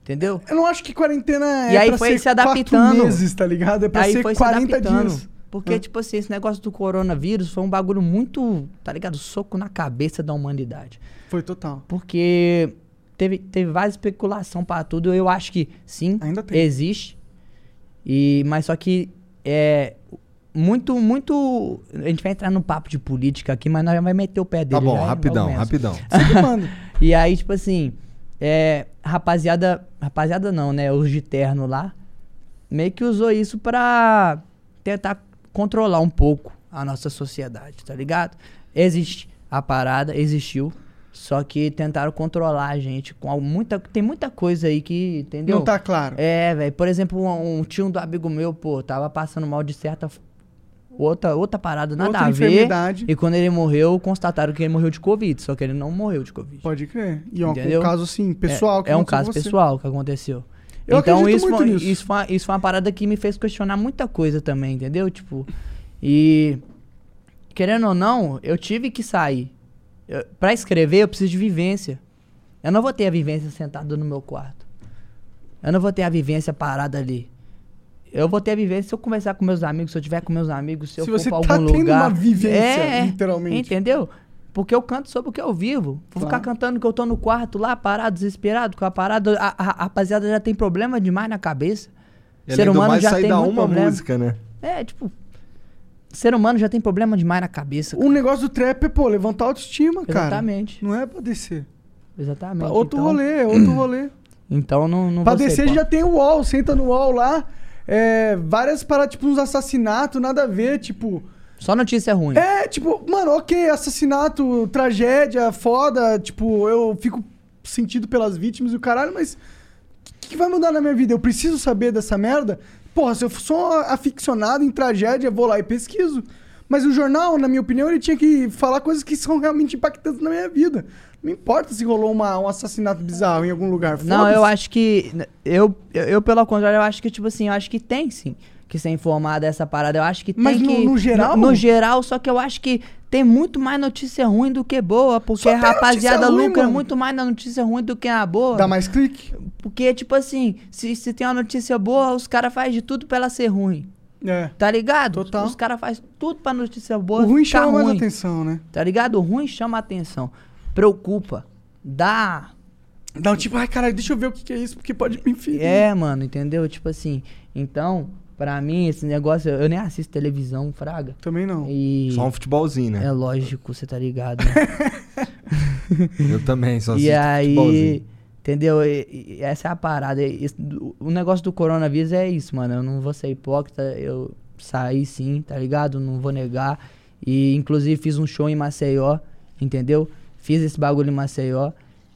[SPEAKER 3] Entendeu?
[SPEAKER 2] Eu não acho que quarentena é
[SPEAKER 3] E aí
[SPEAKER 2] pra
[SPEAKER 3] foi
[SPEAKER 2] ser
[SPEAKER 3] se adaptando.
[SPEAKER 2] quatro meses, tá ligado? É pra
[SPEAKER 3] aí
[SPEAKER 2] ser
[SPEAKER 3] foi
[SPEAKER 2] 40
[SPEAKER 3] se adaptando.
[SPEAKER 2] dias.
[SPEAKER 3] Porque,
[SPEAKER 2] Ah.
[SPEAKER 3] tipo assim, esse negócio do coronavírus foi um bagulho muito, tá ligado? Soco na cabeça da humanidade.
[SPEAKER 2] Foi total.
[SPEAKER 3] Porque teve, teve várias especulação pra tudo. Eu acho que sim, existe. E, mas só que é muito, muito. A gente vai entrar no papo de política aqui, mas nós vai meter o pé
[SPEAKER 1] Tá
[SPEAKER 3] dele.
[SPEAKER 1] bom,
[SPEAKER 3] já,
[SPEAKER 1] rapidão,
[SPEAKER 3] logo menos.
[SPEAKER 1] rapidão.
[SPEAKER 3] <laughs> e aí, tipo assim, é, rapaziada. Rapaziada não, né? Os de terno lá. Meio que usou isso pra tentar controlar um pouco a nossa sociedade, tá ligado? Existe a parada, existiu. Só que tentaram controlar a gente com al- muita. Tem muita coisa aí que. Entendeu?
[SPEAKER 2] Não tá claro.
[SPEAKER 3] É, velho. Por exemplo, um, um tio do amigo meu, pô, tava passando mal de certa. f- Outra, outra parada, nada
[SPEAKER 2] Outra
[SPEAKER 3] a ver.
[SPEAKER 2] enfermidade.
[SPEAKER 3] E quando ele morreu, constataram que ele morreu de Covid, só que ele não morreu de Covid.
[SPEAKER 2] Pode crer. E é um caso, assim, pessoal
[SPEAKER 3] É,
[SPEAKER 2] que
[SPEAKER 3] é um
[SPEAKER 2] aconteceu
[SPEAKER 3] caso
[SPEAKER 2] com você.
[SPEAKER 3] pessoal que aconteceu.
[SPEAKER 2] Eu
[SPEAKER 3] então
[SPEAKER 2] acredito
[SPEAKER 3] isso,
[SPEAKER 2] muito
[SPEAKER 3] foi,
[SPEAKER 2] nisso.
[SPEAKER 3] Isso, foi uma, isso foi uma parada que me fez questionar muita coisa também, entendeu? Tipo, e querendo ou não, eu tive que sair. Eu, pra escrever, eu preciso de vivência. Eu não vou ter a vivência sentado no meu quarto. Eu não vou ter a vivência parada ali. Eu vou ter a vivência se eu conversar com meus amigos, se eu tiver com meus amigos, se, eu
[SPEAKER 2] Se
[SPEAKER 3] for
[SPEAKER 2] você
[SPEAKER 3] pra
[SPEAKER 2] tá
[SPEAKER 3] algum
[SPEAKER 2] tendo
[SPEAKER 3] lugar.
[SPEAKER 2] uma vivência,
[SPEAKER 3] É,
[SPEAKER 2] literalmente.
[SPEAKER 3] Entendeu? Porque eu canto sobre o que eu vivo. Vou ficar cantando que eu tô no quarto lá, parado, desesperado, com a parada. A, a- a rapaziada já tem problema demais na cabeça.
[SPEAKER 1] E
[SPEAKER 2] É,
[SPEAKER 1] além do mais, sai da
[SPEAKER 3] muito
[SPEAKER 1] uma música, né?
[SPEAKER 3] É, tipo. Ser humano já tem problema demais na cabeça.
[SPEAKER 2] O negócio do trap é, pô, levantar a autoestima, cara.
[SPEAKER 3] Exatamente.
[SPEAKER 2] Não é pra descer.
[SPEAKER 3] Exatamente.
[SPEAKER 2] Outro
[SPEAKER 3] então-
[SPEAKER 2] rolê,
[SPEAKER 3] <clears throat>
[SPEAKER 2] é outro rolê.
[SPEAKER 3] Então não, não
[SPEAKER 2] Pra
[SPEAKER 3] vou ser
[SPEAKER 2] descer
[SPEAKER 3] hipócrita.
[SPEAKER 2] já tem o UOL, senta no UOL lá. É, várias paradas, tipo, uns assassinatos, nada a ver, tipo.
[SPEAKER 3] Só notícia ruim. <laughs>
[SPEAKER 2] É, tipo, mano, ok, assassinato, tragédia, foda, tipo, eu fico sentido pelas vítimas e o caralho, mas o que, que vai mudar na minha vida? Eu preciso saber dessa merda? Porra, se eu sou aficionado em tragédia, vou lá e pesquiso. Mas o jornal, na minha opinião, ele tinha que falar coisas que são realmente impactantes na minha vida. Não importa se rolou uma- um assassinato bizarro em algum lugar.
[SPEAKER 3] Não, eu
[SPEAKER 2] foda-se.
[SPEAKER 3] acho que. Eu, eu, eu, pelo contrário, eu acho que, tipo assim, eu acho que tem sim que ser informada essa parada. Eu acho que
[SPEAKER 2] Mas
[SPEAKER 3] tem
[SPEAKER 2] no-
[SPEAKER 3] que.
[SPEAKER 2] no geral?
[SPEAKER 3] No, no geral, só que eu acho que tem muito mais notícia ruim do que boa, porque a
[SPEAKER 2] tem notícia
[SPEAKER 3] rapaziada
[SPEAKER 2] ruim,
[SPEAKER 3] lucra
[SPEAKER 2] mano.
[SPEAKER 3] muito mais na notícia ruim do que na boa.
[SPEAKER 2] Dá mais clique?
[SPEAKER 3] Porque, tipo assim, se, se tem uma notícia boa, os caras fazem de tudo pra ela ser ruim.
[SPEAKER 2] É.
[SPEAKER 3] Tá ligado? Total. Os caras fazem tudo pra notícia boa.
[SPEAKER 2] O ruim
[SPEAKER 3] ficar
[SPEAKER 2] chama mais
[SPEAKER 3] tá ruim.
[SPEAKER 2] atenção, né?
[SPEAKER 3] Tá ligado? O ruim chama atenção. Preocupa. Dá.
[SPEAKER 2] Dá um tipo, ai caralho, deixa eu ver o que, que é isso, porque pode me ferir.
[SPEAKER 3] É, mano, entendeu? Tipo assim, então, pra mim, esse negócio, eu eu nem assisto televisão, fraga.
[SPEAKER 2] Também não.
[SPEAKER 3] E.
[SPEAKER 1] Só um futebolzinho, né?
[SPEAKER 3] É lógico, você tá
[SPEAKER 1] <laughs>
[SPEAKER 3] ligado. né?
[SPEAKER 1] Eu também, só
[SPEAKER 3] e
[SPEAKER 1] assisto futebolzinho.
[SPEAKER 3] aí. Entendeu? E- e essa é a parada. E isso- o negócio do coronavírus é isso, mano. Eu não vou ser hipócrita. Eu saí sim, tá ligado? Não vou negar. E inclusive fiz um show em Maceió, entendeu? Fiz esse bagulho em Maceió.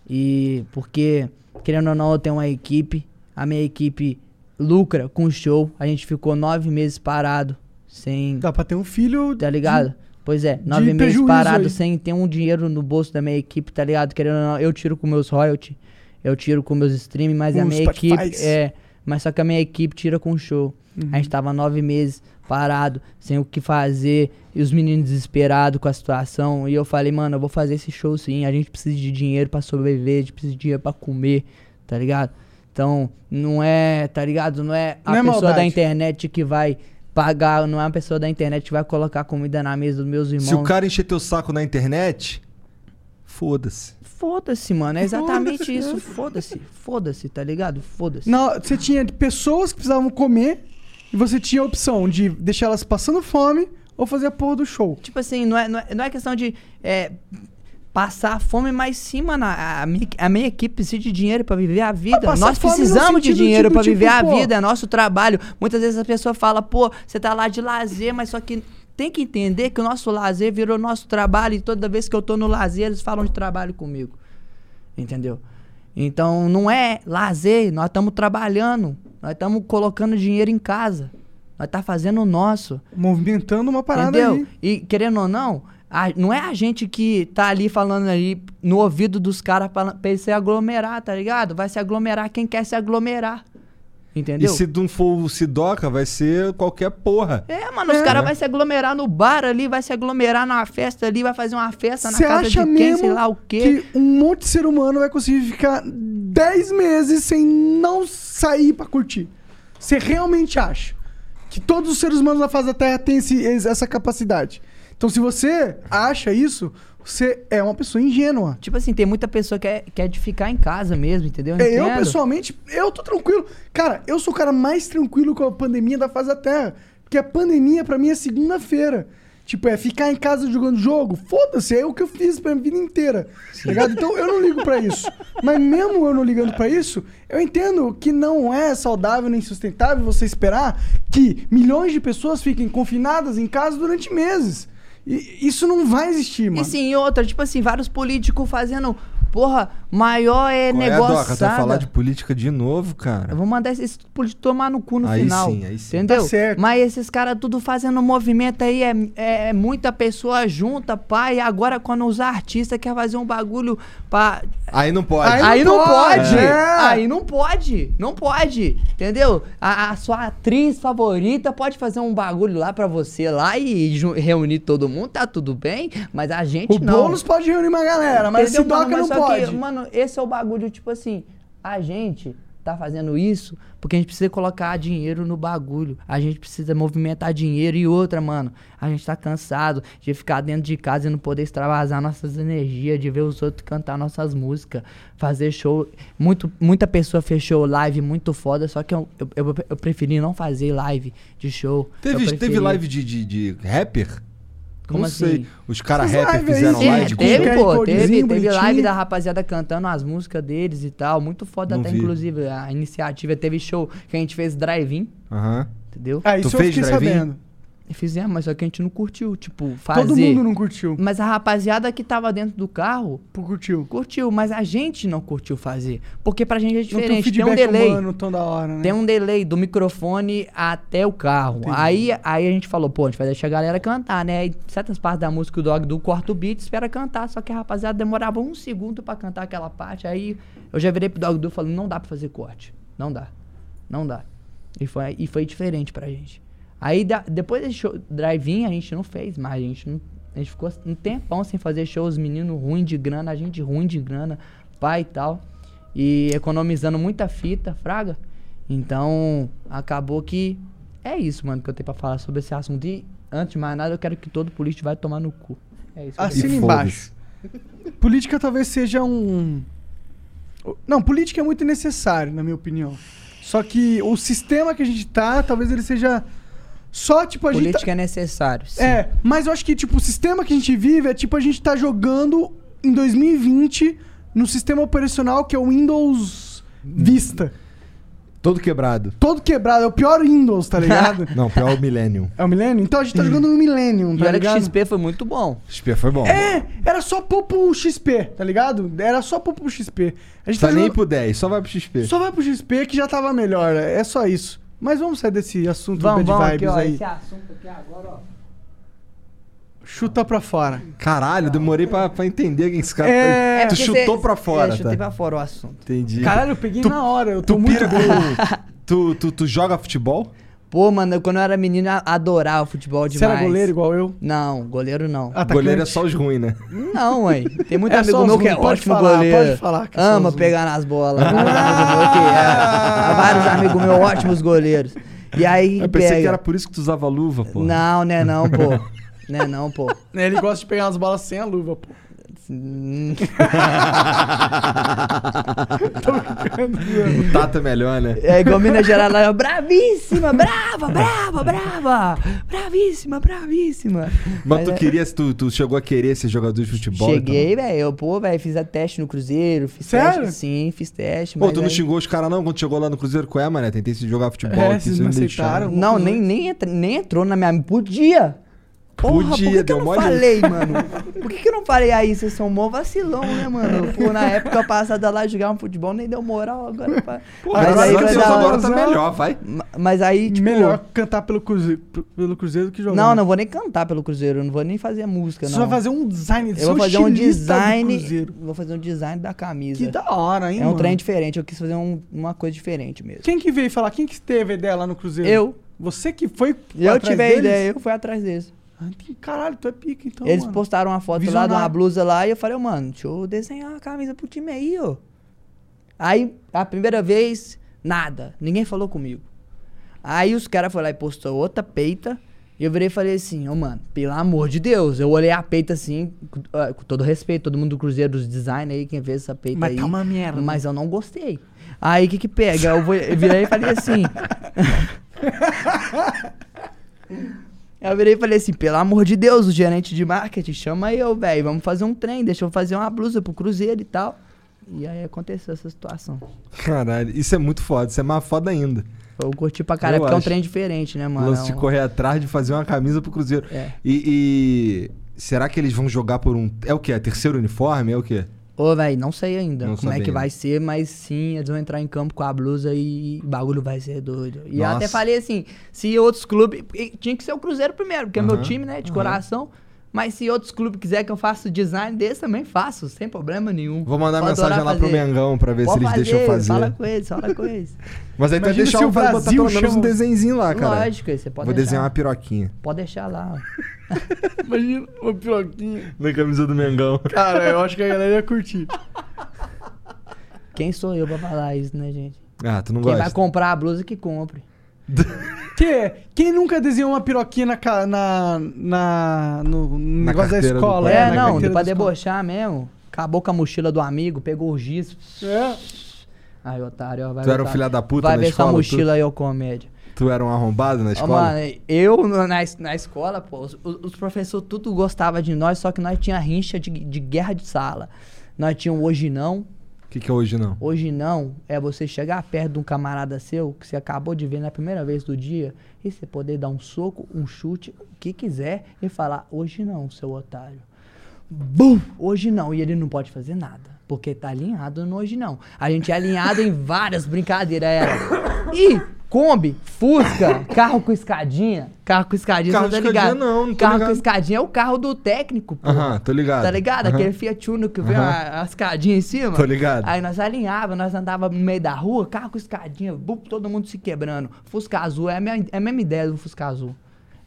[SPEAKER 3] E porque, querendo ou não, eu tenho uma equipe. A minha equipe lucra com o show. A gente ficou nove meses parado. Sem.
[SPEAKER 2] Dá pra ter um filho.
[SPEAKER 3] Tá ligado? pois é, nove meses
[SPEAKER 2] prejuízo
[SPEAKER 3] parado
[SPEAKER 2] aí.
[SPEAKER 3] sem ter um dinheiro no bolso da minha equipe, tá ligado? Querendo ou não, eu tiro com meus royalty, eu tiro com meus streams, mas
[SPEAKER 2] Com
[SPEAKER 3] a
[SPEAKER 2] os
[SPEAKER 3] minha
[SPEAKER 2] Spotifys.
[SPEAKER 3] equipe. É, mas só que a minha equipe tira com o show.
[SPEAKER 2] Uhum.
[SPEAKER 3] A gente tava nove meses parado, sem o que fazer, e os meninos desesperados com a situação. E eu falei, mano, eu vou fazer esse show sim, a gente precisa de dinheiro pra sobreviver, a gente precisa de dinheiro pra comer, tá ligado? Então, não é, tá ligado? Não é a
[SPEAKER 2] Não é
[SPEAKER 3] pessoa da
[SPEAKER 2] maldade.
[SPEAKER 3] internet que vai pagar, não é uma pessoa da internet que vai colocar comida na mesa dos meus irmãos.
[SPEAKER 1] Se o cara encher teu saco na internet, foda-se.
[SPEAKER 3] Foda-se, mano. É exatamente
[SPEAKER 2] Foda-se,
[SPEAKER 3] isso.
[SPEAKER 2] né?
[SPEAKER 3] Foda-se. Foda-se, tá ligado? Foda-se.
[SPEAKER 2] Não, você tinha pessoas que precisavam comer e você tinha a opção de deixar elas passando fome ou fazer a porra do show.
[SPEAKER 3] Tipo assim, não é, não é, não é questão de é, passar fome, mas sim, mano. A, a minha, a minha equipe precisa de dinheiro pra viver a vida.
[SPEAKER 2] passar
[SPEAKER 3] Nós
[SPEAKER 2] fome no
[SPEAKER 3] precisamos de
[SPEAKER 2] sentido,
[SPEAKER 3] dinheiro
[SPEAKER 2] tipo,
[SPEAKER 3] pra
[SPEAKER 2] tipo,
[SPEAKER 3] viver a
[SPEAKER 2] pô.
[SPEAKER 3] vida. É nosso trabalho. Muitas vezes a pessoa fala, pô, você tá lá de lazer, mas só que. Tem que entender que o nosso lazer virou nosso trabalho e toda vez que eu tô no lazer, eles falam de trabalho comigo. Entendeu? Então não é lazer, nós estamos trabalhando, nós estamos colocando dinheiro em casa, nós tá fazendo o nosso.
[SPEAKER 2] Movimentando uma parada
[SPEAKER 3] entendeu?
[SPEAKER 2] ali.
[SPEAKER 3] E querendo ou não, A- não é a gente que tá ali falando ali no ouvido dos caras pra, pra eles se aglomerar, tá ligado? Vai se aglomerar quem quer se aglomerar. Entendeu?
[SPEAKER 1] E se não for o Sidoca, vai ser qualquer porra.
[SPEAKER 3] É, mano, os caras vão se aglomerar no bar ali, vai se aglomerar na festa ali, vai fazer uma festa na
[SPEAKER 2] Você
[SPEAKER 3] casa
[SPEAKER 2] acha
[SPEAKER 3] de quem,
[SPEAKER 2] mesmo
[SPEAKER 3] sei lá o quê.
[SPEAKER 2] que um monte de ser humano vai conseguir ficar 10 meses sem não sair pra curtir? Você realmente acha que todos os seres humanos na face da Terra têm esse- es- essa capacidade? Então, se você acha isso, você é uma pessoa ingênua.
[SPEAKER 3] Tipo assim, tem muita pessoa que é, que é de ficar em casa mesmo, entendeu?
[SPEAKER 1] Tá
[SPEAKER 2] É, eu,
[SPEAKER 3] Entendo.
[SPEAKER 2] pessoalmente, eu tô tranquilo. Cara, eu sou o cara mais tranquilo com a pandemia da face da Terra. Porque a pandemia, pra mim, é segunda-feira. Tipo, é ficar em casa jogando jogo? Foda-se, é o que eu fiz pra minha vida inteira. Tá ligado? Então eu não ligo pra isso. Mas mesmo eu não ligando pra isso, eu entendo que não é saudável nem sustentável você esperar que milhões de pessoas fiquem confinadas em casa durante meses. E isso não vai existir, mano.
[SPEAKER 3] E sim, outra, tipo assim, vários políticos fazendo, porra, maior é
[SPEAKER 1] Qual é, Doca? Tu vai falar
[SPEAKER 3] negócio.
[SPEAKER 1] de política de novo, cara?
[SPEAKER 3] Eu vou mandar esses políticos tomar no cu no
[SPEAKER 1] Aí
[SPEAKER 3] final.
[SPEAKER 1] sim, aí sim.
[SPEAKER 3] Entendeu?
[SPEAKER 1] Tá certo.
[SPEAKER 3] Mas esses caras tudo fazendo movimento aí, é, é muita pessoa junta, pai. E agora quando os artistas querem fazer um bagulho pra.
[SPEAKER 1] Aí não pode.
[SPEAKER 3] Aí não pode!
[SPEAKER 1] É.
[SPEAKER 3] Aí não pode! Não pode! Entendeu? A, a sua atriz favorita pode fazer um bagulho lá pra você lá e ju- reunir todo mundo, tá tudo bem, mas a gente
[SPEAKER 2] O
[SPEAKER 3] não.
[SPEAKER 2] Boulos pode reunir uma galera, mas
[SPEAKER 3] Entendeu,
[SPEAKER 2] Sidoca
[SPEAKER 3] mano? Mas
[SPEAKER 2] não
[SPEAKER 3] só que,
[SPEAKER 2] pode.
[SPEAKER 3] mano, esse é o bagulho, tipo assim, a gente tá fazendo isso porque a gente precisa colocar dinheiro no bagulho. A gente precisa movimentar dinheiro e outra, mano. A gente tá cansado de ficar dentro de casa e não poder extravasar nossas energias, de ver os outros cantar nossas músicas, fazer show. Muito, muita pessoa fez show live muito foda, só que eu, eu, eu, eu preferi não fazer live de show. Eu
[SPEAKER 1] Teve, teve
[SPEAKER 3] preferi-
[SPEAKER 1] live de, de, de rapper?
[SPEAKER 3] Como
[SPEAKER 1] não
[SPEAKER 3] assim?
[SPEAKER 1] sei. Os caras
[SPEAKER 3] Essas
[SPEAKER 1] rapper
[SPEAKER 3] lives aí,
[SPEAKER 1] fizeram
[SPEAKER 3] sim, é,
[SPEAKER 1] live com
[SPEAKER 3] Teve,
[SPEAKER 1] os-
[SPEAKER 3] pô, teve, teve live
[SPEAKER 1] bonitinho.
[SPEAKER 3] da rapaziada cantando as músicas deles e tal. Muito foda
[SPEAKER 1] Não
[SPEAKER 3] até,
[SPEAKER 1] vi.
[SPEAKER 3] inclusive, a iniciativa. Teve show que a gente fez drive-in,
[SPEAKER 1] Aham.
[SPEAKER 3] entendeu?
[SPEAKER 2] É.
[SPEAKER 1] Ah, isso Tu eu fez fiquei drive-in? sabendo.
[SPEAKER 3] Fizemos, mas só que a gente não curtiu, tipo, fazer. Hum.
[SPEAKER 2] mundo não curtiu.
[SPEAKER 3] Mas a rapaziada que tava dentro do carro...
[SPEAKER 2] Curtiu.
[SPEAKER 3] Curtiu, mas a gente não curtiu fazer. Porque pra gente é
[SPEAKER 2] Não tem um
[SPEAKER 3] diferente, tem um
[SPEAKER 2] feedback
[SPEAKER 3] delay.
[SPEAKER 2] humano tão da hora, né?
[SPEAKER 3] Tem um delay do microfone até o carro. Aí, aí a gente falou, pô, a gente vai deixar a galera cantar, né? Aí, certas partes da música, o dog do quarto beat espera cantar, só que a rapaziada demorava um segundo pra cantar aquela parte. Aí eu já virei pro dog do falando, não dá pra fazer corte. Não dá. Não dá. E foi, e foi diferente pra gente. Aí da- depois desse show, drive-in a gente não fez mais, a gente não- a gente ficou um tempão sem fazer show, os meninos ruim de grana, a gente ruim de grana, pai e tal. E economizando muita fita, fraga. Então, acabou que é isso, mano, que eu tenho pra falar sobre esse assunto. E antes de mais nada, eu quero que todo político vai tomar no cu. É isso. que eu
[SPEAKER 2] Ah, Assina
[SPEAKER 3] tenho.
[SPEAKER 2] embaixo. Política talvez seja um. Não, política é muito necessário, na minha opinião. Só que o sistema que a gente tá, talvez ele seja. Só tipo a gente.
[SPEAKER 3] Política
[SPEAKER 2] tá-
[SPEAKER 3] é assim. necessário. sim.
[SPEAKER 2] É, mas eu acho que, tipo, o sistema que a gente vive é tipo a gente tá jogando em 2020 no sistema operacional que é o Windows Vista.
[SPEAKER 1] Todo quebrado.
[SPEAKER 2] Todo quebrado, é o pior Windows, tá
[SPEAKER 3] <laughs>
[SPEAKER 2] ligado?
[SPEAKER 1] Não, pior é o Millennium. <laughs>
[SPEAKER 2] É o Millennium? Então a gente tá jogando no Millennium,
[SPEAKER 3] E
[SPEAKER 2] tá
[SPEAKER 3] olha que
[SPEAKER 2] ligado?
[SPEAKER 3] XP foi muito bom.
[SPEAKER 1] XP foi bom.
[SPEAKER 2] É, era só pôr pro XP, tá ligado? Era só pôr pro XP. A gente
[SPEAKER 1] Tá nem
[SPEAKER 2] jogando-
[SPEAKER 1] pro 10, só vai pro XP.
[SPEAKER 2] Só vai pro XP que já tava melhor, é só isso. Mas vamos sair desse assunto
[SPEAKER 3] Vamos,
[SPEAKER 2] bad
[SPEAKER 3] vamos aqui,
[SPEAKER 2] vibes
[SPEAKER 3] ó,
[SPEAKER 2] aí.
[SPEAKER 3] esse assunto aqui agora, ó.
[SPEAKER 2] Chuta pra fora.
[SPEAKER 1] Caralho, demorei pra, pra entender quem esse
[SPEAKER 3] Tá,
[SPEAKER 1] cara
[SPEAKER 2] É,
[SPEAKER 1] Tu
[SPEAKER 2] porque
[SPEAKER 1] chutou
[SPEAKER 2] cê-
[SPEAKER 1] pra fora,
[SPEAKER 3] é, chutei
[SPEAKER 1] tá?
[SPEAKER 3] pra fora o assunto.
[SPEAKER 1] Entendi.
[SPEAKER 2] Caralho, eu peguei na hora, eu tô
[SPEAKER 1] tu
[SPEAKER 2] muito
[SPEAKER 1] pira-
[SPEAKER 3] <laughs>
[SPEAKER 2] bem.
[SPEAKER 1] tu, tu, tu joga futebol?
[SPEAKER 3] Pô, mano, eu, quando eu era menino, eu adorava futebol
[SPEAKER 1] Você
[SPEAKER 3] demais.
[SPEAKER 1] era goleiro
[SPEAKER 2] igual eu?
[SPEAKER 3] Não, goleiro não.
[SPEAKER 1] Goleiro é só os ruins, né?
[SPEAKER 3] Não, mãe. Tem
[SPEAKER 1] <laughs>
[SPEAKER 3] muito
[SPEAKER 1] É só
[SPEAKER 3] amigo
[SPEAKER 1] os
[SPEAKER 3] meu que é
[SPEAKER 1] ruins, pode
[SPEAKER 3] ótimo
[SPEAKER 1] falar,
[SPEAKER 3] goleiro.
[SPEAKER 1] pode falar que são
[SPEAKER 3] Ama
[SPEAKER 1] os
[SPEAKER 3] pegar nas bolas.
[SPEAKER 1] Ah.
[SPEAKER 3] Vários amigos meus que é. Vários amigos meus ótimos goleiros. E aí
[SPEAKER 1] <laughs> Eu pensei
[SPEAKER 3] pega.
[SPEAKER 1] que era por isso que tu usava luva, pô.
[SPEAKER 3] Não, né não,
[SPEAKER 1] <laughs>
[SPEAKER 3] pô. Né não, pô.
[SPEAKER 2] <laughs> Ele gosta de pegar umas bolas sem a luva,
[SPEAKER 3] <laughs>
[SPEAKER 2] pô.
[SPEAKER 1] o Tata é melhor, né?
[SPEAKER 3] É igual Minas Gerais lá, ó, bravíssima, brava, brava, brava. Bravíssima, bravíssima.
[SPEAKER 1] Mas tu
[SPEAKER 3] é-
[SPEAKER 1] queria, tu, tu chegou a querer ser jogador de futebol? então?
[SPEAKER 3] Cheguei, velho. Eu, pô, velho, fiz a teste no Cruzeiro, fiz
[SPEAKER 1] Sério?
[SPEAKER 3] teste. Sim, fiz teste.
[SPEAKER 1] Então? Pô,
[SPEAKER 3] mas
[SPEAKER 1] tu não
[SPEAKER 3] aí-
[SPEAKER 1] xingou os caras não quando chegou lá no Cruzeiro? Qual é, mané? Tentei se jogar futebol
[SPEAKER 3] É,
[SPEAKER 1] aqui,
[SPEAKER 3] vocês
[SPEAKER 1] vocês não
[SPEAKER 3] não
[SPEAKER 1] deixaram.
[SPEAKER 3] Não,
[SPEAKER 2] é
[SPEAKER 3] nem, nem, entra- nem entrou na minha. Podia! Porra,
[SPEAKER 1] Podia,
[SPEAKER 3] por que que
[SPEAKER 1] deu
[SPEAKER 3] eu não
[SPEAKER 1] <laughs> mole.
[SPEAKER 3] falei, mano? Por que, que eu não falei aí? Vocês são mó vacilão, né, mano? Pô, na época passada lá jogar um futebol nem deu
[SPEAKER 1] <laughs>
[SPEAKER 3] moral agora. Pra...
[SPEAKER 1] Pô, graças a Deus, agora tá
[SPEAKER 3] é.
[SPEAKER 1] melhor, vai.
[SPEAKER 3] Mas aí, tipo.
[SPEAKER 2] Melhor cantar pelo Cruzeiro, pelo cruzeiro que jogar. né?
[SPEAKER 3] Não, não vou nem cantar pelo Cruzeiro, eu não vou nem fazer música, não.
[SPEAKER 2] Você vai fazer um design
[SPEAKER 3] Eu vou
[SPEAKER 2] você é
[SPEAKER 3] fazer um
[SPEAKER 2] estilista do
[SPEAKER 3] design.
[SPEAKER 2] Cruzeiro.
[SPEAKER 3] Vou fazer um design da camisa.
[SPEAKER 2] Que da hora, hein?
[SPEAKER 3] É um
[SPEAKER 2] mano?
[SPEAKER 3] trem diferente, eu quis fazer um- uma coisa diferente mesmo.
[SPEAKER 2] Quem que veio falar? Quem que teve a ideia lá no Cruzeiro?
[SPEAKER 3] Eu.
[SPEAKER 2] Você que foi
[SPEAKER 3] Eu
[SPEAKER 2] atrás
[SPEAKER 3] tive a
[SPEAKER 2] deles?
[SPEAKER 3] ideia, eu fui atrás deles.
[SPEAKER 2] Caralho, tu é pica então,
[SPEAKER 3] Eles
[SPEAKER 2] mano.
[SPEAKER 3] postaram uma foto lá de uma
[SPEAKER 2] Visionário.
[SPEAKER 3] blusa lá e eu falei, "Ô, mano, deixa eu desenhar uma camisa pro time aí, ó. Aí, a primeira vez, nada. Ninguém falou comigo. Aí os caras foram lá e postou outra peita. E eu virei e falei assim, ô mano, pelo amor de Deus. Eu olhei a peita assim, com, ah, com todo respeito, todo mundo do Cruzeiro, dos design aí, quem fez essa peita
[SPEAKER 2] Mas
[SPEAKER 3] aí.
[SPEAKER 2] tá uma merda.
[SPEAKER 3] Mas eu não gostei. Aí o que que pega? Eu, vou, eu virei e falei assim... Eu virei e falei assim, pelo amor de Deus, o gerente de marketing, chama eu, velho, vamos fazer um trem, deixa eu fazer uma blusa pro Cruzeiro e tal. E aí aconteceu essa situação.
[SPEAKER 1] Caralho, isso é muito foda, isso é mais foda ainda.
[SPEAKER 3] Eu curti pra caralho, porque é um trem diferente, né, mano?
[SPEAKER 1] Lance
[SPEAKER 3] É
[SPEAKER 1] de
[SPEAKER 3] um-
[SPEAKER 1] correr atrás de fazer uma camisa pro Cruzeiro.
[SPEAKER 3] É.
[SPEAKER 1] E, e Será que eles vão jogar por um. É o quê? É terceiro uniforme? É o quê?
[SPEAKER 3] Ô, velho, não sei ainda
[SPEAKER 1] Não
[SPEAKER 3] como é
[SPEAKER 1] sabe
[SPEAKER 3] que
[SPEAKER 1] ainda.
[SPEAKER 3] vai ser, mas sim, eles vão entrar em campo com a blusa e o bagulho vai ser doido. E eu
[SPEAKER 1] Nossa.
[SPEAKER 3] até falei assim, se outros clubes... e Tinha que ser o Cruzeiro primeiro, porque é meu
[SPEAKER 1] Aham,
[SPEAKER 3] time, né, de
[SPEAKER 1] aham.
[SPEAKER 3] coração. Mas se outros clubes quiserem que eu faça o design desse, também faço, sem problema nenhum.
[SPEAKER 1] Vou mandar
[SPEAKER 3] Vou adorar
[SPEAKER 1] mensagem lá pro
[SPEAKER 3] fazer.
[SPEAKER 1] Mengão pra ver
[SPEAKER 3] Pode
[SPEAKER 1] se eles deixam fazer.
[SPEAKER 3] Fala com eles, fala com eles. <laughs>
[SPEAKER 1] Mas aí tu vai
[SPEAKER 3] Imagina
[SPEAKER 1] deixar
[SPEAKER 3] se
[SPEAKER 1] o
[SPEAKER 3] o
[SPEAKER 1] vai botar
[SPEAKER 3] Brasil
[SPEAKER 1] pelo menos um
[SPEAKER 3] chama-
[SPEAKER 1] desenzinho lá, cara.
[SPEAKER 3] Lógico, você pode
[SPEAKER 1] Vou
[SPEAKER 3] deixar.
[SPEAKER 1] desenhar uma piroquinha.
[SPEAKER 3] Pode deixar lá. ó.
[SPEAKER 2] Imagina uma piroquinha.
[SPEAKER 1] Na camisa do Mengão.
[SPEAKER 2] Cara, eu acho que a galera ia curtir.
[SPEAKER 3] Quem sou eu pra falar isso, né, gente?
[SPEAKER 1] Ah, tu não
[SPEAKER 3] Quem
[SPEAKER 1] gosta?
[SPEAKER 3] vai comprar a blusa que compre.
[SPEAKER 2] Que, quem nunca desenhou uma piroquinha na, ca- na, na, no negócio da
[SPEAKER 3] carteira do
[SPEAKER 2] escola?
[SPEAKER 3] pai.
[SPEAKER 2] na
[SPEAKER 3] É, não,
[SPEAKER 2] carteira
[SPEAKER 3] pra
[SPEAKER 2] da escola.
[SPEAKER 3] debochar mesmo. Acabou com a mochila do amigo, pegou o giz.
[SPEAKER 2] É.
[SPEAKER 3] Aí, otário, ó, vai
[SPEAKER 1] Tu era
[SPEAKER 3] ver
[SPEAKER 1] um
[SPEAKER 3] tua-
[SPEAKER 1] filha da puta
[SPEAKER 3] Vai
[SPEAKER 1] na
[SPEAKER 3] ver
[SPEAKER 1] escola,
[SPEAKER 3] sua mochila
[SPEAKER 1] tu?
[SPEAKER 3] aí, ô comédia.
[SPEAKER 1] Tu era um arrombado na
[SPEAKER 3] Ó,
[SPEAKER 1] escola?
[SPEAKER 3] mano, eu na, es- na escola, pô, os, os professores tudo gostava de nós, só que nós tinha rincha de, de guerra de sala. Nós tínhamos hoje não,
[SPEAKER 1] O que, que é hoje não?
[SPEAKER 3] Hoje não é você chegar perto de um camarada seu que você acabou de ver na primeira vez do dia e você poder dar um soco, um chute, o que quiser e falar hoje não, seu otário. Bum! Hoje não. E ele não pode fazer nada. Porque tá alinhado no hoje não. A gente é alinhado em várias brincadeiras. Era. E Kombi, Fusca, carro com escadinha. Carro com escadinha,
[SPEAKER 1] Carro
[SPEAKER 3] você tá
[SPEAKER 1] com escadinha
[SPEAKER 3] ligado?
[SPEAKER 1] não, não tô
[SPEAKER 3] carro
[SPEAKER 1] ligado.
[SPEAKER 3] com escadinha é o carro do técnico, pô.
[SPEAKER 1] Aham, tô ligado.
[SPEAKER 3] Tá ligado?
[SPEAKER 1] Aham.
[SPEAKER 3] Aquele Fiat Uno que vem
[SPEAKER 1] Aham.
[SPEAKER 3] a, a escadinha em cima.
[SPEAKER 1] Tô ligado.
[SPEAKER 3] Aí nós alinhava, nós andava no meio da rua, carro com escadinha, bup, todo mundo se quebrando. Fusca azul, é a, minha- é a mesma ideia do Fusca azul.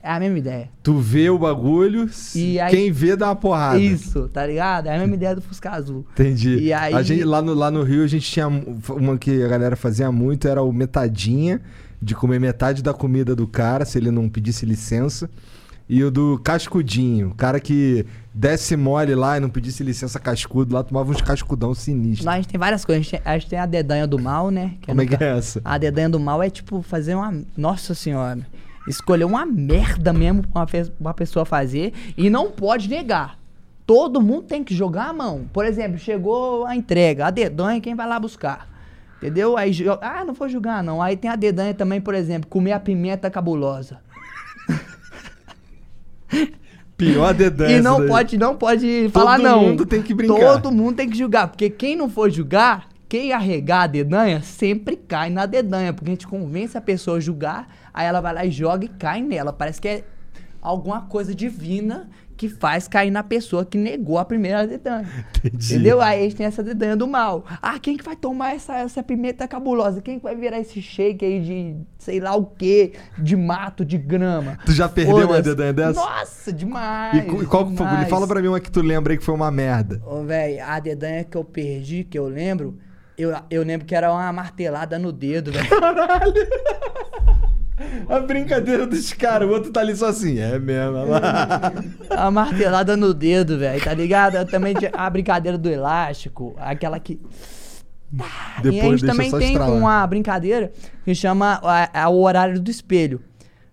[SPEAKER 3] É a mesma ideia.
[SPEAKER 1] Tu vê o bagulho, se-
[SPEAKER 3] E aí-
[SPEAKER 1] quem vê dá uma porrada.
[SPEAKER 3] Isso, tá ligado? É a mesma ideia do Fusca azul.
[SPEAKER 1] Ah, Entendi.
[SPEAKER 3] E aí-
[SPEAKER 1] A gente, lá, no, lá no Rio, a gente tinha um- uma que a galera fazia muito, era o metadinha, de comer metade da comida do cara, se ele não pedisse licença. E o do cascudinho, o cara que desce mole lá e não pedisse licença cascudo, lá tomava uns cascudão sinistro.
[SPEAKER 3] Lá a gente tem várias coisas. A gente, tem- a gente tem a dedanha do mal, né?
[SPEAKER 1] Como é
[SPEAKER 3] nunca-
[SPEAKER 1] que é essa?
[SPEAKER 3] A dedanha do mal é tipo fazer uma. Nossa senhora. Escolher uma merda mesmo pra uma, pe- uma pessoa fazer e não pode negar. Todo mundo tem que jogar a mão. Por exemplo, chegou a entrega, a dedanha, quem vai lá buscar? Entendeu? Aí, jo- ah, não vou julgar, não. Aí tem a dedanha também, por exemplo, comer a pimenta cabulosa.
[SPEAKER 1] Pior dedança.
[SPEAKER 3] E não
[SPEAKER 1] daí.
[SPEAKER 3] pode, não pode
[SPEAKER 1] Todo
[SPEAKER 3] falar não.
[SPEAKER 1] mundo tem que brincar.
[SPEAKER 3] Todo mundo tem que julgar, porque quem não for julgar, quem arregar a dedanha, sempre cai na dedanha, porque a gente convence a pessoa a julgar, aí ela vai lá e joga e cai nela. Parece que é alguma coisa divina que faz cair na pessoa que negou a primeira dedanha.
[SPEAKER 1] Entendi.
[SPEAKER 3] Entendeu? Aí a gente tem essa dedanha do mal. Ah, quem que vai tomar essa, essa pimenta cabulosa? Quem que vai virar esse shake aí de sei lá o quê, de mato, de grama?
[SPEAKER 1] Tu já perdeu uma
[SPEAKER 3] Foda-se.
[SPEAKER 1] dedanha dessa?
[SPEAKER 3] Nossa, demais!
[SPEAKER 1] E, cu- e qual que foi? Me
[SPEAKER 3] demais.
[SPEAKER 1] fala pra mim uma que tu lembra aí que foi uma merda.
[SPEAKER 3] Ô, velho, a dedanha que eu perdi, que eu lembro, eu, eu lembro que era uma martelada no dedo, velho.
[SPEAKER 1] A brincadeira dos caras, o outro tá ali só assim, é mesmo, olha lá.
[SPEAKER 3] A martelada no dedo, velho, tá ligado? Eu também tinha a brincadeira do elástico, aquela que. e a
[SPEAKER 1] Depois
[SPEAKER 3] gente
[SPEAKER 1] deixa
[SPEAKER 3] também
[SPEAKER 1] só
[SPEAKER 3] tem
[SPEAKER 1] estralar.
[SPEAKER 3] uma brincadeira que chama a- a- o horário do espelho.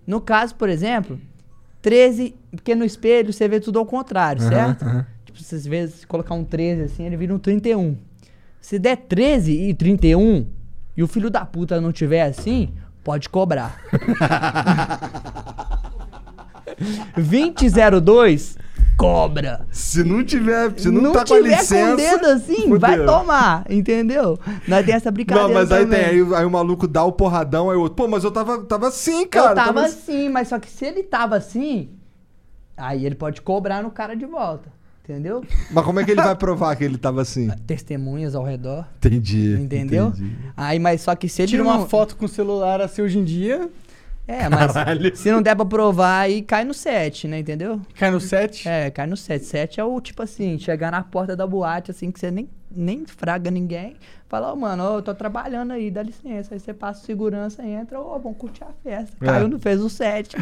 [SPEAKER 3] No caso, por exemplo, 13. Porque no espelho você vê tudo ao contrário,
[SPEAKER 1] Aham,
[SPEAKER 3] certo?
[SPEAKER 1] aham.
[SPEAKER 3] Tipo, se você vê- se colocar um 13 assim, ele vira um 31. Se der 13 e 31, e o filho da puta não tiver assim, pode
[SPEAKER 1] <laughs>
[SPEAKER 3] cobrar. <laughs> 2002 cobra.
[SPEAKER 1] Se não tiver, se não, tá com a
[SPEAKER 3] tiver
[SPEAKER 1] licença.
[SPEAKER 3] né? com o dedo assim,
[SPEAKER 1] fudeu.
[SPEAKER 3] vai tomar, entendeu? Nós tem essa brincadeira
[SPEAKER 1] Não, mas aí
[SPEAKER 3] também.
[SPEAKER 1] tem, aí, aí o maluco dá o porradão, aí o outro, pô, mas eu tava, tava assim, cara.
[SPEAKER 3] eu tava, assim, mas só que se ele tava assim, aí ele pode cobrar no cara de volta, entendeu?
[SPEAKER 1] Mas como é que ele vai provar que ele tava
[SPEAKER 3] <laughs>
[SPEAKER 1] assim?
[SPEAKER 3] Testemunhas ao redor,
[SPEAKER 1] Entendi.
[SPEAKER 3] entendeu?
[SPEAKER 1] entendi.
[SPEAKER 3] Aí, mas só que se ele
[SPEAKER 2] Tira
[SPEAKER 3] não...
[SPEAKER 2] uma foto com o celular assim hoje em dia.
[SPEAKER 3] É, mas
[SPEAKER 2] Caralho.
[SPEAKER 3] se não der pra provar, aí cai no 7, né? Entendeu?
[SPEAKER 2] Cai no 7?
[SPEAKER 3] É, cai no 7. 7 é o tipo assim, chegar na porta da boate, assim, que você nem, nem fraga ninguém. Falar, ô, mano, ô, eu tô trabalhando aí, dá licença. Aí você passa o segurança, entra, ô, vamos curtir a festa.
[SPEAKER 1] É.
[SPEAKER 3] Caiu, no- fez o 7.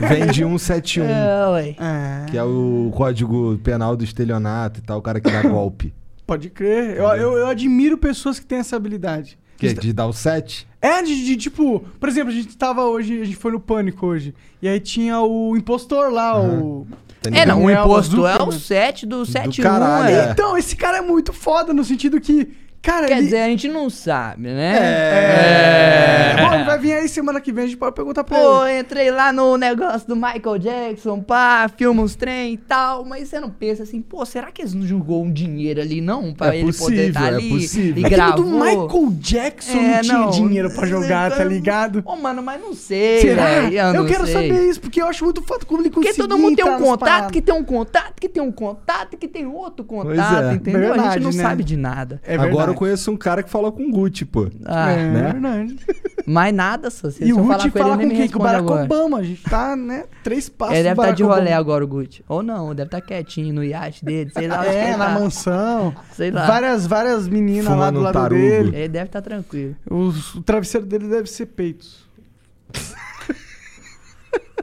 [SPEAKER 1] Vem de 171.
[SPEAKER 3] <laughs> É, ué.
[SPEAKER 2] Tá
[SPEAKER 1] Que é o código penal do estelionato e tal, o cara que dá golpe.
[SPEAKER 2] Pode crer. Eu, eu, eu admiro pessoas que têm essa habilidade.
[SPEAKER 1] Que é de dar o 7?
[SPEAKER 2] É, de, de, tipo, por exemplo, a gente tava hoje, a gente foi no Pânico hoje. E aí tinha o impostor lá, o.
[SPEAKER 3] É, não, o
[SPEAKER 2] Daniel
[SPEAKER 3] imposto é o
[SPEAKER 2] Zuckerman.
[SPEAKER 3] 7 do 7
[SPEAKER 2] caralho,
[SPEAKER 3] 1, é.
[SPEAKER 2] Então, esse cara é muito foda no sentido que. Cara,
[SPEAKER 3] Quer
[SPEAKER 2] ele...
[SPEAKER 3] dizer, a gente não sabe, né?
[SPEAKER 1] É.
[SPEAKER 2] É.
[SPEAKER 3] É.
[SPEAKER 2] Bom, ele vai vir aí semana que vem, a gente pode perguntar pra
[SPEAKER 3] Pô,
[SPEAKER 2] ele.
[SPEAKER 3] entrei lá no negócio do Michael Jackson, pá, filma uns trem e tal, mas você não pensa assim, pô, será que eles não julgou um dinheiro ali não? Pra
[SPEAKER 2] É
[SPEAKER 3] ele poder
[SPEAKER 2] possível,
[SPEAKER 3] estar
[SPEAKER 2] é
[SPEAKER 3] ali
[SPEAKER 2] possível.
[SPEAKER 3] e
[SPEAKER 2] Aquilo
[SPEAKER 3] gravou. É,
[SPEAKER 2] do Michael Jackson não tinha dinheiro pra jogar, tá ligado?
[SPEAKER 3] Ô, mano, mas não sei,
[SPEAKER 2] Será?
[SPEAKER 3] velho, Eu,
[SPEAKER 2] Eu
[SPEAKER 3] não
[SPEAKER 2] quero
[SPEAKER 3] sei.
[SPEAKER 2] saber isso, porque eu acho muito foda como ele
[SPEAKER 3] Porque
[SPEAKER 2] conseguiu.
[SPEAKER 3] todo mundo tem um contato, que tem um contato, que tem um contato, que tem outro contato,
[SPEAKER 1] é.
[SPEAKER 3] entendeu? a gente
[SPEAKER 1] Verdade,
[SPEAKER 3] não
[SPEAKER 1] né?
[SPEAKER 3] sabe de nada.
[SPEAKER 1] Agora eu conheço um cara que falou com o Gucci, pô.
[SPEAKER 3] Ah,
[SPEAKER 1] né?
[SPEAKER 2] É verdade.
[SPEAKER 3] Mais nada, só se
[SPEAKER 2] É. E
[SPEAKER 3] eu
[SPEAKER 2] o
[SPEAKER 3] falar
[SPEAKER 2] Ruth
[SPEAKER 3] com ele,
[SPEAKER 2] fala
[SPEAKER 3] ele
[SPEAKER 2] com
[SPEAKER 3] nem me
[SPEAKER 2] quem? Com o
[SPEAKER 3] responde
[SPEAKER 2] Barack
[SPEAKER 3] agora.
[SPEAKER 2] Obama. A gente tá, né? Três passos
[SPEAKER 3] Ele
[SPEAKER 2] do
[SPEAKER 3] deve estar
[SPEAKER 2] Barack
[SPEAKER 3] de rolê
[SPEAKER 2] Obama.
[SPEAKER 3] agora, o Gucci. Ou não, deve estar quietinho no iate dele, sei lá. onde que
[SPEAKER 2] É,
[SPEAKER 3] ele
[SPEAKER 2] na
[SPEAKER 3] tá.
[SPEAKER 2] mansão.
[SPEAKER 3] Sei lá.
[SPEAKER 2] Várias, várias meninas lá
[SPEAKER 3] Fumando
[SPEAKER 2] do
[SPEAKER 3] um
[SPEAKER 2] lado
[SPEAKER 3] tarugo.
[SPEAKER 2] dele.
[SPEAKER 3] Ele deve estar tranquilo.
[SPEAKER 2] Os- o travesseiro dele deve ser peitos.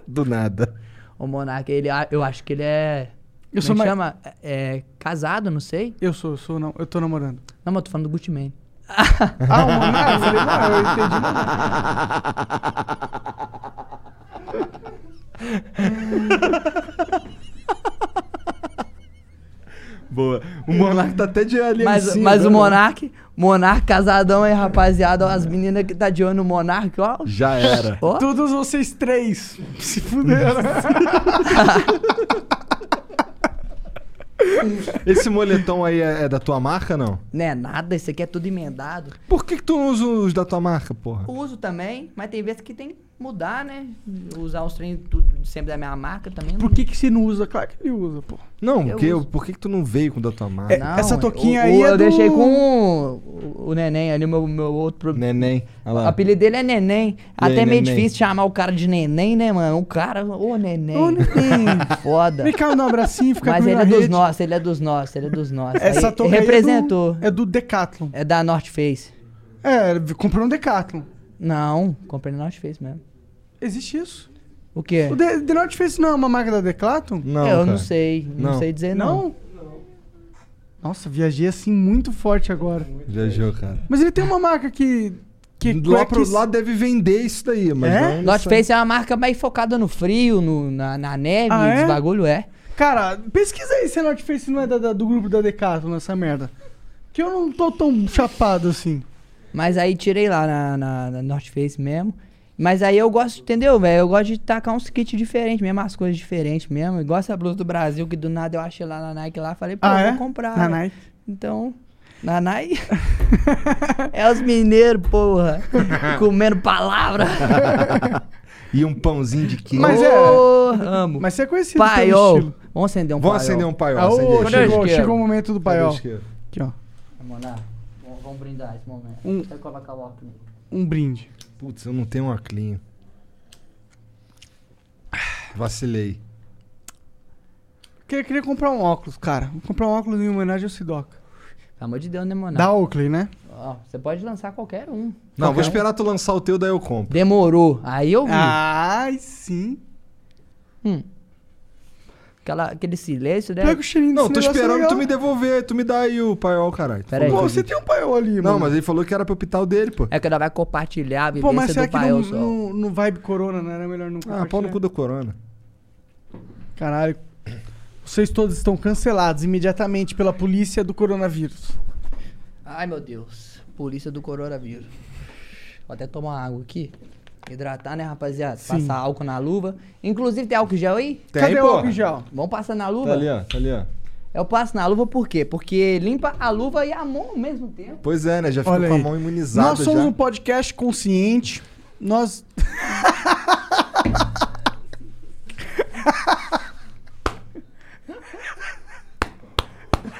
[SPEAKER 1] Do nada.
[SPEAKER 3] O Monark, ele, a- eu acho que ele é...
[SPEAKER 2] Eu
[SPEAKER 3] Eu
[SPEAKER 2] sou
[SPEAKER 3] sou
[SPEAKER 2] mais-
[SPEAKER 3] chama? É, casado, não sei.
[SPEAKER 2] Eu sou, eu sou, não. Eu tô namorando.
[SPEAKER 3] Não, mas eu tô falando do Gucci Mane.
[SPEAKER 2] Ah, o Monark? Eu falei, não, eu entendi.
[SPEAKER 1] Boa. O Monark tá até de
[SPEAKER 2] é
[SPEAKER 1] né? alien.
[SPEAKER 2] assim,
[SPEAKER 3] Mas, mas
[SPEAKER 2] né?
[SPEAKER 3] o Monark, Monark casadão aí, rapaziada. Ó, as meninas que tá de olho no Monark, ó.
[SPEAKER 1] Já era.
[SPEAKER 3] Ó.
[SPEAKER 2] Todos vocês três se fuderam.
[SPEAKER 1] <laughs> Esse moletom aí é, é da tua marca, não?
[SPEAKER 3] Não é nada, isso aqui é tudo emendado.
[SPEAKER 1] Por que, que tu não usa os da tua marca, porra?
[SPEAKER 3] Uso também, mas tem vezes que tem que mudar, né? Usar os trem tudo, sempre da minha marca também.
[SPEAKER 2] Por que, que você não usa? Claro que ele usa, pô.
[SPEAKER 1] Não,
[SPEAKER 3] Eu
[SPEAKER 1] porque,
[SPEAKER 3] uso.
[SPEAKER 1] por que, que tu não veio com o da tua marca?
[SPEAKER 2] É, Não, essa toquinha
[SPEAKER 3] O-
[SPEAKER 2] aí
[SPEAKER 3] o-
[SPEAKER 2] é
[SPEAKER 3] eu
[SPEAKER 2] do-
[SPEAKER 3] deixei com um. o, o neném ali, o meu, meu outro. pro-
[SPEAKER 1] Neném. Olha
[SPEAKER 3] O
[SPEAKER 1] lá.
[SPEAKER 3] É. apelido dele é neném.
[SPEAKER 1] E aí,
[SPEAKER 3] Até é meio
[SPEAKER 1] Neném?
[SPEAKER 3] difícil chamar o cara de neném, né, mano? O cara, ô neném.
[SPEAKER 2] Ô, neném.
[SPEAKER 3] <laughs> Foda.
[SPEAKER 2] Vem cá, me dá um abracinho, fica
[SPEAKER 3] Mas
[SPEAKER 2] comigo
[SPEAKER 3] ele
[SPEAKER 2] na
[SPEAKER 3] é dos
[SPEAKER 2] rede.
[SPEAKER 3] nossos, ele é dos nossos, ele é dos nossos.
[SPEAKER 2] Essa
[SPEAKER 3] Ele-
[SPEAKER 2] torre
[SPEAKER 3] ele
[SPEAKER 2] aí é do-
[SPEAKER 3] representou.
[SPEAKER 2] É do Decathlon.
[SPEAKER 3] É da North Face.
[SPEAKER 2] É, comprou um Decathlon.
[SPEAKER 3] Não, comprei na North Face mesmo.
[SPEAKER 2] Existe isso.
[SPEAKER 3] O quê? É,
[SPEAKER 2] O The, The North Face não é uma marca da Decathlon?
[SPEAKER 1] Não,
[SPEAKER 3] eu não
[SPEAKER 1] cara.
[SPEAKER 3] sei, não, sei dizer não.
[SPEAKER 2] Não? Nossa, viajei assim muito forte agora.
[SPEAKER 1] Viajou, cara.
[SPEAKER 2] Mas ele tem uma marca que... que é
[SPEAKER 1] Lá, pro,
[SPEAKER 2] que-
[SPEAKER 1] lá deve vender isso daí, mas
[SPEAKER 2] É?
[SPEAKER 1] não- não.
[SPEAKER 3] North
[SPEAKER 1] sei.
[SPEAKER 3] Face é uma marca mais focada no frio, no, na, na neve,
[SPEAKER 2] Ah, é?
[SPEAKER 3] esse bagulho é.
[SPEAKER 2] Cara, pesquisa aí se a North Face não é da- da- do grupo da Decathlon, essa merda. Que eu não tô tão chapado assim.
[SPEAKER 3] Mas aí tirei lá na, na, na North Face mesmo. Mas aí eu gosto, entendeu, velho? Eu gosto de tacar uns kits diferentes mesmo, as coisas diferentes mesmo. Igual essa blusa do Brasil, que do nada eu achei lá na Nike lá, falei, pô,
[SPEAKER 2] Ah,
[SPEAKER 3] vou
[SPEAKER 2] é?
[SPEAKER 3] comprar.
[SPEAKER 2] Na
[SPEAKER 3] né?
[SPEAKER 2] Nike?
[SPEAKER 3] Então, na Nike. <laughs> é os mineiros,
[SPEAKER 1] <laughs>
[SPEAKER 3] porra. Comendo palavra.
[SPEAKER 1] E um pãozinho de
[SPEAKER 2] <laughs>
[SPEAKER 1] queijo.
[SPEAKER 2] Mas é-
[SPEAKER 3] Ô,
[SPEAKER 2] <laughs>
[SPEAKER 3] Amo.
[SPEAKER 2] Mas você é conhecido pelo
[SPEAKER 3] Paiol.
[SPEAKER 2] estilo.
[SPEAKER 3] Vamos acender um
[SPEAKER 1] Vamos
[SPEAKER 3] paiol.
[SPEAKER 1] acender um paiol.
[SPEAKER 2] Ah, ô,
[SPEAKER 1] acender.
[SPEAKER 3] Cadê o
[SPEAKER 2] chegou,
[SPEAKER 3] isqueiro?
[SPEAKER 2] chegou o momento do
[SPEAKER 1] Cadê o
[SPEAKER 2] paiol.
[SPEAKER 1] isqueiro?
[SPEAKER 2] Aqui, ó.
[SPEAKER 3] Vamos lá. Vamos vamos brindar esse momento.
[SPEAKER 2] Um-
[SPEAKER 3] Deixa eu colocar o óculos.
[SPEAKER 2] Um brinde.
[SPEAKER 1] Putz, eu não tenho um aclinho. Ah, Vacilei.
[SPEAKER 2] Queria, queria comprar um óculos, cara. Vou comprar um óculos em homenagem ao Sidoca.
[SPEAKER 3] Pelo amor de Deus, né, mano?
[SPEAKER 2] Da Oakley, né?
[SPEAKER 3] Ó, você pode lançar qualquer um.
[SPEAKER 1] Não, vou
[SPEAKER 3] Qualquer um.
[SPEAKER 1] esperar tu lançar o teu, daí eu compro.
[SPEAKER 3] Demorou. Aí eu vi.
[SPEAKER 2] Ah. Ai, sim.
[SPEAKER 3] Aquela- aquele silêncio, né?
[SPEAKER 2] Pega o cheirinho
[SPEAKER 1] Não,
[SPEAKER 2] desse
[SPEAKER 1] tô
[SPEAKER 2] negócio é
[SPEAKER 1] esperando
[SPEAKER 2] legal.
[SPEAKER 1] tu me devolver, tu me dá aí o paiol, caralho. Tu
[SPEAKER 3] Pera aí.
[SPEAKER 2] Pô,
[SPEAKER 1] falou-
[SPEAKER 2] você tem um paiol ali, mano.
[SPEAKER 1] Não, mas ele falou que era pro hospital dele, pô.
[SPEAKER 3] É que ela vai compartilhar a vivência
[SPEAKER 2] Pô, mas será
[SPEAKER 3] é do
[SPEAKER 2] que
[SPEAKER 3] pai
[SPEAKER 2] não,
[SPEAKER 3] ao sol.
[SPEAKER 2] não, não vibe corona, né? Era melhor não
[SPEAKER 1] Ah, pau no
[SPEAKER 2] compartilhar.
[SPEAKER 1] cu do corona.
[SPEAKER 2] Tá Caralho. Vocês todos estão cancelados imediatamente pela polícia do coronavírus.
[SPEAKER 3] Ai, meu Deus. Polícia do coronavírus. Vou até tomar água aqui. Hidratar, né, rapaziada? Passar álcool na luva. Inclusive, tem álcool em gel aí?
[SPEAKER 1] Tem, Cadê o porra? álcool em gel?
[SPEAKER 3] Vamos passar na luva?
[SPEAKER 1] Tá ali, ó. Tá ali, ó.
[SPEAKER 3] Eu passo na luva por quê? Porque limpa a luva e a mão ao mesmo tempo.
[SPEAKER 1] Pois é, né? Já ficou
[SPEAKER 2] Olha
[SPEAKER 1] com a
[SPEAKER 2] aí.
[SPEAKER 1] mão imunizada.
[SPEAKER 2] Nós somos
[SPEAKER 1] já.
[SPEAKER 2] um podcast consciente. Nós.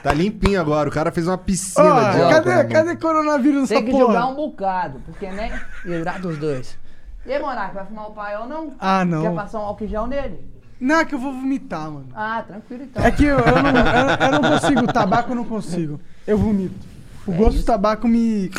[SPEAKER 1] Tá limpinho agora. O cara fez uma piscina
[SPEAKER 2] Ó,
[SPEAKER 1] de álcool.
[SPEAKER 2] cadê-
[SPEAKER 1] na mão.
[SPEAKER 2] cadê coronavírus
[SPEAKER 3] Tem
[SPEAKER 2] nessa
[SPEAKER 3] que
[SPEAKER 2] porra?
[SPEAKER 3] jogar um bocado, porque, né? Hidrata os dois. E aí, Monark, vai fumar o pai ou não?
[SPEAKER 2] Ah, não.
[SPEAKER 3] Quer passar um álcool em gel nele?
[SPEAKER 2] Não, é que eu vou vomitar, mano.
[SPEAKER 3] Ah, tranquilo então.
[SPEAKER 2] É que eu, eu não, eu, eu não consigo, tabaco eu não consigo. Eu vomito. O
[SPEAKER 3] É
[SPEAKER 2] gosto do tabaco me.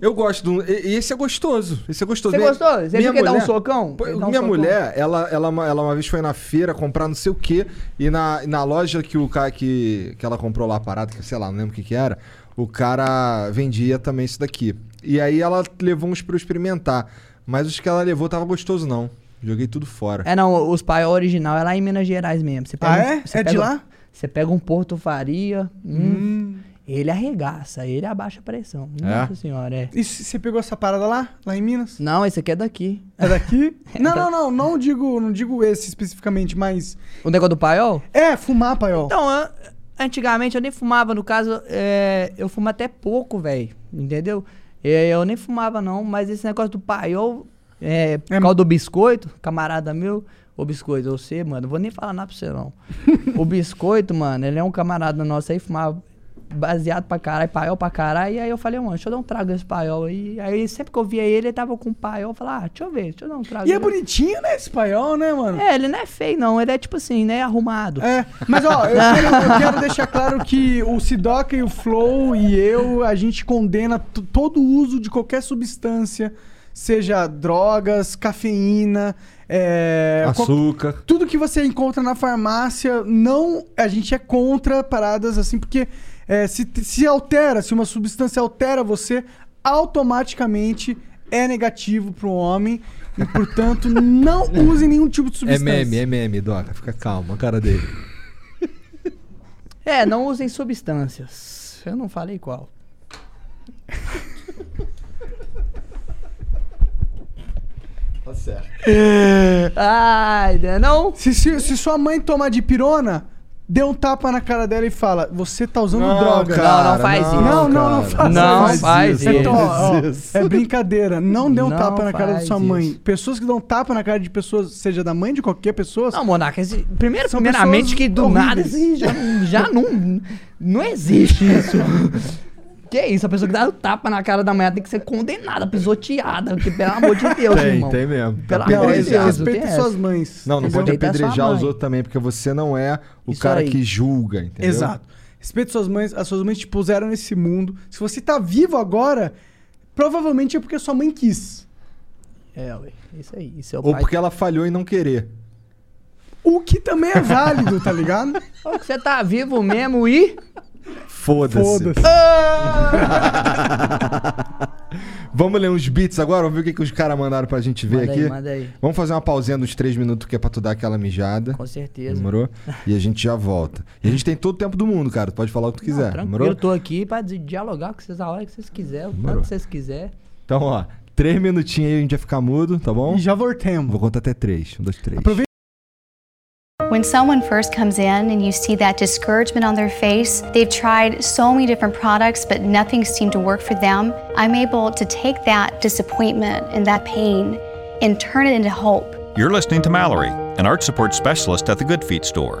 [SPEAKER 1] Eu gosto. do- e- e Esse é gostoso. Esse é gostoso.
[SPEAKER 2] Você
[SPEAKER 1] Minha-
[SPEAKER 2] gostou? Você viu
[SPEAKER 1] minha
[SPEAKER 2] que dá um
[SPEAKER 1] mulher-
[SPEAKER 2] socão?
[SPEAKER 1] Pô,
[SPEAKER 2] Ele dá um
[SPEAKER 1] Minha
[SPEAKER 2] socão.
[SPEAKER 1] mulher, ela, ela, uma- ela uma vez foi na feira comprar não sei o quê. E na, na loja que o cara que, que ela comprou lá parado, que sei lá, não lembro o que, que era, o cara vendia também isso daqui. E aí ela levou uns pra eu experimentar. Mas os que ela levou tava gostoso, não. Joguei tudo fora.
[SPEAKER 3] É, não, os pai original é lá em Minas Gerais mesmo. Você pega
[SPEAKER 1] Ah,
[SPEAKER 3] um-
[SPEAKER 1] é?
[SPEAKER 3] você
[SPEAKER 1] É de
[SPEAKER 3] pega-
[SPEAKER 1] lá?
[SPEAKER 3] Você pega um Porto Faria, hum, ele arregaça, ele abaixa a pressão. Nossa senhora, é.
[SPEAKER 2] E se- você pegou essa parada lá? Lá em Minas?
[SPEAKER 3] Não, esse aqui é daqui.
[SPEAKER 2] É
[SPEAKER 3] <laughs>
[SPEAKER 2] daqui? não, não,
[SPEAKER 3] da-
[SPEAKER 2] não. Não digo, não digo esse especificamente, mas.
[SPEAKER 3] O negócio do paiol?
[SPEAKER 2] É, fumar paiol.
[SPEAKER 3] Então, an- antigamente eu nem fumava, no caso, é, eu fumo até pouco, velho, entendeu? É, Eu nem fumava não, mas esse negócio do paiol, é, por causa do biscoito, camarada meu, o biscoito, você, mano, eu vou nem falar nada pra você
[SPEAKER 2] <laughs>
[SPEAKER 3] não. o biscoito, mano, ele é um camarada nosso aí, fumava baseado pra caralho, paiol pra caralho, e aí eu falei, mano, deixa eu dar um trago nesse paiol aí. Aí sempre que eu via ele, ele tava com paiol, eu falava, ah, deixa eu ver, deixa eu dar um trago.
[SPEAKER 2] E é
[SPEAKER 3] nele.
[SPEAKER 2] bonitinho, né, esse paiol, né, mano?
[SPEAKER 3] É, ele não é feio não, ele é tipo assim, né, arrumado.
[SPEAKER 2] É, Mas ó, eu quero, eu quero deixar claro que o Sidoca e o Flow e eu, a gente condena t- todo o uso de qualquer substância, seja drogas, cafeína, é, qual-
[SPEAKER 1] Açúcar.
[SPEAKER 2] tudo que você encontra na farmácia, não. A gente é contra paradas assim, porque é, se, t- se altera, se uma substância altera você, automaticamente é negativo para o homem. E,
[SPEAKER 3] <laughs>
[SPEAKER 2] portanto, não use nenhum tipo de
[SPEAKER 1] É
[SPEAKER 2] substância.
[SPEAKER 1] meme, é meme, Doca. Fica calma, a cara dele.
[SPEAKER 3] É, não usem substâncias. Eu não falei qual.
[SPEAKER 4] Tá certo.
[SPEAKER 3] Ai, né, não?
[SPEAKER 2] Se, se, se sua mãe tomar de pirona, dê um tapa na cara dela e fala: Você tá usando
[SPEAKER 3] Não,
[SPEAKER 2] droga.
[SPEAKER 3] cara, Não, não faz não, isso.
[SPEAKER 2] Não, não, não
[SPEAKER 3] cara.
[SPEAKER 2] faz
[SPEAKER 3] Não faz
[SPEAKER 2] É, to- ó,
[SPEAKER 3] isso.
[SPEAKER 2] é brincadeira. Não dê um
[SPEAKER 3] Não
[SPEAKER 2] tapa na cara da
[SPEAKER 3] faz
[SPEAKER 2] sua mãe.
[SPEAKER 3] isso.
[SPEAKER 2] Pessoas que dão tapa na cara de pessoas, seja da mãe de qualquer pessoa.
[SPEAKER 3] Não, Monarca, esse- primeiro,
[SPEAKER 2] São
[SPEAKER 3] primeiramente
[SPEAKER 2] pessoas
[SPEAKER 3] que do
[SPEAKER 2] horríveis.
[SPEAKER 3] nada isso já, não- já não, não existe isso. que isso, a pessoa que dá um tapa na cara da mulher tem que ser condenada, pisoteada, porque pelo amor de Deus,
[SPEAKER 1] tem,
[SPEAKER 3] irmão.
[SPEAKER 1] tem mesmo.
[SPEAKER 3] Pelo
[SPEAKER 1] Tá
[SPEAKER 3] amor de
[SPEAKER 1] apedrejado.
[SPEAKER 3] Deus, não é, tem essa.
[SPEAKER 1] Não, não pode
[SPEAKER 2] Respeita a sua
[SPEAKER 1] apedrejar os
[SPEAKER 2] mãe.
[SPEAKER 1] outros também, porque você não é o
[SPEAKER 2] Isso
[SPEAKER 1] cara
[SPEAKER 2] aí.
[SPEAKER 1] que julga, entendeu?
[SPEAKER 2] Exato. Respeite suas mães, as suas mães te puseram nesse mundo. Se você tá vivo agora, provavelmente é porque sua mãe quis.
[SPEAKER 3] É, ué, isso aí, isso é o
[SPEAKER 1] Ou
[SPEAKER 3] pai.
[SPEAKER 1] porque ela falhou em não querer.
[SPEAKER 2] O que também é válido, tá ligado?
[SPEAKER 3] Ou que você tá vivo mesmo e...
[SPEAKER 1] Foda-se. Ah! <laughs> Vamos ler uns beats agora? Vamos ver o que, que os caras mandaram pra gente ver
[SPEAKER 3] Manda aí,
[SPEAKER 1] aqui?
[SPEAKER 3] manda aí.
[SPEAKER 1] Vamos fazer uma pausinha dos três minutos que é pra tu dar aquela mijada.
[SPEAKER 3] Com certeza. <laughs>
[SPEAKER 1] Demorou? E a gente já volta. E a gente tem todo o tempo do mundo, cara. Tu pode falar o que tu quiser.
[SPEAKER 3] Tranquilo,
[SPEAKER 1] demorou?
[SPEAKER 3] eu tô aqui pra di- dialogar com vocês a hora que vocês quiserem, o tanto
[SPEAKER 1] Demorou.
[SPEAKER 3] que vocês quiserem.
[SPEAKER 1] Então, ó, três minutinhos aí a gente vai ficar mudo, tá <laughs> bom? E
[SPEAKER 2] já voltemos.
[SPEAKER 1] Vou contar até três. Um, dois, três.
[SPEAKER 9] When someone first comes in and you see that discouragement on their face, they've tried so many different products, but nothing seemed to work for them. I'm able to take that disappointment and that pain and turn it into hope.
[SPEAKER 11] You're listening to Mallory, an art support specialist at the Good Feet store.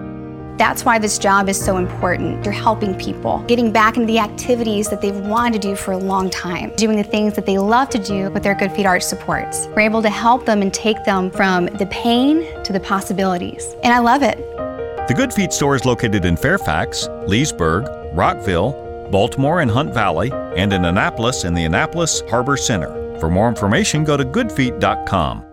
[SPEAKER 9] That's why this job is so important. You're helping people, getting back into the activities that they've wanted to do for a long time, doing the things that they love to do with their Good Feet Arch supports. We're able to help them and take them from the pain to the possibilities. And I love it.
[SPEAKER 11] The Good Feet store is located in Fairfax, Leesburg, Rockville, Baltimore and Hunt Valley, and in Annapolis in the Annapolis Harbor Center. For more information, go to goodfeet.com.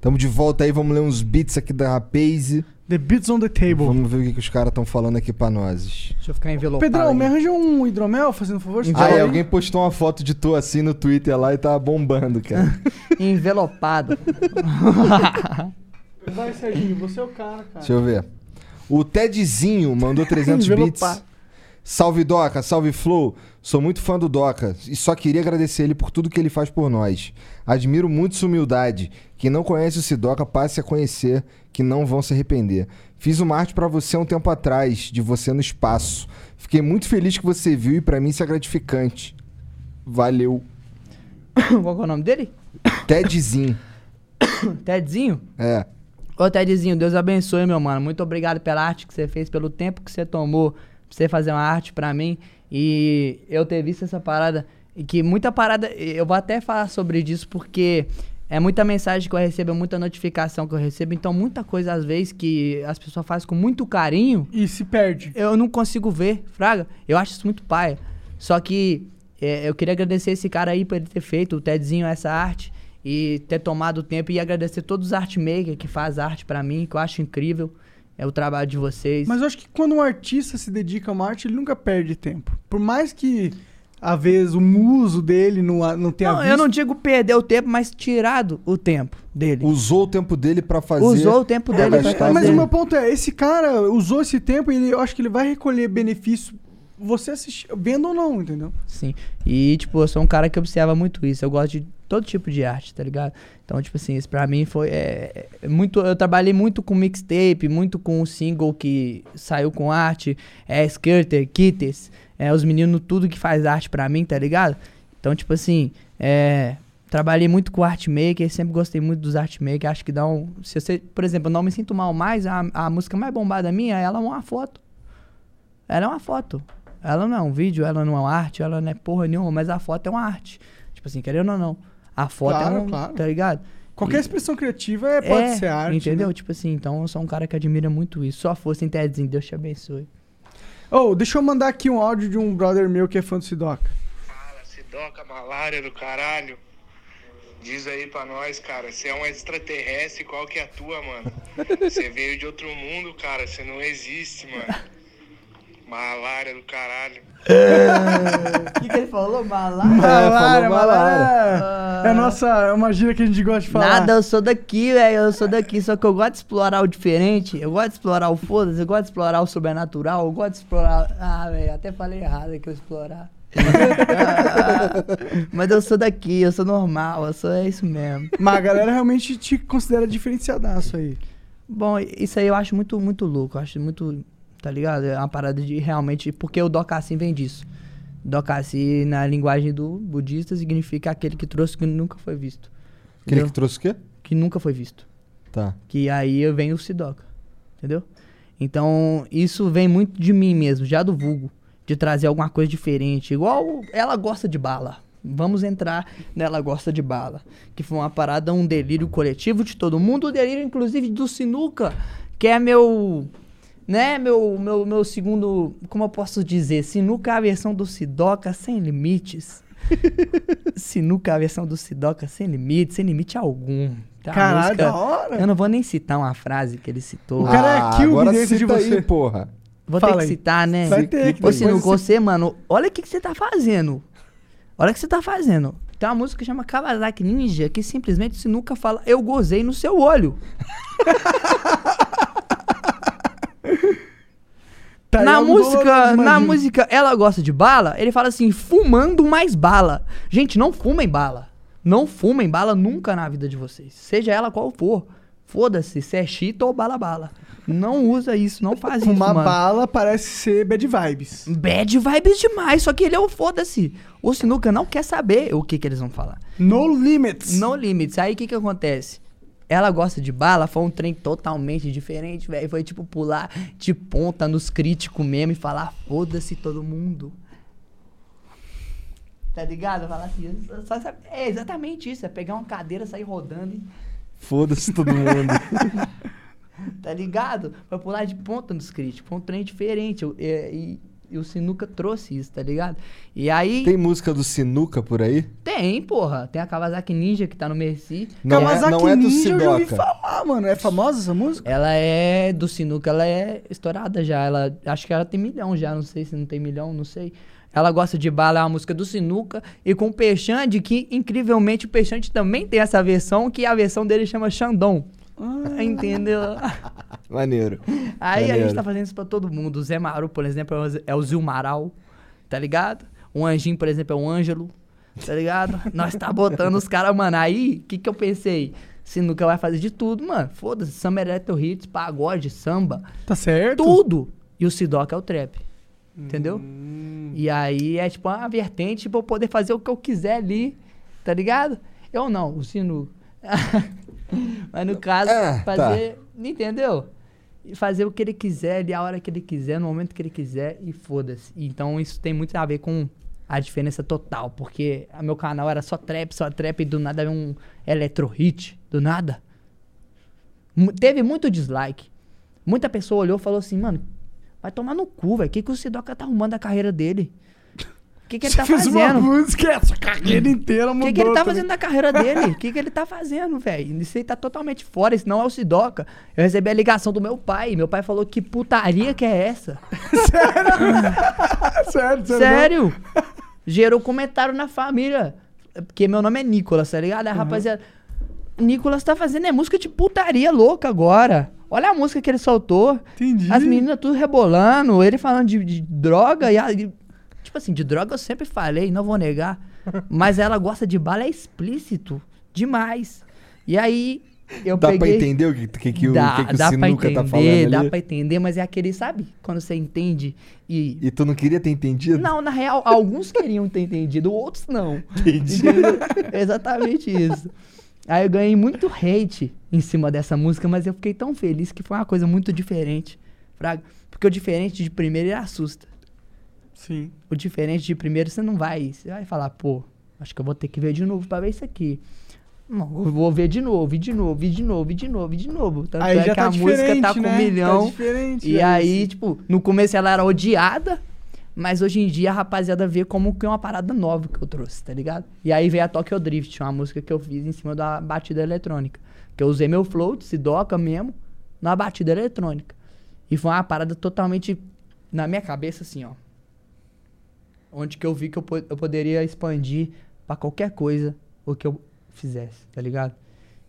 [SPEAKER 1] Tamo de volta aí, vamos ler uns beats aqui da Rapaze.
[SPEAKER 2] The Beats on the Table.
[SPEAKER 1] Vamos ver o que, que os caras estão falando aqui pra nós.
[SPEAKER 3] Deixa eu ficar envelopado.
[SPEAKER 2] Pedrão,
[SPEAKER 3] aqui.
[SPEAKER 2] me arranja um hidromel, fazendo favor.
[SPEAKER 1] Ah, é, alguém postou uma foto de tu assim no Twitter lá e tá bombando, cara.
[SPEAKER 3] Envelopado.
[SPEAKER 2] Vai, Serginho, você é o cara, cara.
[SPEAKER 1] Deixa eu ver. O Tedzinho mandou 300 bits.
[SPEAKER 2] Envelopar.
[SPEAKER 1] Salve Doca, salve Flow. Sou muito fã do Doca e só queria agradecer ele por tudo que ele faz por nós. Admiro muito sua humildade. Quem não conhece o Sidoca, passe a conhecer, que não vão se arrepender. Fiz uma arte pra você há um tempo atrás, de você no espaço. Fiquei muito feliz que você viu e pra mim isso é gratificante. Valeu.
[SPEAKER 3] <coughs> Qual que é o nome dele?
[SPEAKER 1] Tedzinho.
[SPEAKER 3] Tedzinho?
[SPEAKER 1] É.
[SPEAKER 3] Ô, Tedzinho, Deus abençoe, meu mano. Muito obrigado pela arte que você fez, pelo tempo que você tomou pra você fazer uma arte pra mim. E eu ter visto essa parada. E que muita parada. Eu vou até falar sobre disso porque é muita mensagem que eu recebo, é muita notificação que eu recebo. Então, muita coisa, às vezes, que as pessoas fazem com muito carinho.
[SPEAKER 2] E se perde.
[SPEAKER 3] Eu não consigo ver, Fraga. Eu acho isso muito paia. Só que é, eu queria agradecer esse cara aí por ele ter feito, o Tedzinho, essa arte e ter tomado o tempo e agradecer todos os art makers que faz arte pra mim, que eu acho incrível. É o trabalho de vocês.
[SPEAKER 2] Mas eu acho que quando um artista se dedica a uma arte, ele nunca perde tempo. Por mais que, às vezes, o muso dele não, a- não tenha
[SPEAKER 3] não,
[SPEAKER 2] visto.
[SPEAKER 3] eu não digo perder o tempo, mas tirado o tempo dele.
[SPEAKER 1] Usou o tempo dele pra fazer.
[SPEAKER 3] Usou o tempo
[SPEAKER 1] pra
[SPEAKER 3] dele pra
[SPEAKER 1] gastar.
[SPEAKER 2] Mas o meu ponto é, esse cara usou esse tempo e ele- eu acho que ele vai recolher benefício você assistir, vendo ou não, entendeu?
[SPEAKER 3] Sim. E, tipo, eu sou um cara que observa muito isso. Eu gosto de todo tipo de arte, tá ligado? Então, tipo assim, isso pra mim foi. é, é muito, eu trabalhei muito com mixtape, muito com o single que saiu com arte, é Skirter, Kitters, é, os meninos, tudo que faz arte pra mim, tá ligado? Então, tipo assim, é, Trabalhei muito com art maker, sempre gostei muito dos art maker. Acho que dá um. Se você, por exemplo, eu não me sinto mal mais, a, a música mais bombada minha, ela é uma foto. Ela é uma foto. Ela não é um vídeo, ela não é uma arte, ela não é porra nenhuma, mas a foto é uma arte. Tipo assim, querendo ou não. A foto é
[SPEAKER 2] Claro,
[SPEAKER 3] um,
[SPEAKER 2] claro.
[SPEAKER 3] tá ligado?
[SPEAKER 2] Qualquer
[SPEAKER 3] E-
[SPEAKER 2] expressão criativa é, pode
[SPEAKER 3] é,
[SPEAKER 2] ser arte. né?
[SPEAKER 3] Entendeu? Tipo assim, então eu sou um cara que admira muito isso. Só fosse em Tedzinho, Deus te abençoe.
[SPEAKER 2] Oh, deixa eu mandar aqui um áudio de um brother meu que é fã do Sidoca.
[SPEAKER 12] Sidoca, malária do caralho. Diz aí pra nós, cara, você é um extraterrestre, qual que é a tua, mano? Você veio de outro mundo, cara, você não existe,
[SPEAKER 9] <laughs>
[SPEAKER 12] mano. Malária do caralho.
[SPEAKER 3] O que, que ele falou? Ah.
[SPEAKER 2] Malária,
[SPEAKER 3] Malária?
[SPEAKER 2] malária. É nossa, é uma gíria que a gente gosta de falar.
[SPEAKER 3] Nada, eu sou daqui, velho. Eu sou daqui. Só que eu gosto de explorar o diferente. Eu gosto de explorar o foda-se. Eu gosto de explorar o sobrenatural. Eu gosto de explorar. Ah, velho, até falei errado aqui eu explorar. Mas eu sou daqui, eu sou normal, eu sou é isso mesmo.
[SPEAKER 2] Mas a galera realmente te considera diferenciadaço aí.
[SPEAKER 3] Bom, isso aí eu acho muito, muito louco. Eu acho muito, tá ligado? É uma parada de realmente. Porque o Dokassin vem disso. Dokassin, na linguagem do budista, significa aquele que trouxe o que nunca foi visto.
[SPEAKER 1] Aquele
[SPEAKER 3] Entendeu?
[SPEAKER 1] que trouxe o quê?
[SPEAKER 3] Que nunca foi visto.
[SPEAKER 1] Tá.
[SPEAKER 3] Que aí eu venho o Sidoca. Entendeu? Então, isso vem muito de mim mesmo, já do vulgo. De trazer alguma coisa diferente. Igual ela gosta de bala. Vamos entrar nela gosta de bala. Que foi uma parada, um delírio coletivo de todo mundo. Um delírio, inclusive, do Sinuca. Que é meu... Né, meu, meu, meu segundo... Como eu posso dizer? Sinuca é a versão do Sidoca
[SPEAKER 2] <laughs>
[SPEAKER 3] sem limites. Sinuca é a versão do Sidoca sem limites. Sem limite algum. Tá? A
[SPEAKER 2] Caralho,
[SPEAKER 3] música-
[SPEAKER 2] da hora.
[SPEAKER 3] Eu não vou nem citar uma frase que ele citou.
[SPEAKER 2] O cara é kill
[SPEAKER 1] Ah, agora
[SPEAKER 2] evidência de
[SPEAKER 1] cita aí,
[SPEAKER 2] você.
[SPEAKER 1] porra.
[SPEAKER 3] Vou
[SPEAKER 2] Fala
[SPEAKER 3] ter que
[SPEAKER 2] aí.
[SPEAKER 3] citar, né?
[SPEAKER 2] Vai ter que
[SPEAKER 3] Ô, Sinuca,
[SPEAKER 2] depois
[SPEAKER 3] você, mano, olha o que, que você tá fazendo. Olha o que você tá fazendo. Tem uma música que chama Kawasaki Ninja, que simplesmente o Sinuca fala, eu gozei no seu olho.
[SPEAKER 2] <laughs> Tá,
[SPEAKER 3] na
[SPEAKER 2] eu não dou
[SPEAKER 3] música,
[SPEAKER 2] nada,
[SPEAKER 3] na
[SPEAKER 2] imagino.
[SPEAKER 3] música, ela gosta de bala, ele fala assim, fumando mais bala. Gente, não fumem bala. Não fumem bala nunca na vida de vocês. Seja ela qual for. Foda-se, se é chita ou bala bala. Não usa isso, não faz isso,
[SPEAKER 2] Fumar
[SPEAKER 3] mano.
[SPEAKER 2] bala parece ser bad vibes.
[SPEAKER 3] Bad vibes demais, só que ele é o foda-se. O Sinuca não quer saber o que, que eles vão falar.
[SPEAKER 2] No limits.
[SPEAKER 3] No limits. Aí o que que acontece? Ela gosta de bala, foi um trem totalmente diferente, velho. Foi tipo pular de ponta nos críticos mesmo e falar foda-se todo mundo. Tá ligado? Falar assim, só- só- é exatamente isso, é pegar uma cadeira, sair rodando e
[SPEAKER 1] Foda-se todo
[SPEAKER 3] <laughs>
[SPEAKER 1] mundo.
[SPEAKER 3] tá ligado? Vai pular de ponta nos críticos. Foi um trem diferente. Eu- é, e E o Sinuca trouxe isso, tá ligado? E aí.
[SPEAKER 1] Tem música do Sinuca por aí?
[SPEAKER 3] Tem, porra. Tem a Kawasaki Ninja que tá no Merci.
[SPEAKER 1] Não,
[SPEAKER 3] Kawasaki
[SPEAKER 1] não é do
[SPEAKER 3] Ninja
[SPEAKER 1] Sidoca.
[SPEAKER 2] falar, mano. É famosa essa música?
[SPEAKER 3] Ela é do Sinuca, ela é estourada já. Ela, acho que ela tem milhão já, não sei se não tem milhão, não sei. Ela gosta de bala, é uma música do Sinuca. E com o Peixande, que incrivelmente o Peixande também tem essa versão, que a versão dele chama Xandão. entendeu?
[SPEAKER 1] Maneiro.
[SPEAKER 3] Aí a gente
[SPEAKER 1] Maneiro.
[SPEAKER 3] tá fazendo isso pra todo mundo. O Zé Maru, por exemplo, é o Z- é o Zilmaral, tá ligado? O Anjinho, por exemplo, é o Ângelo, tá ligado? Nós tá botando os caras, mano. Aí, o que que eu pensei? Sinuca vai fazer de tudo, mano. Foda-se, samba electro hits, pagode, samba.
[SPEAKER 2] Tá certo.
[SPEAKER 3] Tudo. E o Sidoca é o trap, entendeu? E aí é tipo uma vertente pra eu poder fazer o que eu quiser ali, tá ligado? Eu não, o Sinuca. <laughs> Mas no caso,
[SPEAKER 1] tá.
[SPEAKER 3] fazer... Entendeu? E fazer o que ele quiser, ali a hora que ele quiser, no momento que ele quiser e foda-se. Então isso tem muito a ver com a diferença total, porque a meu canal era só trap, só trap e do nada veio um electro hit, do nada. Mu- teve muito dislike. Muita pessoa olhou e falou assim, mano, vai tomar no cu, velho. O que, que o Sidoca tá arrumando a carreira dele? O que, que ele
[SPEAKER 2] Você
[SPEAKER 3] tá
[SPEAKER 2] fez
[SPEAKER 3] fazendo?
[SPEAKER 2] uma música, essa carreira inteira
[SPEAKER 3] O
[SPEAKER 2] mudou.
[SPEAKER 3] que, que ele tá
[SPEAKER 2] também.
[SPEAKER 3] fazendo na carreira dele? O que, que ele tá fazendo, velho? Isso aí tá totalmente fora, isso não é o Sidoca. Eu recebi a ligação do meu pai. Meu pai falou que putaria que é essa?
[SPEAKER 2] sério,
[SPEAKER 1] Tá
[SPEAKER 3] Sério? <laughs> Gerou comentário na família. Porque meu nome é Nicolas, tá ligado? Aí, rapaziada. Nicolas tá fazendo é música de putaria louca agora. Olha a música que ele soltou.
[SPEAKER 2] Entendi.
[SPEAKER 3] As meninas tudo rebolando, ele falando de, de droga e, a- e- Tipo assim, de droga eu sempre falei, não
[SPEAKER 1] <laughs>
[SPEAKER 3] vou negar. Mas ela gosta de bala, é explícito. Demais. E aí, eu
[SPEAKER 1] Dá pra
[SPEAKER 3] peguei
[SPEAKER 1] entender o que, que, que o-
[SPEAKER 3] dá,
[SPEAKER 1] que que o
[SPEAKER 3] dá pra
[SPEAKER 1] Sinuca
[SPEAKER 3] entender,
[SPEAKER 1] tá falando
[SPEAKER 3] Dá
[SPEAKER 1] ali?
[SPEAKER 3] pra entender, mas é aquele, sabe? Quando você entende e...
[SPEAKER 1] E tu não queria ter entendido?
[SPEAKER 3] Não, na real, alguns queriam ter entendido, outros não.
[SPEAKER 1] Entendi.
[SPEAKER 3] Entendeu? É Exatamente isso. Aí eu ganhei muito hate em cima dessa música, mas eu fiquei tão feliz que foi uma coisa muito diferente. Fraga. Porque o diferente de primeiro ele assusta.
[SPEAKER 2] Sim.
[SPEAKER 3] O diferente de primeiro você não vai. Você vai falar, pô, acho que eu vou ter que ver de novo pra ver isso aqui. Não, eu vou ver de novo, e de novo, e de novo, e de novo, e de novo. Tanto
[SPEAKER 2] Aí
[SPEAKER 3] é
[SPEAKER 2] já
[SPEAKER 3] que
[SPEAKER 2] tá
[SPEAKER 3] a música
[SPEAKER 2] diferente,
[SPEAKER 3] tá com
[SPEAKER 2] né?
[SPEAKER 3] um milhão.
[SPEAKER 2] Tá diferente,
[SPEAKER 3] e
[SPEAKER 2] é
[SPEAKER 3] aí,
[SPEAKER 2] isso.
[SPEAKER 3] tipo, no começo ela era odiada, mas hoje em dia a rapaziada vê como que é uma parada nova que eu trouxe, tá ligado? E aí veio a Tokyo Drift, uma música que eu fiz em cima da batida eletrônica. Que eu usei meu float, Sidoca mesmo, na batida eletrônica. E foi uma parada totalmente na minha cabeça, assim, ó onde que eu vi que eu, po- eu poderia expandir pra qualquer coisa o que eu fizesse, tá ligado?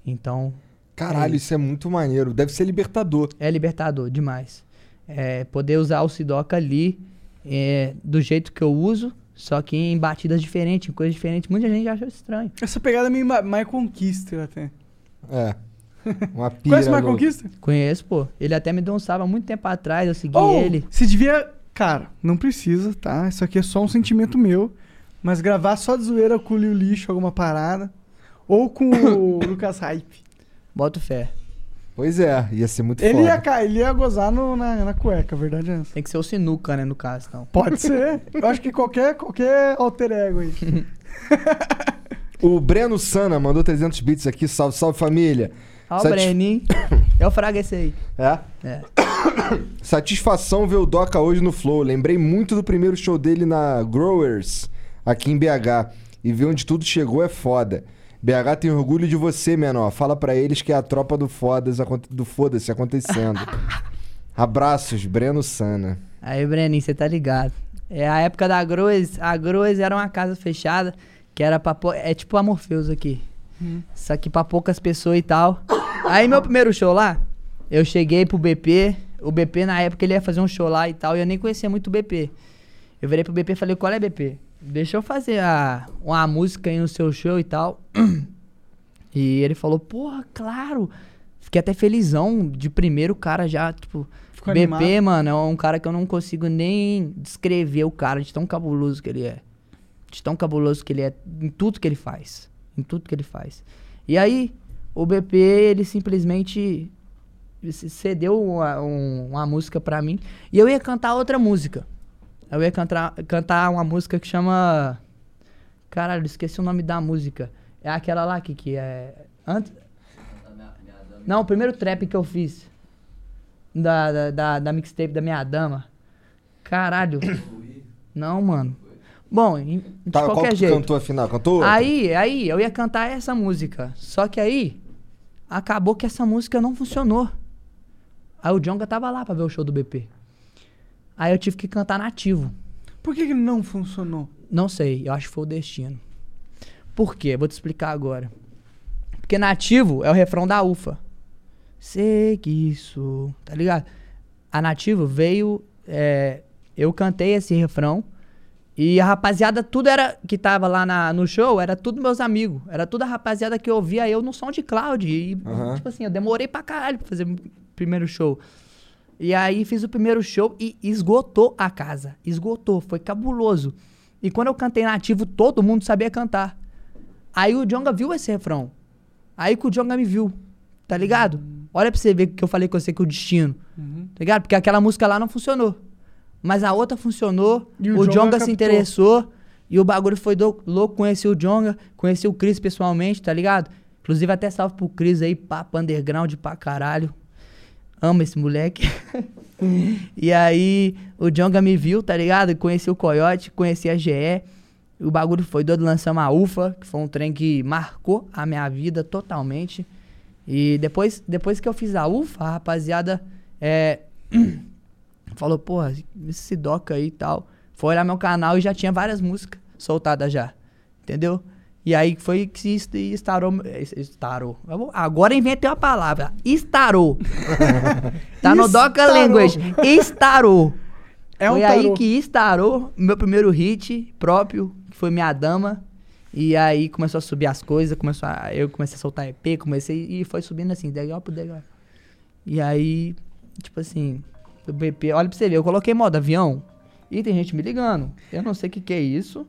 [SPEAKER 3] Então.
[SPEAKER 1] Caralho, isso é muito maneiro. Deve ser libertador.
[SPEAKER 3] É libertador, demais. É, poder usar o Sidoca ali é, do jeito que eu uso, só que em batidas diferentes, em coisas diferentes. Muita gente acha estranho.
[SPEAKER 2] Essa pegada é meio Ma- Michael Kister até.
[SPEAKER 1] É.
[SPEAKER 3] <laughs>
[SPEAKER 1] Uma pira.
[SPEAKER 2] Conhece o Michael
[SPEAKER 1] louca.
[SPEAKER 2] Kister?
[SPEAKER 3] Conheço, pô. Oh! Ele até me deu um salve há muito tempo atrás, eu segui
[SPEAKER 2] Ou,
[SPEAKER 3] ele.
[SPEAKER 2] Você Oh, devia. Cara, não precisa, tá? Isso aqui é só um sentimento meu. Mas gravar só de zoeira com o Liu Lixo, alguma parada. Ou com
[SPEAKER 3] <laughs>
[SPEAKER 2] o Lucas Hype.
[SPEAKER 3] Boto fé.
[SPEAKER 1] Pois é, ia ser muito
[SPEAKER 2] Ele
[SPEAKER 1] foda.
[SPEAKER 2] ia, ca- ele ia gozar no- na, na cueca, a verdade é essa.
[SPEAKER 3] Tem que ser o Sinuca, né, no caso, então.
[SPEAKER 2] Pode ser. Eu acho que qualquer, qualquer alter ego aí.
[SPEAKER 1] O Breno Sana mandou 300 bits aqui. Salve, salve família.
[SPEAKER 3] Ó, o
[SPEAKER 1] Satis-
[SPEAKER 3] <coughs> Breninho. É o Fraga esse aí.
[SPEAKER 1] É?
[SPEAKER 3] É.
[SPEAKER 1] Satisfação ver o Doca hoje no Flow. Lembrei muito do primeiro show dele na Growers, aqui em BH. E ver onde tudo chegou é foda. BH tem orgulho de você, menor. Fala pra eles que é a tropa do fodas acon- do foda-se acontecendo.
[SPEAKER 3] <laughs>
[SPEAKER 1] Abraços, Breno Sana.
[SPEAKER 3] Aí, Breninho, você tá ligado. É a época da Groes. A Groes era uma casa fechada que era pra. pou- É tipo a Morpheus aqui.
[SPEAKER 13] Hum.
[SPEAKER 3] Só que pra poucas pessoas e tal. Aí, meu primeiro show lá, eu cheguei pro BP. O BP, na época, ele ia fazer um show lá e tal. E eu nem conhecia muito o BP. Eu virei pro BP e falei: Qual é, BP? Deixa eu fazer a, uma música aí no seu show e tal. <clears throat> E ele falou, porra, claro. Fiquei até felizão de primeiro cara já, tipo.
[SPEAKER 2] Ficou
[SPEAKER 3] BP,
[SPEAKER 2] animado.
[SPEAKER 3] mano, é um cara que eu não consigo nem descrever o cara de tão cabuloso que ele é. De tão cabuloso que ele é em tudo que ele faz. Em tudo que ele faz. E aí, o BP, ele simplesmente se- cedeu uma, um- uma música pra mim. E eu ia cantar outra música. Eu ia cantar, cantar uma música que chama. Caralho, esqueci o nome da música. É aquela lá que, que é. Antes. Não, o primeiro trap que eu fiz. Da, da, da, da mixtape da minha dama. Caralho. <coughs> Não, mano. Bom, em- de
[SPEAKER 1] Tá, qual
[SPEAKER 3] qualquer
[SPEAKER 1] que tu
[SPEAKER 3] jeito.
[SPEAKER 1] cantou afinal? Cantou outra?
[SPEAKER 3] Aí, aí, eu ia cantar essa música. Só que aí, acabou que essa música não funcionou. Aí o Jonga tava lá pra ver o show do BP. Aí eu tive que cantar nativo.
[SPEAKER 2] Por que, que não funcionou?
[SPEAKER 3] Não sei, eu acho que foi o destino. Por quê? Vou te explicar agora. Porque nativo é o refrão da UFA. Sei que isso. Tá ligado? A nativo veio. é, eu cantei esse refrão. E a rapaziada, tudo era. Que tava lá na- no show, era tudo meus amigos. Era tudo a rapaziada que ouvia eu no som de Cloud. E,
[SPEAKER 14] Aham.
[SPEAKER 3] tipo assim, eu demorei pra caralho pra fazer o primeiro show. E aí fiz o primeiro show e esgotou a casa. Esgotou, foi cabuloso. E quando eu cantei nativo, todo mundo sabia cantar. Aí o Jonga viu esse refrão. Aí que o Jonga me viu, tá ligado?
[SPEAKER 14] Uhum.
[SPEAKER 3] Olha pra você ver que eu falei com você que o destino. Tá ligado? Porque aquela música lá não funcionou. Mas a outra funcionou,
[SPEAKER 14] E o
[SPEAKER 3] o,
[SPEAKER 14] Djonga
[SPEAKER 3] Jonga
[SPEAKER 14] captou.
[SPEAKER 3] se interessou e o bagulho foi do- louco. Conheci o Jonga, conheci o Cris pessoalmente, tá ligado? Inclusive, até salve pro Cris aí, papo underground pra caralho. Amo esse moleque. <laughs> e aí, o Jonga me viu, tá ligado? Conheci o Coyote, conheci a GE. O bagulho foi doido, lançamos a UFA, que foi um trem que marcou a minha vida totalmente. E depois, depois que eu fiz a UFA, a rapaziada é, falou, porra, esse doca aí e tal. Foi olhar meu canal e já tinha várias músicas soltadas já. Entendeu? E aí foi que se est- estarou. Estarou. eh, Eu vou- Agora inventei uma palavra. Estarou. tá no Doca
[SPEAKER 14] Estarou.
[SPEAKER 3] Language. Estarou.
[SPEAKER 14] É um
[SPEAKER 3] foi
[SPEAKER 14] tarô.
[SPEAKER 3] aí que estarou meu primeiro hit próprio, que foi Minha Dama. E aí começou a subir as coisas, começou a, eu comecei a soltar EP, comecei e foi subindo assim, degrau por degrau. E aí, tipo assim, o BP, olha pra você ver, eu coloquei modo avião e tem gente me ligando. Eu não sei o que, que é isso.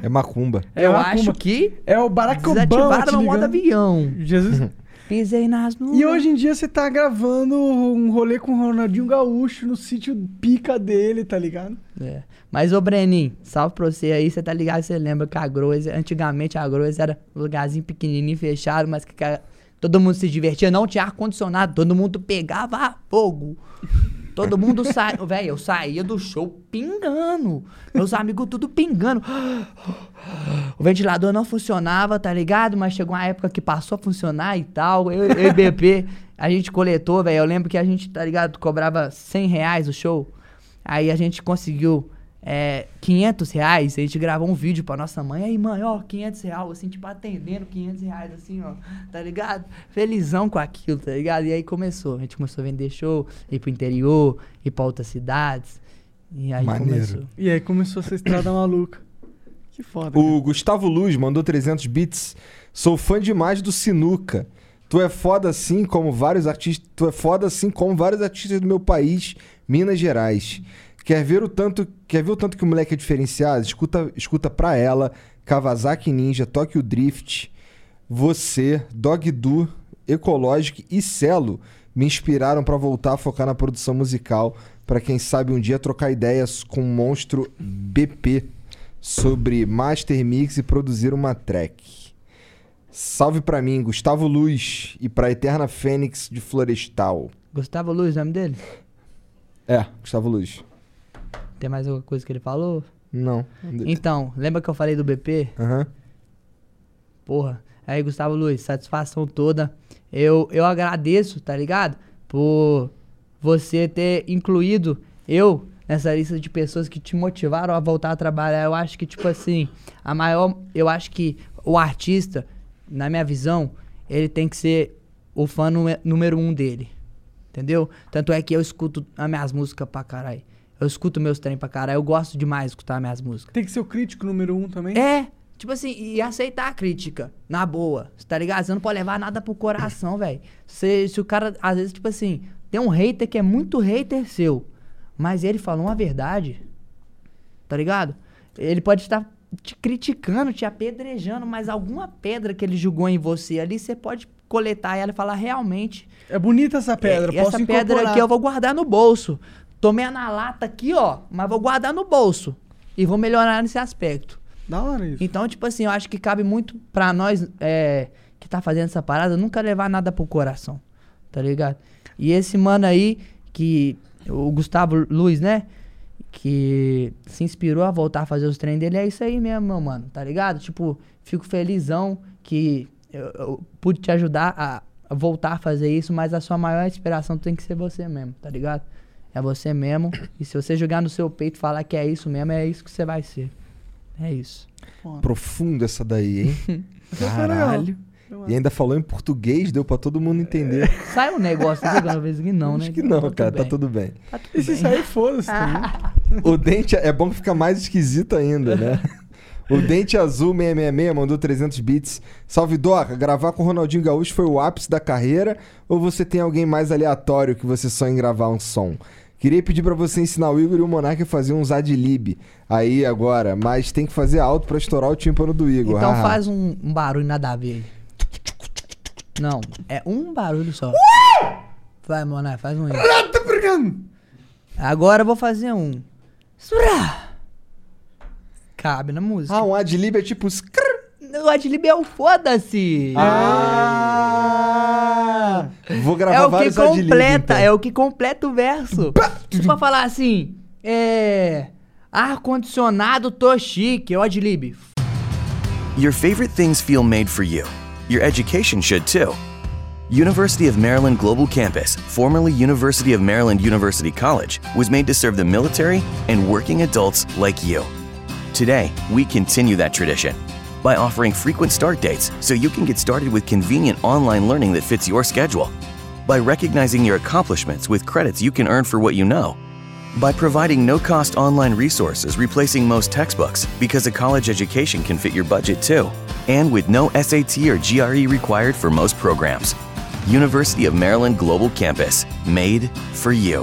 [SPEAKER 1] É macumba.
[SPEAKER 3] eu acho que.
[SPEAKER 2] É o Barack Obama te
[SPEAKER 3] Desativaram o modo
[SPEAKER 2] ligando.
[SPEAKER 3] avião. <laughs>
[SPEAKER 2] Jesus.
[SPEAKER 3] Pisei nas nuvens.
[SPEAKER 2] E hoje em dia você tá gravando um rolê com o Ronaldinho Gaúcho no sítio pica dele, tá ligado?
[SPEAKER 3] É. Mas, ô Brenin, salve pra você aí. Você tá ligado? Você lembra que a Grois, antigamente a Grois era um lugarzinho pequenininho, fechado, mas que cara, todo mundo se divertia. Não tinha ar-condicionado, todo mundo pegava fogo. Todo mundo <laughs> saiu. Velho, eu saía do show pingando. Meus amigos tudo pingando. O ventilador não funcionava, tá ligado? Mas chegou uma época que passou a funcionar e tal. Eu, eu e BP, a gente coletou, velho. Eu lembro que a gente, tá ligado, cobrava 100 reais o show. Aí a gente conseguiu é, 500 reais. A gente gravou um vídeo pra nossa mãe. Aí, mãe, ó, 500 reais, assim, tipo, atendendo 500 reais, assim, ó, tá ligado? Felizão com aquilo, tá ligado? E aí começou. A gente começou a vender show, ir pro interior, ir pra outras cidades. E aí
[SPEAKER 1] Maneiro.
[SPEAKER 3] começou.
[SPEAKER 2] E aí começou essa
[SPEAKER 3] <coughs>
[SPEAKER 2] estrada maluca. Que foda.
[SPEAKER 1] O Gustavo Luz mandou 300 bits. Sou fã demais do Sinuca. Tu é foda assim como vários artistas, tu é foda assim como vários artistas do meu país, Minas Gerais. Quer ver o tanto, quer ver o tanto que o moleque é diferenciado? Escuta, escuta pra ela, Kawasaki Ninja, Tokyo Drift, você, Dog Du, Ecologic e Celo me inspiraram pra voltar a focar na produção musical, Pra quem sabe um dia trocar ideias com o monstro BP sobre master mix e produzir uma track. Salve pra mim, Gustavo Luz e pra Eterna Fênix de Florestal.
[SPEAKER 3] Gustavo Luz, o nome dele?
[SPEAKER 1] É, Gustavo Luz.
[SPEAKER 3] Tem mais alguma coisa que ele falou?
[SPEAKER 1] Não.
[SPEAKER 3] Então, lembra que eu falei do BP?
[SPEAKER 1] Aham.
[SPEAKER 3] Porra. Aí, Gustavo Luiz, satisfação toda. Eu, eu agradeço, tá ligado? Por você ter incluído eu nessa lista de pessoas que te motivaram a voltar a trabalhar. Eu acho que, tipo assim, a maior. Eu acho que o artista, na minha visão, ele tem que ser o fã nume- número um dele. Entendeu? Tanto é que eu escuto as minhas músicas pra caralho. Eu escuto meus trem pra caralho. Eu gosto demais de escutar minhas músicas.
[SPEAKER 2] Tem que ser o crítico número um também?
[SPEAKER 3] É, tipo assim, e aceitar a crítica, na boa, cê tá ligado? Você não pode levar nada pro coração, velho. Se, se o cara, às vezes, tipo assim, tem um hater que é muito hater seu, mas ele falou uma verdade, tá ligado? Ele pode estar te criticando, te apedrejando, mas alguma pedra que ele julgou em você ali, você pode coletar ela e falar realmente.
[SPEAKER 2] É bonita essa pedra,
[SPEAKER 3] E
[SPEAKER 2] posso
[SPEAKER 3] essa pedra
[SPEAKER 2] incorporar.
[SPEAKER 3] aqui eu vou guardar no bolso. Tomei a na lata aqui, ó, mas vou guardar no bolso. E vou melhorar nesse aspecto.
[SPEAKER 2] Da hora isso.
[SPEAKER 3] Então, tipo assim, eu acho que cabe muito pra nós é, que tá fazendo essa parada nunca levar nada pro coração. Tá ligado? E esse mano aí, que. O Gustavo Luiz, né? que se inspirou a voltar a fazer os treinos dele, é isso aí mesmo, meu mano, tá ligado? Tipo, fico felizão que eu, eu pude te ajudar a, a voltar a fazer isso, mas a sua maior inspiração tem que ser você mesmo, tá ligado? É você mesmo, e se você jogar no seu peito e falar que é isso mesmo, é isso que você vai ser. É isso.
[SPEAKER 1] Profundo essa daí, hein?
[SPEAKER 2] é
[SPEAKER 1] Caralho. E ainda falou em português, deu pra todo mundo entender.
[SPEAKER 3] Sai um negócio jogando vez que não, né?
[SPEAKER 1] Acho que É. não, cara, tá tudo bem.
[SPEAKER 2] E se sair, foda-se.
[SPEAKER 3] Ah.
[SPEAKER 1] O dente é bom que fica mais esquisito ainda, né? O Dente Azul 666 mandou 300 bits. Salve Doca, gravar com o Ronaldinho Gaúcho foi o ápice da carreira ou você tem alguém mais aleatório que você sonha em gravar um som? Queria pedir pra você ensinar o Igor e o Monark a fazer uns ad lib aí agora, mas tem que fazer alto pra estourar o tímpano do Igor. Ah.
[SPEAKER 3] Então
[SPEAKER 1] haha.
[SPEAKER 3] faz um, um barulho nada a ver aí. Não, é um barulho só. Vai, Monar, faz um aí.
[SPEAKER 1] Ah, tá
[SPEAKER 3] Agora eu vou fazer um. Surá! Cabe na música.
[SPEAKER 1] Ah, um adlib é tipo.
[SPEAKER 3] O adlib é o foda-se!
[SPEAKER 1] Ah! Vou gravar
[SPEAKER 3] é o que
[SPEAKER 1] vários ad lib,
[SPEAKER 3] completa,
[SPEAKER 1] então.
[SPEAKER 3] é o que completa o verso. Tipo pra falar assim, é. Ar-condicionado, tô chique, é o adlib.
[SPEAKER 15] Your favorite things feel made for you. Your education should too. University of Maryland Global Campus, formerly University of Maryland University College, was made to serve the military and working adults like you. Today, we continue that tradition by offering frequent start dates so you can get started with convenient online learning that fits your schedule, by recognizing your accomplishments with credits you can earn for what you know, by providing no cost online resources replacing most textbooks because a college education can fit your budget too, and with no SAT or E GRE required for most programs. University of Maryland Global Campus, made for you.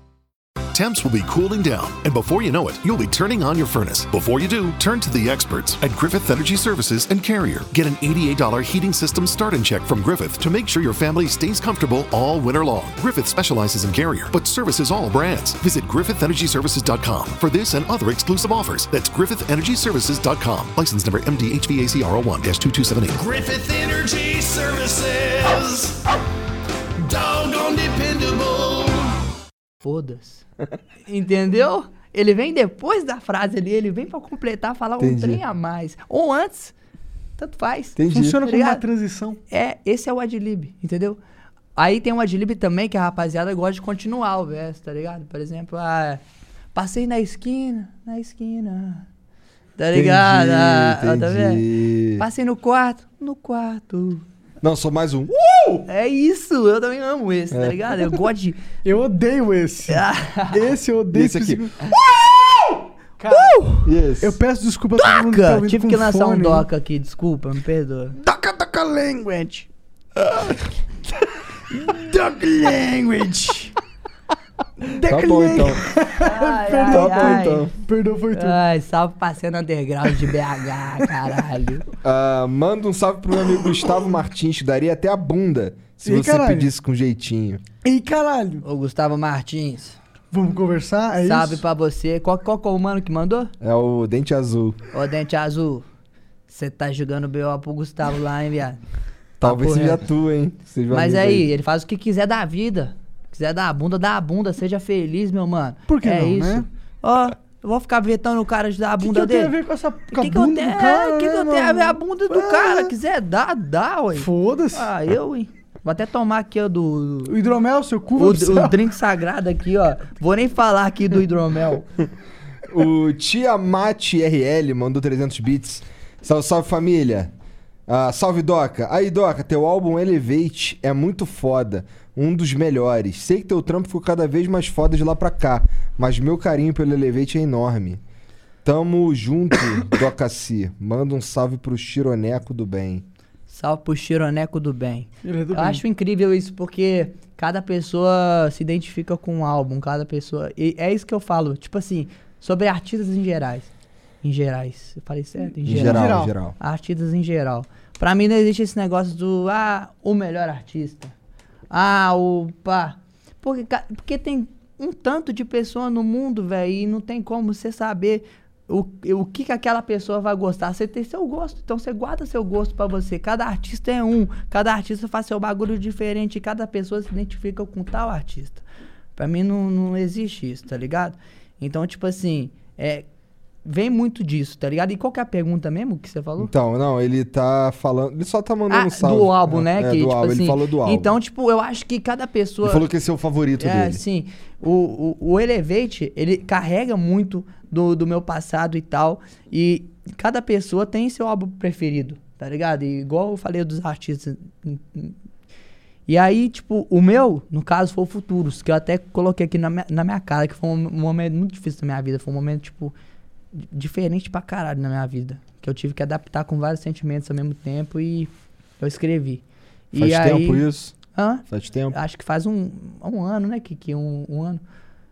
[SPEAKER 14] Temps will be cooling down, and before you know it, you'll be turning on your furnace. Before you do, turn to the experts at Griffith Energy Services and Carrier. Get an $88 heating system start and check from Griffith to make sure your family stays comfortable all winter long. Griffith specializes in Carrier, but services all brands. Visit griffithenergyservices.com for this and other exclusive offers. That's griffithenergyservices.com. License number MDHVACR01-2278.
[SPEAKER 16] Griffith Energy Services. Doggone dependable.
[SPEAKER 3] Foda-se. Entendeu? Ele vem depois da frase ali, ele vem pra completar, falar um
[SPEAKER 1] Entendi.
[SPEAKER 3] trem a mais. Ou antes, tanto faz.
[SPEAKER 1] Entendi. Funciona como uma
[SPEAKER 3] transição. É, esse é o adlib, entendeu? Aí tem um adlib também que a rapaziada gosta de continuar o verso, tá ligado? Por exemplo, ah, passei na esquina, na esquina. Tá
[SPEAKER 1] Entendi,
[SPEAKER 3] ligado? Ah, ó, tá
[SPEAKER 1] entendi.
[SPEAKER 3] vendo? Passei no quarto, no quarto.
[SPEAKER 1] Não, só mais um.
[SPEAKER 3] É isso, eu também amo esse, tá
[SPEAKER 1] É.
[SPEAKER 3] ligado? Eu gosto de. Ah,
[SPEAKER 2] Eu
[SPEAKER 3] <laughs>
[SPEAKER 2] odeio esse. esse eu odeio.
[SPEAKER 1] Esse aqui.
[SPEAKER 2] Cara, eu peço desculpa a todo mundo que tá
[SPEAKER 3] Doca!
[SPEAKER 2] ouvindo
[SPEAKER 3] Uh! Tive
[SPEAKER 2] com
[SPEAKER 3] que lançar um
[SPEAKER 2] fone.
[SPEAKER 3] doca aqui, desculpa, me perdoa.
[SPEAKER 2] Doca, doca language. <laughs> doca language.
[SPEAKER 3] Tá
[SPEAKER 1] bom, então.
[SPEAKER 2] <laughs>
[SPEAKER 1] Tá
[SPEAKER 3] Tá
[SPEAKER 2] Perdão,
[SPEAKER 3] bom, então.
[SPEAKER 2] Perdão, foi tudo.
[SPEAKER 3] Ai, salve passeio no underground de BH, caralho.
[SPEAKER 1] Ah, manda um salve pro meu amigo Gustavo Martins, que daria até a bunda se
[SPEAKER 2] Ih,
[SPEAKER 1] você
[SPEAKER 2] caralho.
[SPEAKER 1] pedisse com jeitinho.
[SPEAKER 2] Ih, caralho.
[SPEAKER 3] Ô, Gustavo Martins.
[SPEAKER 2] Vamos conversar? É
[SPEAKER 3] salve
[SPEAKER 2] isso?
[SPEAKER 3] pra você. Qual, qual que é o mano que mandou?
[SPEAKER 1] É o dente azul.
[SPEAKER 3] Ô, Dente Azul. Você tá jogando BO pro Gustavo lá, hein, viado?
[SPEAKER 2] Tá
[SPEAKER 1] Talvez
[SPEAKER 3] Papo
[SPEAKER 1] seja
[SPEAKER 3] reto.
[SPEAKER 1] tu, hein? Seja um
[SPEAKER 3] Mas é
[SPEAKER 1] amigo
[SPEAKER 3] aí, ele faz o que quiser da vida. Quiser dar a bunda, dá a bunda. Seja feliz, meu mano.
[SPEAKER 2] Por que
[SPEAKER 3] é
[SPEAKER 2] não,
[SPEAKER 3] isso.
[SPEAKER 2] né?
[SPEAKER 3] Ó, eu vou ficar vetando o cara de dar a
[SPEAKER 2] O que,
[SPEAKER 3] bunda
[SPEAKER 2] eu
[SPEAKER 3] dele.
[SPEAKER 2] tenho a ver com essa
[SPEAKER 3] O
[SPEAKER 2] com a
[SPEAKER 3] que, que eu
[SPEAKER 2] bunda
[SPEAKER 3] tenho?
[SPEAKER 2] do
[SPEAKER 3] é,
[SPEAKER 2] cara,
[SPEAKER 3] o que, que
[SPEAKER 2] né,
[SPEAKER 3] eu tenho a ver
[SPEAKER 2] mano? É.
[SPEAKER 3] a bunda do cara? Quiser dar, dá, ué.
[SPEAKER 2] Foda-se.
[SPEAKER 3] Ah, eu, hein? Vou até tomar aqui, ó, do.
[SPEAKER 2] O hidromel, seu cu,
[SPEAKER 3] O,
[SPEAKER 2] vai pro céu.
[SPEAKER 3] o drink sagrado aqui, ó. Vou nem falar aqui do hidromel.
[SPEAKER 1] O Tiamat RL mandou 300 bits. Salve, salve família. Ah, salve Doca. Aí Doca, teu álbum Elevate é muito foda. Um dos melhores. Sei que teu trampo ficou cada vez mais foda de lá pra cá, mas meu carinho pelo Elevate é enorme. Tamo junto, <coughs> Docaci. Manda um salve pro Chironeco do Bem.
[SPEAKER 3] Salve pro Chironeco do Bem.
[SPEAKER 2] Ele é do
[SPEAKER 3] eu
[SPEAKER 2] bem.
[SPEAKER 3] acho incrível isso, porque cada pessoa se identifica com um álbum, cada pessoa. E é isso que eu falo, tipo assim, sobre artistas em gerais. Em gerais. Eu falei certo? Em,
[SPEAKER 1] Em
[SPEAKER 3] geral.
[SPEAKER 1] geral, em geral.
[SPEAKER 3] Artistas em geral. Pra mim não existe esse negócio do, ah, o melhor artista. Ah, opa. Porque, ca- porque tem um tanto de pessoa no mundo, velho, e não tem como você saber o, o que, que aquela pessoa vai gostar. Você tem seu gosto, então você guarda seu gosto pra você. Cada artista é um, cada artista faz seu bagulho diferente, cada pessoa se identifica com tal artista. Pra mim não, não existe isso, tá ligado? Então, tipo assim, é, vem muito disso, tá ligado? E qual que é a pergunta mesmo que você falou?
[SPEAKER 1] Então, não, ele tá falando. Ele só tá mandando
[SPEAKER 3] Ah,
[SPEAKER 1] salve.
[SPEAKER 3] do álbum, né?
[SPEAKER 1] É,
[SPEAKER 3] que,
[SPEAKER 1] do
[SPEAKER 3] tipo
[SPEAKER 1] álbum.
[SPEAKER 3] assim,
[SPEAKER 1] ele falou do álbum.
[SPEAKER 3] Então, tipo, eu acho que cada pessoa.
[SPEAKER 1] Ele falou que esse é o favorito
[SPEAKER 3] é,
[SPEAKER 1] dele.
[SPEAKER 3] sim. O, o, o Elevate, ele carrega muito do, do meu passado e tal. E cada pessoa tem seu álbum preferido, tá ligado? E igual eu falei dos artistas. hum, E aí, tipo, o meu, no caso, foi o Futuros, que eu até coloquei aqui na minha, na minha cara, que foi um momento muito difícil da minha vida. Foi um momento, tipo, di- diferente pra caralho na minha vida. Que eu tive que adaptar com vários sentimentos ao mesmo tempo e eu escrevi.
[SPEAKER 1] Faz
[SPEAKER 3] e
[SPEAKER 1] tempo
[SPEAKER 3] aí,
[SPEAKER 1] isso?
[SPEAKER 3] Hã?
[SPEAKER 1] Faz tempo?
[SPEAKER 3] Acho que faz um, um ano, né, Kiki? Um, um ano.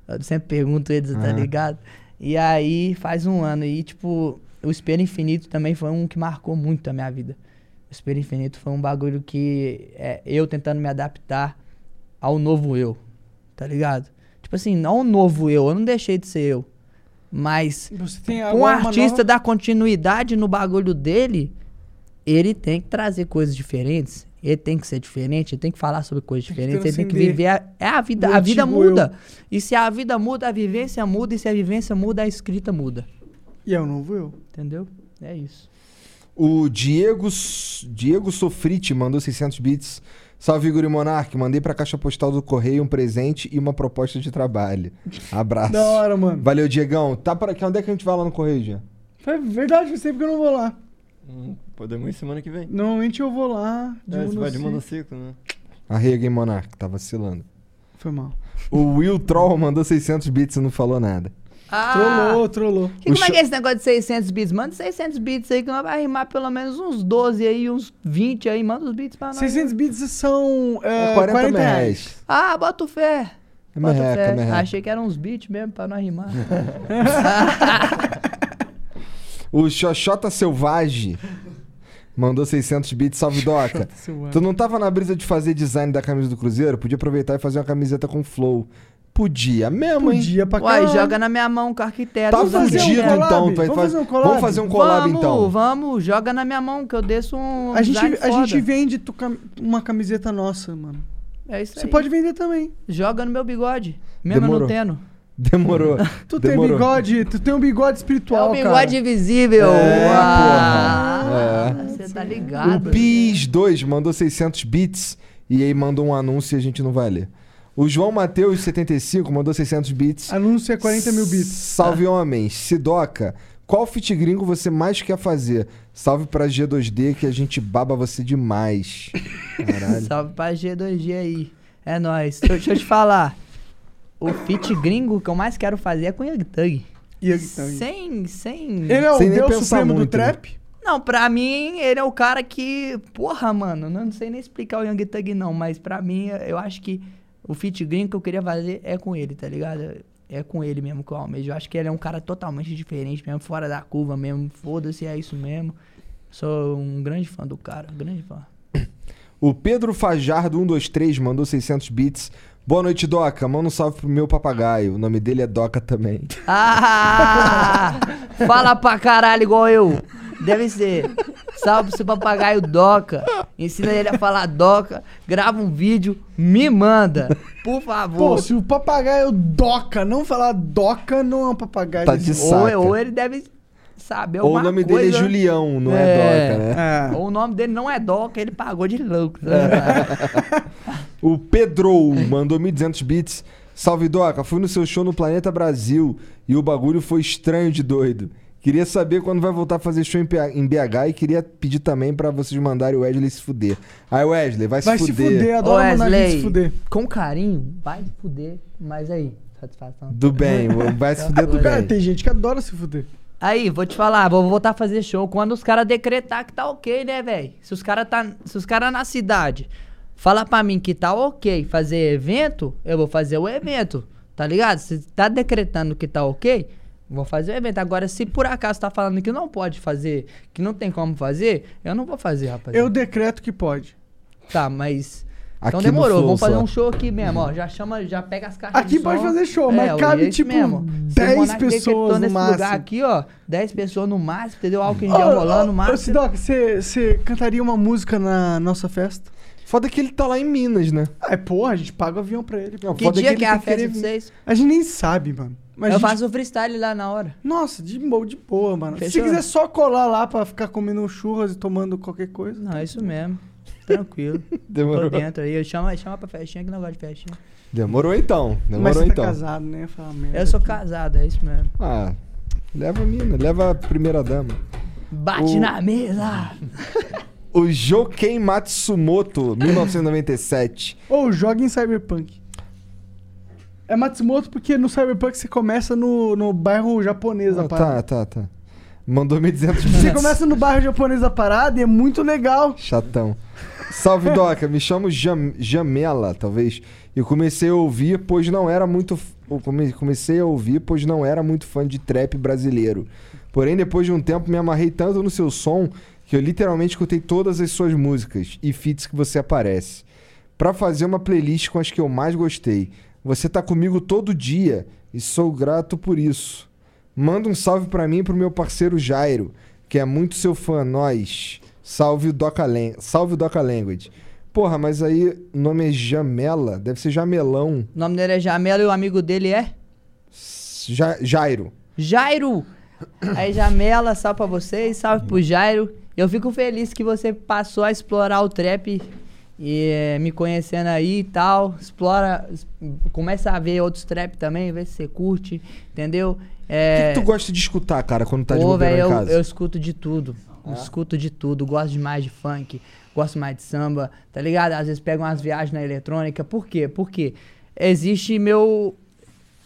[SPEAKER 3] Eu sempre pergunto eles, tá
[SPEAKER 1] Aham.
[SPEAKER 3] ligado? E aí faz um ano. E, tipo, o Espelho Infinito também foi um que marcou muito a minha vida. O Espelho Infinito foi um bagulho que é eu tentando me adaptar ao novo eu, tá ligado? Tipo assim, não o novo eu, eu não deixei de ser eu. Mas
[SPEAKER 2] Você tem
[SPEAKER 3] com o
[SPEAKER 2] agora uma
[SPEAKER 3] um artista
[SPEAKER 2] nova-
[SPEAKER 3] dar continuidade no bagulho dele, ele tem que trazer coisas diferentes, ele tem que ser diferente, ele tem que falar sobre coisas diferentes, ele tem que
[SPEAKER 13] transcender
[SPEAKER 3] viver. a- É a vida,
[SPEAKER 13] o
[SPEAKER 3] a vida
[SPEAKER 13] antigo eu.
[SPEAKER 3] muda. E se a vida muda, a vivência muda, e se a vivência muda, a escrita muda.
[SPEAKER 2] E é o novo eu.
[SPEAKER 3] Entendeu? É isso.
[SPEAKER 1] O Diego, S- Diego Sofriti mandou 600 bits. Salve, Guri Monark. Mandei pra caixa postal do Correio um presente e uma proposta de trabalho. Abraço.
[SPEAKER 2] Da hora, mano.
[SPEAKER 1] Valeu, Diegão. Tá por aqui. Onde é que a gente vai lá no Correio, Diego?
[SPEAKER 2] É verdade, eu sei porque eu não vou lá.
[SPEAKER 4] Podemos Hum, ir semana que vem.
[SPEAKER 2] Normalmente eu vou lá.
[SPEAKER 4] É, você vai de
[SPEAKER 2] monociclo.
[SPEAKER 4] monociclo, né?
[SPEAKER 1] Arrega, hein, Monark. Tá vacilando.
[SPEAKER 2] Foi mal.
[SPEAKER 1] O Will Troll mandou 600 bits e não falou nada. Ah!
[SPEAKER 2] Trollou, trollou.
[SPEAKER 3] Que,
[SPEAKER 1] O
[SPEAKER 3] como é
[SPEAKER 1] cho-
[SPEAKER 3] que é esse negócio de 600 bits? Manda 600 bits aí que nós vai rimar pelo menos uns 12 aí, uns 20 aí. Manda os bits pra nós.
[SPEAKER 2] 600 bits são é,
[SPEAKER 1] Ah, É
[SPEAKER 2] 40,
[SPEAKER 1] 40
[SPEAKER 2] reais.
[SPEAKER 1] reais.
[SPEAKER 3] Ah, bota o fé.
[SPEAKER 1] É
[SPEAKER 3] Bota o
[SPEAKER 1] merreca,
[SPEAKER 3] fé.
[SPEAKER 1] é merreca.
[SPEAKER 3] Achei que eram uns beats mesmo pra nós rimar.
[SPEAKER 1] O Xoxota Selvagem mandou 600 bits. Salve, Doca.
[SPEAKER 2] Selvagem.
[SPEAKER 1] Tu não tava na brisa de fazer design da camisa do Cruzeiro? Podia aproveitar e fazer uma camiseta com flow. Podia mesmo, hein?
[SPEAKER 2] Podia pra
[SPEAKER 3] Uai, joga na minha mão com o arquiteto.
[SPEAKER 1] Tá
[SPEAKER 3] os
[SPEAKER 2] um
[SPEAKER 1] fudido,
[SPEAKER 3] arquitetos.
[SPEAKER 1] então. tu vai faz- Vamos fazer um collab,
[SPEAKER 3] vamos,
[SPEAKER 1] então.
[SPEAKER 3] Vamos, joga na minha mão que eu desço um
[SPEAKER 2] A gente,
[SPEAKER 3] design
[SPEAKER 2] a gente
[SPEAKER 3] foda.
[SPEAKER 2] vende tu cam- uma camiseta nossa, mano.
[SPEAKER 3] É isso
[SPEAKER 2] Você
[SPEAKER 3] aí.
[SPEAKER 2] pode vender também.
[SPEAKER 3] Joga no meu bigode. Mesmo eu
[SPEAKER 1] Demorou.
[SPEAKER 3] não tendo.
[SPEAKER 1] <laughs> Demorou.
[SPEAKER 2] Tu tem
[SPEAKER 1] Demorou.
[SPEAKER 2] bigode, tu tem um bigode espiritual,
[SPEAKER 3] É o
[SPEAKER 2] cara.
[SPEAKER 3] bigode invisível.
[SPEAKER 1] É,
[SPEAKER 3] Ah,
[SPEAKER 1] porra. É.
[SPEAKER 3] Você tá ligado.
[SPEAKER 1] O Bis2 mandou 600 bits e aí mandou um anúncio e a gente não vai ler. O João Mateus 75 mandou 600 bits.
[SPEAKER 2] Anúncio é 40 mil bits.
[SPEAKER 1] Salve homens, Sidoca. Qual fit gringo você mais quer fazer? Salve pra G2D que a gente baba você demais. Caralho.
[SPEAKER 3] Salve pra G2G aí. É nóis. Deixa eu- Deixa eu te falar. O fit gringo que eu mais quero fazer é com o Young Thug.
[SPEAKER 2] Young Thug.
[SPEAKER 3] Sem, sem...
[SPEAKER 2] Ele é o
[SPEAKER 1] Sem nem
[SPEAKER 2] deus
[SPEAKER 1] pensar
[SPEAKER 2] supremo do
[SPEAKER 1] muito, né?
[SPEAKER 2] trap?
[SPEAKER 3] Não, pra mim, ele é o cara que. Porra, mano, eu não sei nem explicar o Young Thug, não, mas pra mim, eu acho que o feat gringo que eu queria fazer é com ele, tá ligado? É com ele mesmo que eu almejo. Eu acho que ele é um cara totalmente diferente, mesmo fora da curva mesmo. Foda-se, é isso mesmo. Sou um grande fã do cara, um grande fã.
[SPEAKER 1] O Pedro Fajardo 123 mandou 600 bits. Boa noite, Doca. Manda um salve pro meu papagaio. O nome dele é Doca também.
[SPEAKER 3] Ah! Fala pra caralho igual eu. Deve ser. Salve pro seu papagaio Doca. Ensina ele a falar Doca. Grava um vídeo, me manda. Por favor.
[SPEAKER 2] Pô, se o papagaio doca não falar doca, não é um papagaio.
[SPEAKER 1] Tá de
[SPEAKER 3] Ou,
[SPEAKER 1] saca.
[SPEAKER 3] ou ele deve saber
[SPEAKER 1] Ou o
[SPEAKER 3] alguma
[SPEAKER 1] nome dele é
[SPEAKER 3] coisa.
[SPEAKER 1] Julião, não é, Doca,
[SPEAKER 2] Ah,
[SPEAKER 1] né?
[SPEAKER 3] Ou o nome dele não é Doca, ele pagou de louco. né?
[SPEAKER 1] É. O Pedro mandou 1.200 bits. Salve, Doca. Fui no seu show no Planeta Brasil e o bagulho foi estranho de doido. Queria saber quando vai voltar a fazer show em PH em BH e queria pedir também pra vocês mandarem o Wesley se fuder. Aí, Wesley, vai,
[SPEAKER 2] Vai
[SPEAKER 1] se
[SPEAKER 2] se
[SPEAKER 1] fuder.
[SPEAKER 2] fuder,
[SPEAKER 3] Ô,
[SPEAKER 2] adoro mandar gente se
[SPEAKER 3] Wesley,
[SPEAKER 2] fuder.
[SPEAKER 3] com carinho, vai se fuder, mas aí, satisfação.
[SPEAKER 1] Do
[SPEAKER 2] <laughs>
[SPEAKER 1] bem, vai se fuder do
[SPEAKER 2] Cara,
[SPEAKER 1] bem.
[SPEAKER 2] tem gente que adora se fuder.
[SPEAKER 3] Aí, vou te falar, vou voltar a fazer show quando os caras decretar que tá ok, né, velho? Se os caras tá, se os cara na cidade falar pra mim que tá ok fazer evento, eu vou fazer o evento, tá ligado? Se tá decretando que tá ok, vou fazer o evento. Agora, se por acaso tá falando que não pode fazer, que não tem como fazer, eu não vou fazer, rapaz.
[SPEAKER 2] Eu decreto que pode.
[SPEAKER 3] Tá, mas Então
[SPEAKER 1] Aqui no
[SPEAKER 3] demorou,
[SPEAKER 1] Flow
[SPEAKER 3] vamos fazer
[SPEAKER 1] só.
[SPEAKER 3] um show aqui mesmo, ó. Já chama, já pega as caixas
[SPEAKER 2] Aqui
[SPEAKER 3] de
[SPEAKER 2] pode
[SPEAKER 3] som. É,
[SPEAKER 2] fazer show, mas
[SPEAKER 3] o
[SPEAKER 2] cabe,
[SPEAKER 3] jeito
[SPEAKER 2] tipo,
[SPEAKER 3] Se o
[SPEAKER 2] 10
[SPEAKER 3] Monark decretou
[SPEAKER 2] pessoas no
[SPEAKER 3] nesse lugar
[SPEAKER 2] máximo. Ah,
[SPEAKER 3] aqui, ó, 10 pessoas no máximo, entendeu? Álcool em
[SPEAKER 2] Ô,
[SPEAKER 3] gel rolando no
[SPEAKER 2] ô,
[SPEAKER 3] máximo.
[SPEAKER 2] Ô, Sidoc, você cantaria uma música na nossa festa?
[SPEAKER 1] Foda que ele tá lá em Minas, né?
[SPEAKER 2] É, porra, a gente paga o avião pra ele. Não,
[SPEAKER 3] Que
[SPEAKER 2] foda
[SPEAKER 3] dia
[SPEAKER 2] ele
[SPEAKER 3] que é a
[SPEAKER 2] tem querer
[SPEAKER 3] festa de
[SPEAKER 2] vir.
[SPEAKER 3] vocês?
[SPEAKER 2] A gente nem sabe, mano. Mas
[SPEAKER 3] eu
[SPEAKER 2] a gente-
[SPEAKER 3] faço o freestyle lá na hora.
[SPEAKER 2] Nossa, de boa, de boa, mano. Se
[SPEAKER 3] Fechou?
[SPEAKER 2] quiser só colar lá pra ficar comendo um churras e tomando qualquer coisa.
[SPEAKER 3] Não, é isso mesmo.
[SPEAKER 2] <laughs>
[SPEAKER 3] Tranquilo.
[SPEAKER 1] Demorou.
[SPEAKER 3] Tô dentro aí. Chama, chama pra festinha que não gosto de festinha.
[SPEAKER 1] Demorou então. Demorou
[SPEAKER 2] Mas você tá
[SPEAKER 1] então.
[SPEAKER 2] casado, né? Fala merda.
[SPEAKER 3] Eu sou casado, é isso mesmo.
[SPEAKER 1] Ah, leva a mina, leva a primeira dama.
[SPEAKER 3] Bate
[SPEAKER 1] O-
[SPEAKER 3] na mesa!
[SPEAKER 1] O Joken Matsumoto, 1997.
[SPEAKER 2] Ou joga em Cyberpunk. É Matsumoto porque no Cyberpunk você começa no, no bairro japonês da
[SPEAKER 1] Ah,
[SPEAKER 2] parada.
[SPEAKER 1] tá, tá, tá. Mandou 1.200
[SPEAKER 2] Você
[SPEAKER 1] bits.
[SPEAKER 2] começa no bairro japonês da parada e é muito legal.
[SPEAKER 3] Tá
[SPEAKER 1] Chatão. Salve, Doca. Me chamo Jam- Jamela, talvez. Eu comecei a ouvir, pois não era muito. f- eu come- Comecei a ouvir, pois não era muito fã de trap brasileiro. Porém, depois de um tempo, me amarrei tanto no seu som que eu literalmente escutei todas as suas músicas e feats que você aparece. Pra fazer uma playlist com as que eu mais gostei. Você tá comigo todo dia e sou grato por isso. Manda um salve pra mim e pro meu parceiro Jairo, que é muito seu fã, nós. Salve o Doca, Lan- Salve o Doca Language. Porra, mas aí o nome é Jamela, deve ser Jamelão.
[SPEAKER 3] O nome dele é Jamelo e o amigo dele é
[SPEAKER 1] Ja- Jairo.
[SPEAKER 3] Jairo. Aí, Jamela, salve pra vocês, salve pro Jairo. Eu fico feliz que você passou a explorar o trap e eh, me conhecendo aí e tal. Explora, es- começa a ver outros trap também, vê se você curte, entendeu?
[SPEAKER 1] O que,
[SPEAKER 3] É,
[SPEAKER 1] que tu gosta de escutar, cara, quando tá de
[SPEAKER 3] Pô,
[SPEAKER 1] bobeira
[SPEAKER 3] velho,
[SPEAKER 1] em
[SPEAKER 3] eu,
[SPEAKER 1] casa?
[SPEAKER 3] eu escuto de tudo. Eu
[SPEAKER 1] É?
[SPEAKER 3] Escuto de tudo. Gosto demais de funk, gosto mais de samba, tá ligado? Às vezes pego umas viagens na eletrônica. Por quê? Porque existe meu.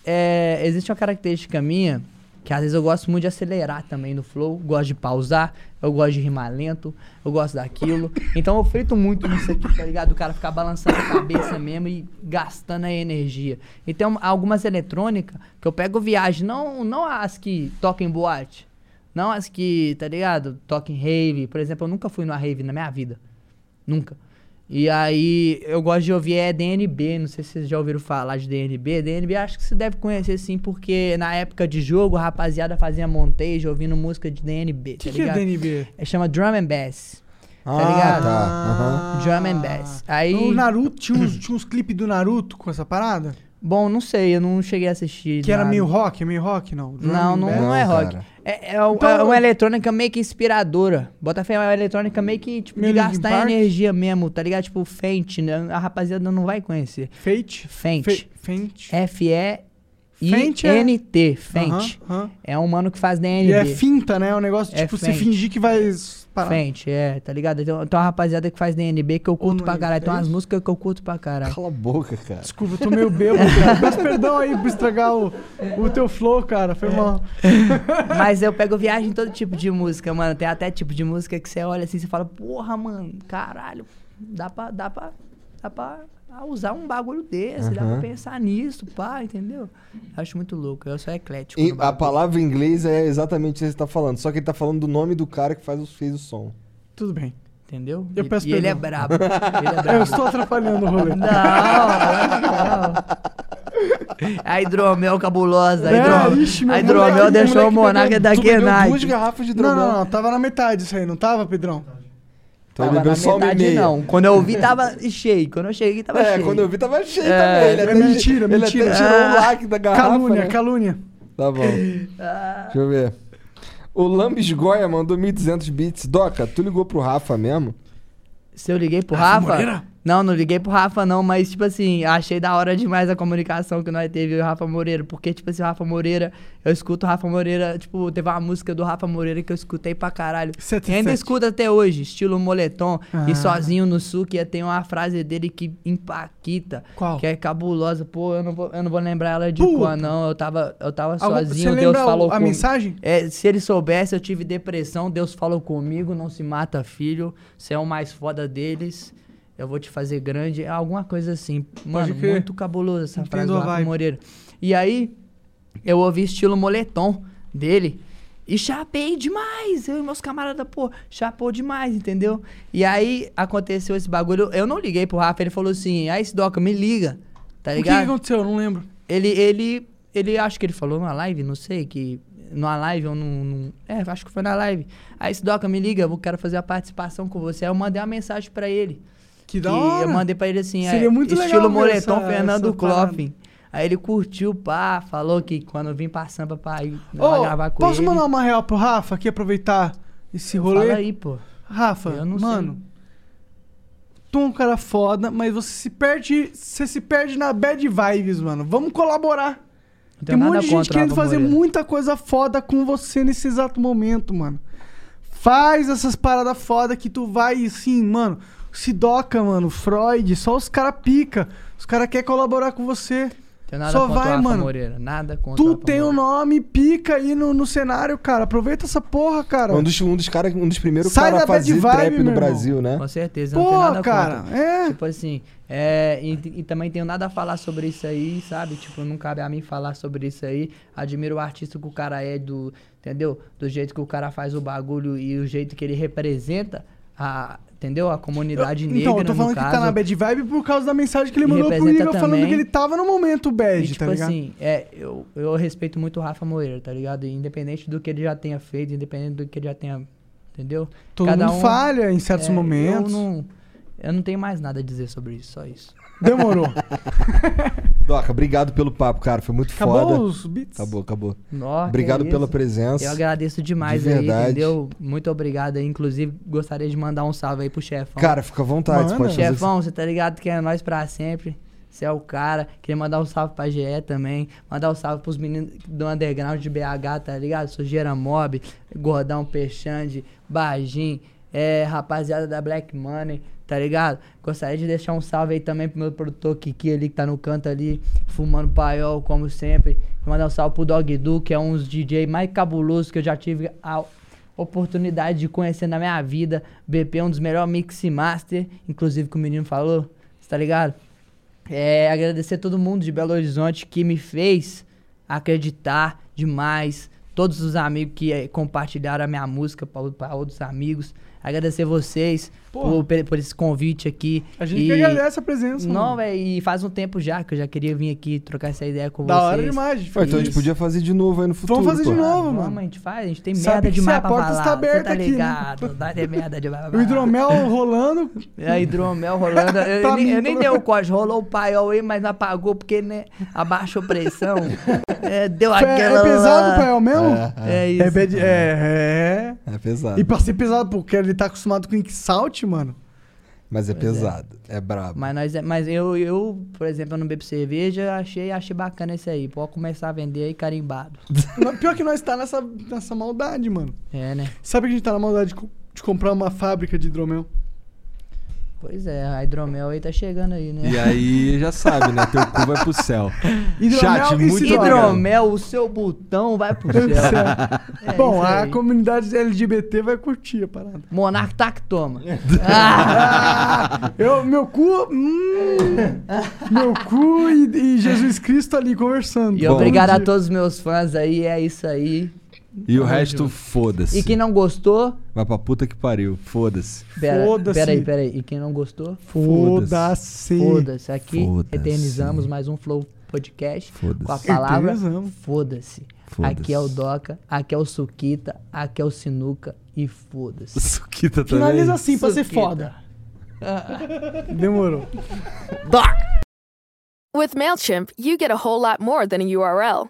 [SPEAKER 3] é, existe uma característica minha que às vezes eu gosto muito de acelerar também no flow, gosto de pausar, eu gosto de rimar lento, eu gosto daquilo. Então eu frito muito nisso aqui, tá ligado? O cara ficar balançando a cabeça mesmo e gastando a energia. E tem um- algumas eletrônicas que eu pego viagem, não, não as que tocam em boate, não as que, tá ligado? Tocam em rave. Por exemplo, eu nunca fui numa rave na minha vida. Nunca. E aí, eu gosto de ouvir é DNB, não sei se vocês já ouviram falar de DNB. DNB acho que você deve conhecer sim, porque na época de jogo a rapaziada fazia montage ouvindo música de DNB,
[SPEAKER 2] O
[SPEAKER 3] tá
[SPEAKER 2] que é
[SPEAKER 3] ligado?
[SPEAKER 2] DNB?
[SPEAKER 3] É, chama Drum and Bass. tá
[SPEAKER 2] Ah,
[SPEAKER 3] ligado?
[SPEAKER 2] tá.
[SPEAKER 3] Ah. Drum and Bass. Aí...
[SPEAKER 2] O Naruto tinha uns, tinha uns clipes do Naruto com essa parada?
[SPEAKER 3] Bom, não sei, eu não cheguei a assistir.
[SPEAKER 2] Que era
[SPEAKER 3] nada.
[SPEAKER 2] meio rock, é meio rock, não. Drum
[SPEAKER 3] Não,
[SPEAKER 2] and
[SPEAKER 3] não,
[SPEAKER 2] bass.
[SPEAKER 3] não é rock.
[SPEAKER 2] cara.
[SPEAKER 3] É, é, o-
[SPEAKER 2] Então-
[SPEAKER 3] é uma eletrônica meio que inspiradora. Bota fé, é uma eletrônica meio que, tipo, de
[SPEAKER 2] Meio Linkin
[SPEAKER 3] gastar
[SPEAKER 2] Park?
[SPEAKER 3] energia mesmo, tá ligado? Tipo, Fente, né? A rapaziada não vai conhecer.
[SPEAKER 2] Fate?
[SPEAKER 3] Fente.
[SPEAKER 2] Fente.
[SPEAKER 3] É F-E-I-N-T. Fente.
[SPEAKER 2] é? Aham, aham.
[SPEAKER 3] É um mano que faz DNB.
[SPEAKER 2] E é finta, né? É um negócio
[SPEAKER 3] É
[SPEAKER 2] tipo você
[SPEAKER 3] fente.
[SPEAKER 2] fingir que vai parar.
[SPEAKER 3] Fente, é, tá ligado? Tem, tem uma rapaziada que faz DNB que eu curto pra caralho. Tem umas músicas que eu curto pra caralho.
[SPEAKER 1] Cala a boca, cara.
[SPEAKER 2] Desculpa, eu tô meio
[SPEAKER 3] <laughs>
[SPEAKER 2] bêbado, cara. Peço perdão aí por estragar o, o teu flow, cara.
[SPEAKER 3] É.
[SPEAKER 2] Foi mal.
[SPEAKER 3] Mas eu pego viagem em todo tipo de música, mano. Tem até tipo de música que você olha assim e você fala, porra, mano, caralho, dá pra, dá pra, dá pra usar um bagulho desse, dá pra
[SPEAKER 1] Aham.
[SPEAKER 3] pensar nisso, pá, entendeu? Acho muito louco, eu sou eclético.
[SPEAKER 1] E
[SPEAKER 3] no
[SPEAKER 1] a
[SPEAKER 3] bagulho.
[SPEAKER 1] palavra em inglês é exatamente isso que você tá falando, só que ele tá falando do nome do cara que faz o, fez o som.
[SPEAKER 2] Tudo bem.
[SPEAKER 3] Entendeu?
[SPEAKER 2] Eu
[SPEAKER 3] E-
[SPEAKER 2] peço
[SPEAKER 3] e ele é
[SPEAKER 2] perdão.
[SPEAKER 3] brabo. Ele é brabo.
[SPEAKER 1] <laughs>
[SPEAKER 2] Eu estou atrapalhando o rolê.
[SPEAKER 3] Não, não. A hidromel cabulosa, a
[SPEAKER 2] É,
[SPEAKER 3] hidromel,
[SPEAKER 2] ixi, meu
[SPEAKER 3] a hidromel
[SPEAKER 2] moleque-
[SPEAKER 3] deixou o
[SPEAKER 2] moleque
[SPEAKER 3] monarca
[SPEAKER 2] bebeu-
[SPEAKER 3] é da
[SPEAKER 2] tu bebeu
[SPEAKER 3] Kenai.
[SPEAKER 2] duas garrafas de Não, não, não. Tava na metade isso aí, não tava, Pedrão?
[SPEAKER 1] Então ele
[SPEAKER 3] Tava
[SPEAKER 1] bebeu
[SPEAKER 3] na
[SPEAKER 1] só uma e
[SPEAKER 3] metade,
[SPEAKER 1] meia.
[SPEAKER 3] não. Quando eu vi, tava cheio. Quando eu cheguei, tava
[SPEAKER 1] É,
[SPEAKER 3] tá cheio.
[SPEAKER 1] quando eu vi, tava cheio
[SPEAKER 3] É.
[SPEAKER 1] também. Ele
[SPEAKER 3] É
[SPEAKER 1] até-
[SPEAKER 2] mentira,
[SPEAKER 1] ele
[SPEAKER 2] mentira.
[SPEAKER 1] até tirou o
[SPEAKER 2] Ah,
[SPEAKER 1] lacre da garrafa.
[SPEAKER 2] calúnia,
[SPEAKER 1] né?
[SPEAKER 2] calúnia. <laughs>
[SPEAKER 1] Tá bom.
[SPEAKER 2] Ah.
[SPEAKER 1] Deixa eu ver. O Lambis Goya mandou 1.200 bits. Doca, tu ligou pro Rafa mesmo?
[SPEAKER 3] Se eu liguei pro
[SPEAKER 1] Rafa
[SPEAKER 3] Rafa.
[SPEAKER 1] Moreira?
[SPEAKER 3] Não, não liguei pro Rafa, não, mas, tipo assim, achei da hora demais a comunicação que nós teve eu e o Rafa Moreira. Porque, tipo assim, o Rafa Moreira, eu escuto o Rafa Moreira, tipo, teve uma música do Rafa Moreira que eu escutei pra caralho. E ainda
[SPEAKER 2] sete.
[SPEAKER 3] escuto até hoje, estilo moletom.
[SPEAKER 2] Ah.
[SPEAKER 3] E sozinho no sul, que tem uma frase dele que empaquita.
[SPEAKER 2] Qual?
[SPEAKER 3] Que é cabulosa. Pô, eu não vou, eu não vou lembrar ela de
[SPEAKER 2] Puta.
[SPEAKER 3] cor, não. Eu tava, eu tava
[SPEAKER 2] Algum-
[SPEAKER 3] sozinho,
[SPEAKER 2] você
[SPEAKER 3] Deus
[SPEAKER 2] lembra o-
[SPEAKER 3] falou
[SPEAKER 2] a
[SPEAKER 3] com-
[SPEAKER 2] mensagem?
[SPEAKER 3] É, se ele soubesse, eu tive depressão, Deus falou comigo, não se mata, filho. Você é o mais foda deles. Eu vou te fazer grande. É Alguma coisa assim. Mano,
[SPEAKER 2] crer.
[SPEAKER 3] muito cabuloso essa
[SPEAKER 2] Entendo
[SPEAKER 3] frase do
[SPEAKER 2] a
[SPEAKER 3] Rafa
[SPEAKER 2] vibe.
[SPEAKER 3] Moreira. E aí, eu ouvi estilo moletom dele. E chapei demais, eu e meus camaradas, pô, chapou demais, entendeu? E aí aconteceu esse bagulho, eu não liguei pro Rafa, ele falou assim, aí Sidoca, me liga, tá
[SPEAKER 2] O que
[SPEAKER 3] ligado?
[SPEAKER 2] que aconteceu? Eu não lembro.
[SPEAKER 3] Ele, ele, ele, acho que ele falou numa live, não sei, que numa live ou num, num- É, acho que foi na live. Aí Sidoca, me liga, eu quero fazer a participação com você. Aí eu mandei uma mensagem pra ele.
[SPEAKER 2] Que da hora.
[SPEAKER 3] Eu mandei pra ele assim,
[SPEAKER 2] Seria
[SPEAKER 3] é,
[SPEAKER 2] muito legal
[SPEAKER 3] estilo
[SPEAKER 2] ver
[SPEAKER 3] moletom
[SPEAKER 2] essa-
[SPEAKER 3] Fernando
[SPEAKER 2] essa parada.
[SPEAKER 3] Klopp. Aí ele curtiu, pá, falou que quando eu vim pra Sampa pra ir
[SPEAKER 2] Ô,
[SPEAKER 3] pra gravar com
[SPEAKER 2] posso
[SPEAKER 3] ele...
[SPEAKER 2] mandar uma real pro Rafa aqui, aproveitar esse rolê?
[SPEAKER 3] Fala aí, pô.
[SPEAKER 2] Rafa,
[SPEAKER 3] Eu não
[SPEAKER 2] mano. Tu é um cara foda, mas você se perde. Você se perde na bad vibes, mano. Vamos colaborar.
[SPEAKER 3] Não
[SPEAKER 2] Tem
[SPEAKER 3] tenho
[SPEAKER 2] um
[SPEAKER 3] nada
[SPEAKER 2] monte de gente
[SPEAKER 3] contra,
[SPEAKER 2] querendo
[SPEAKER 3] Rafa
[SPEAKER 2] fazer
[SPEAKER 3] Moreira.
[SPEAKER 2] muita coisa foda com você nesse exato momento, mano. Faz essas paradas foda que tu vai assim, mano. Sidoca, mano, Freud, só os cara pica. Os cara quer colaborar com você.
[SPEAKER 3] Tenho nada
[SPEAKER 2] só
[SPEAKER 3] contra o
[SPEAKER 2] vai,
[SPEAKER 3] Rafa
[SPEAKER 2] mano.
[SPEAKER 3] Moreira, nada contra o
[SPEAKER 2] Tu
[SPEAKER 3] Rafa
[SPEAKER 2] tem um o nome, pica aí no, no cenário, cara. Aproveita essa porra, cara.
[SPEAKER 1] Um dos, um dos, cara, um dos primeiros
[SPEAKER 2] Tá. Sai
[SPEAKER 1] caras a
[SPEAKER 2] da bad
[SPEAKER 1] fazer
[SPEAKER 2] vibe,
[SPEAKER 1] trap
[SPEAKER 2] meu
[SPEAKER 1] no
[SPEAKER 2] irmão.
[SPEAKER 1] Brasil, né?
[SPEAKER 3] Com certeza,
[SPEAKER 2] Pô,
[SPEAKER 3] não tem nada
[SPEAKER 2] cara,
[SPEAKER 3] contra. Tipo assim, é, e, e também tenho nada a falar sobre isso aí, sabe? Tipo, não cabe a mim falar sobre isso aí. Admiro o artista que o cara é, do, entendeu? Do jeito que o cara faz o bagulho e o jeito que ele representa a, entendeu? A comunidade negra,
[SPEAKER 2] Então, eu tô falando
[SPEAKER 3] no
[SPEAKER 2] que
[SPEAKER 3] caso.
[SPEAKER 2] tá na bad vibe por causa da mensagem que ele
[SPEAKER 3] E
[SPEAKER 2] mandou pro
[SPEAKER 3] representa
[SPEAKER 2] Igor falando
[SPEAKER 3] também-
[SPEAKER 2] que ele tava no momento bad,
[SPEAKER 3] E, tipo
[SPEAKER 2] tá ligado?
[SPEAKER 3] assim, é, eu, eu respeito muito o Rafa Moreira, tá ligado? E Independente do que ele já tenha feito, independente do que ele já tenha. Entendeu?
[SPEAKER 2] Todo mundo falha em certos momentos.
[SPEAKER 3] um é, Eu não, eu não tenho mais nada a dizer sobre isso, só isso.
[SPEAKER 2] Demorou.
[SPEAKER 1] Doca, obrigado pelo papo, cara. Foi muito
[SPEAKER 3] Acabou
[SPEAKER 1] foda.
[SPEAKER 3] os beats?
[SPEAKER 1] Acabou, acabou.
[SPEAKER 3] Nó, que
[SPEAKER 1] obrigado
[SPEAKER 3] é
[SPEAKER 1] pela
[SPEAKER 3] isso.
[SPEAKER 1] presença.
[SPEAKER 3] Eu agradeço demais
[SPEAKER 1] De
[SPEAKER 3] aí,
[SPEAKER 1] verdade.
[SPEAKER 3] entendeu? Muito obrigado aí. Inclusive, gostaria de mandar um salve aí pro chefão.
[SPEAKER 1] Cara, fica à vontade, você pode fazer
[SPEAKER 3] Chefão, você tá ligado que é nós pra sempre. Você é o cara. Queria mandar um salve pra GE também. Mandar um salve pros meninos do underground de BH, tá ligado? Sujeira Mob, Gordão Peixande, Bagim, é, rapaziada da Black Money, tá ligado? Gostaria de deixar um salve aí também pro meu produtor Kiki ali, que tá no canto ali, fumando paiol, como sempre. Mandar um salve pro Dog Du, que é um dos DJ mais cabulosos que eu já tive a oportunidade de conhecer na minha vida. BP é um dos melhores mix e master, inclusive que o menino falou, cê tá ligado? É, agradecer a todo mundo de Belo Horizonte que me fez acreditar demais. Todos os amigos que eh, compartilharam a minha música para outros amigos. Agradecer vocês
[SPEAKER 2] Porra.
[SPEAKER 3] por, pe- por esse convite aqui.
[SPEAKER 2] A gente que agradece a presença,
[SPEAKER 3] Não,
[SPEAKER 2] mano.
[SPEAKER 3] velho, e faz um tempo já que eu já queria vir aqui trocar essa ideia com
[SPEAKER 2] Da
[SPEAKER 3] vocês.
[SPEAKER 2] hora demais,
[SPEAKER 1] Pô, então a gente podia fazer de novo aí no futuro. pô.
[SPEAKER 3] mano. a gente faz, a gente tem
[SPEAKER 2] Sabe
[SPEAKER 3] merda
[SPEAKER 2] que se
[SPEAKER 3] demais
[SPEAKER 2] a
[SPEAKER 3] pra
[SPEAKER 2] porta
[SPEAKER 3] falar.
[SPEAKER 2] está aberta
[SPEAKER 3] Você tá
[SPEAKER 2] aqui, né?
[SPEAKER 3] ligado, vai ter merda demais pra
[SPEAKER 2] O
[SPEAKER 3] <laughs>
[SPEAKER 2] hidromel Tá rolando.
[SPEAKER 3] É, a hidromel rolando. Eu, eu
[SPEAKER 2] Pra
[SPEAKER 3] nem,
[SPEAKER 2] mim,
[SPEAKER 3] eu nem
[SPEAKER 2] pelo
[SPEAKER 3] dei o
[SPEAKER 2] menos.
[SPEAKER 3] código, rolou o paiol aí, mas não apagou porque né, abaixou a
[SPEAKER 2] <laughs>
[SPEAKER 3] pressão. É, deu
[SPEAKER 2] Foi-
[SPEAKER 3] aquela...
[SPEAKER 2] É pesado pra eu mesmo?
[SPEAKER 3] É, isso.
[SPEAKER 2] É, bad- é,
[SPEAKER 1] É pesado.
[SPEAKER 2] é. E pra ser pesado, porque ele tá acostumado com Inksalt, mano.
[SPEAKER 1] Mas é pesado. É, brabo.
[SPEAKER 3] Mas, nós, é- mas eu, eu, por exemplo, eu não bebo cerveja, achei, achei bacana esse aí. Pode começar a vender aí carimbado.
[SPEAKER 2] Mas Pior que nós tá nessa, nessa maldade, mano.
[SPEAKER 3] É, né?
[SPEAKER 2] Sabe que a gente tá na maldade de, co- de comprar uma fábrica de hidromel?
[SPEAKER 3] Pois é, a hidromel aí tá chegando aí, né?
[SPEAKER 1] E aí, já sabe, né? Teu cu vai pro céu.
[SPEAKER 2] Hidromel
[SPEAKER 1] Chat,
[SPEAKER 2] <laughs> e
[SPEAKER 1] muito obrigado.
[SPEAKER 3] Hidromel, o seu botão vai pro céu.
[SPEAKER 2] <laughs>
[SPEAKER 3] É
[SPEAKER 2] Bom,
[SPEAKER 3] isso
[SPEAKER 2] a
[SPEAKER 3] aí.
[SPEAKER 2] comunidade LGBT vai curtir a parada.
[SPEAKER 3] Monarca tá que toma.
[SPEAKER 2] Eu, meu cu.
[SPEAKER 3] <laughs>
[SPEAKER 2] hum, meu cu e, e Jesus Cristo ali conversando.
[SPEAKER 3] E obrigado a todos os meus fãs aí, é isso aí.
[SPEAKER 1] E o
[SPEAKER 3] Tamo
[SPEAKER 1] resto,
[SPEAKER 3] junto.
[SPEAKER 1] foda-se.
[SPEAKER 3] E quem não gostou,
[SPEAKER 1] Vai pra puta que pariu. Foda-se. <laughs>
[SPEAKER 3] pera,
[SPEAKER 2] Foda-se.
[SPEAKER 3] pera aí, pera aí. E quem não gostou,
[SPEAKER 2] Foda-se.
[SPEAKER 3] foda-se. Aqui
[SPEAKER 1] Foda-se.
[SPEAKER 3] eternizamos mais um Flow Podcast
[SPEAKER 1] Foda-se.
[SPEAKER 3] com a palavra
[SPEAKER 2] Eternizamos.
[SPEAKER 3] foda-se.
[SPEAKER 1] Foda-se.
[SPEAKER 3] aqui é o Doca, aqui é o Suquita, aqui é o Sinuca e foda-se.
[SPEAKER 1] Suquita tá
[SPEAKER 3] também.
[SPEAKER 2] Finaliza assim pra ser
[SPEAKER 3] Suquita.
[SPEAKER 2] foda. <laughs> Demorou.
[SPEAKER 5] With MailChimp, you get a whole lot more than a URL.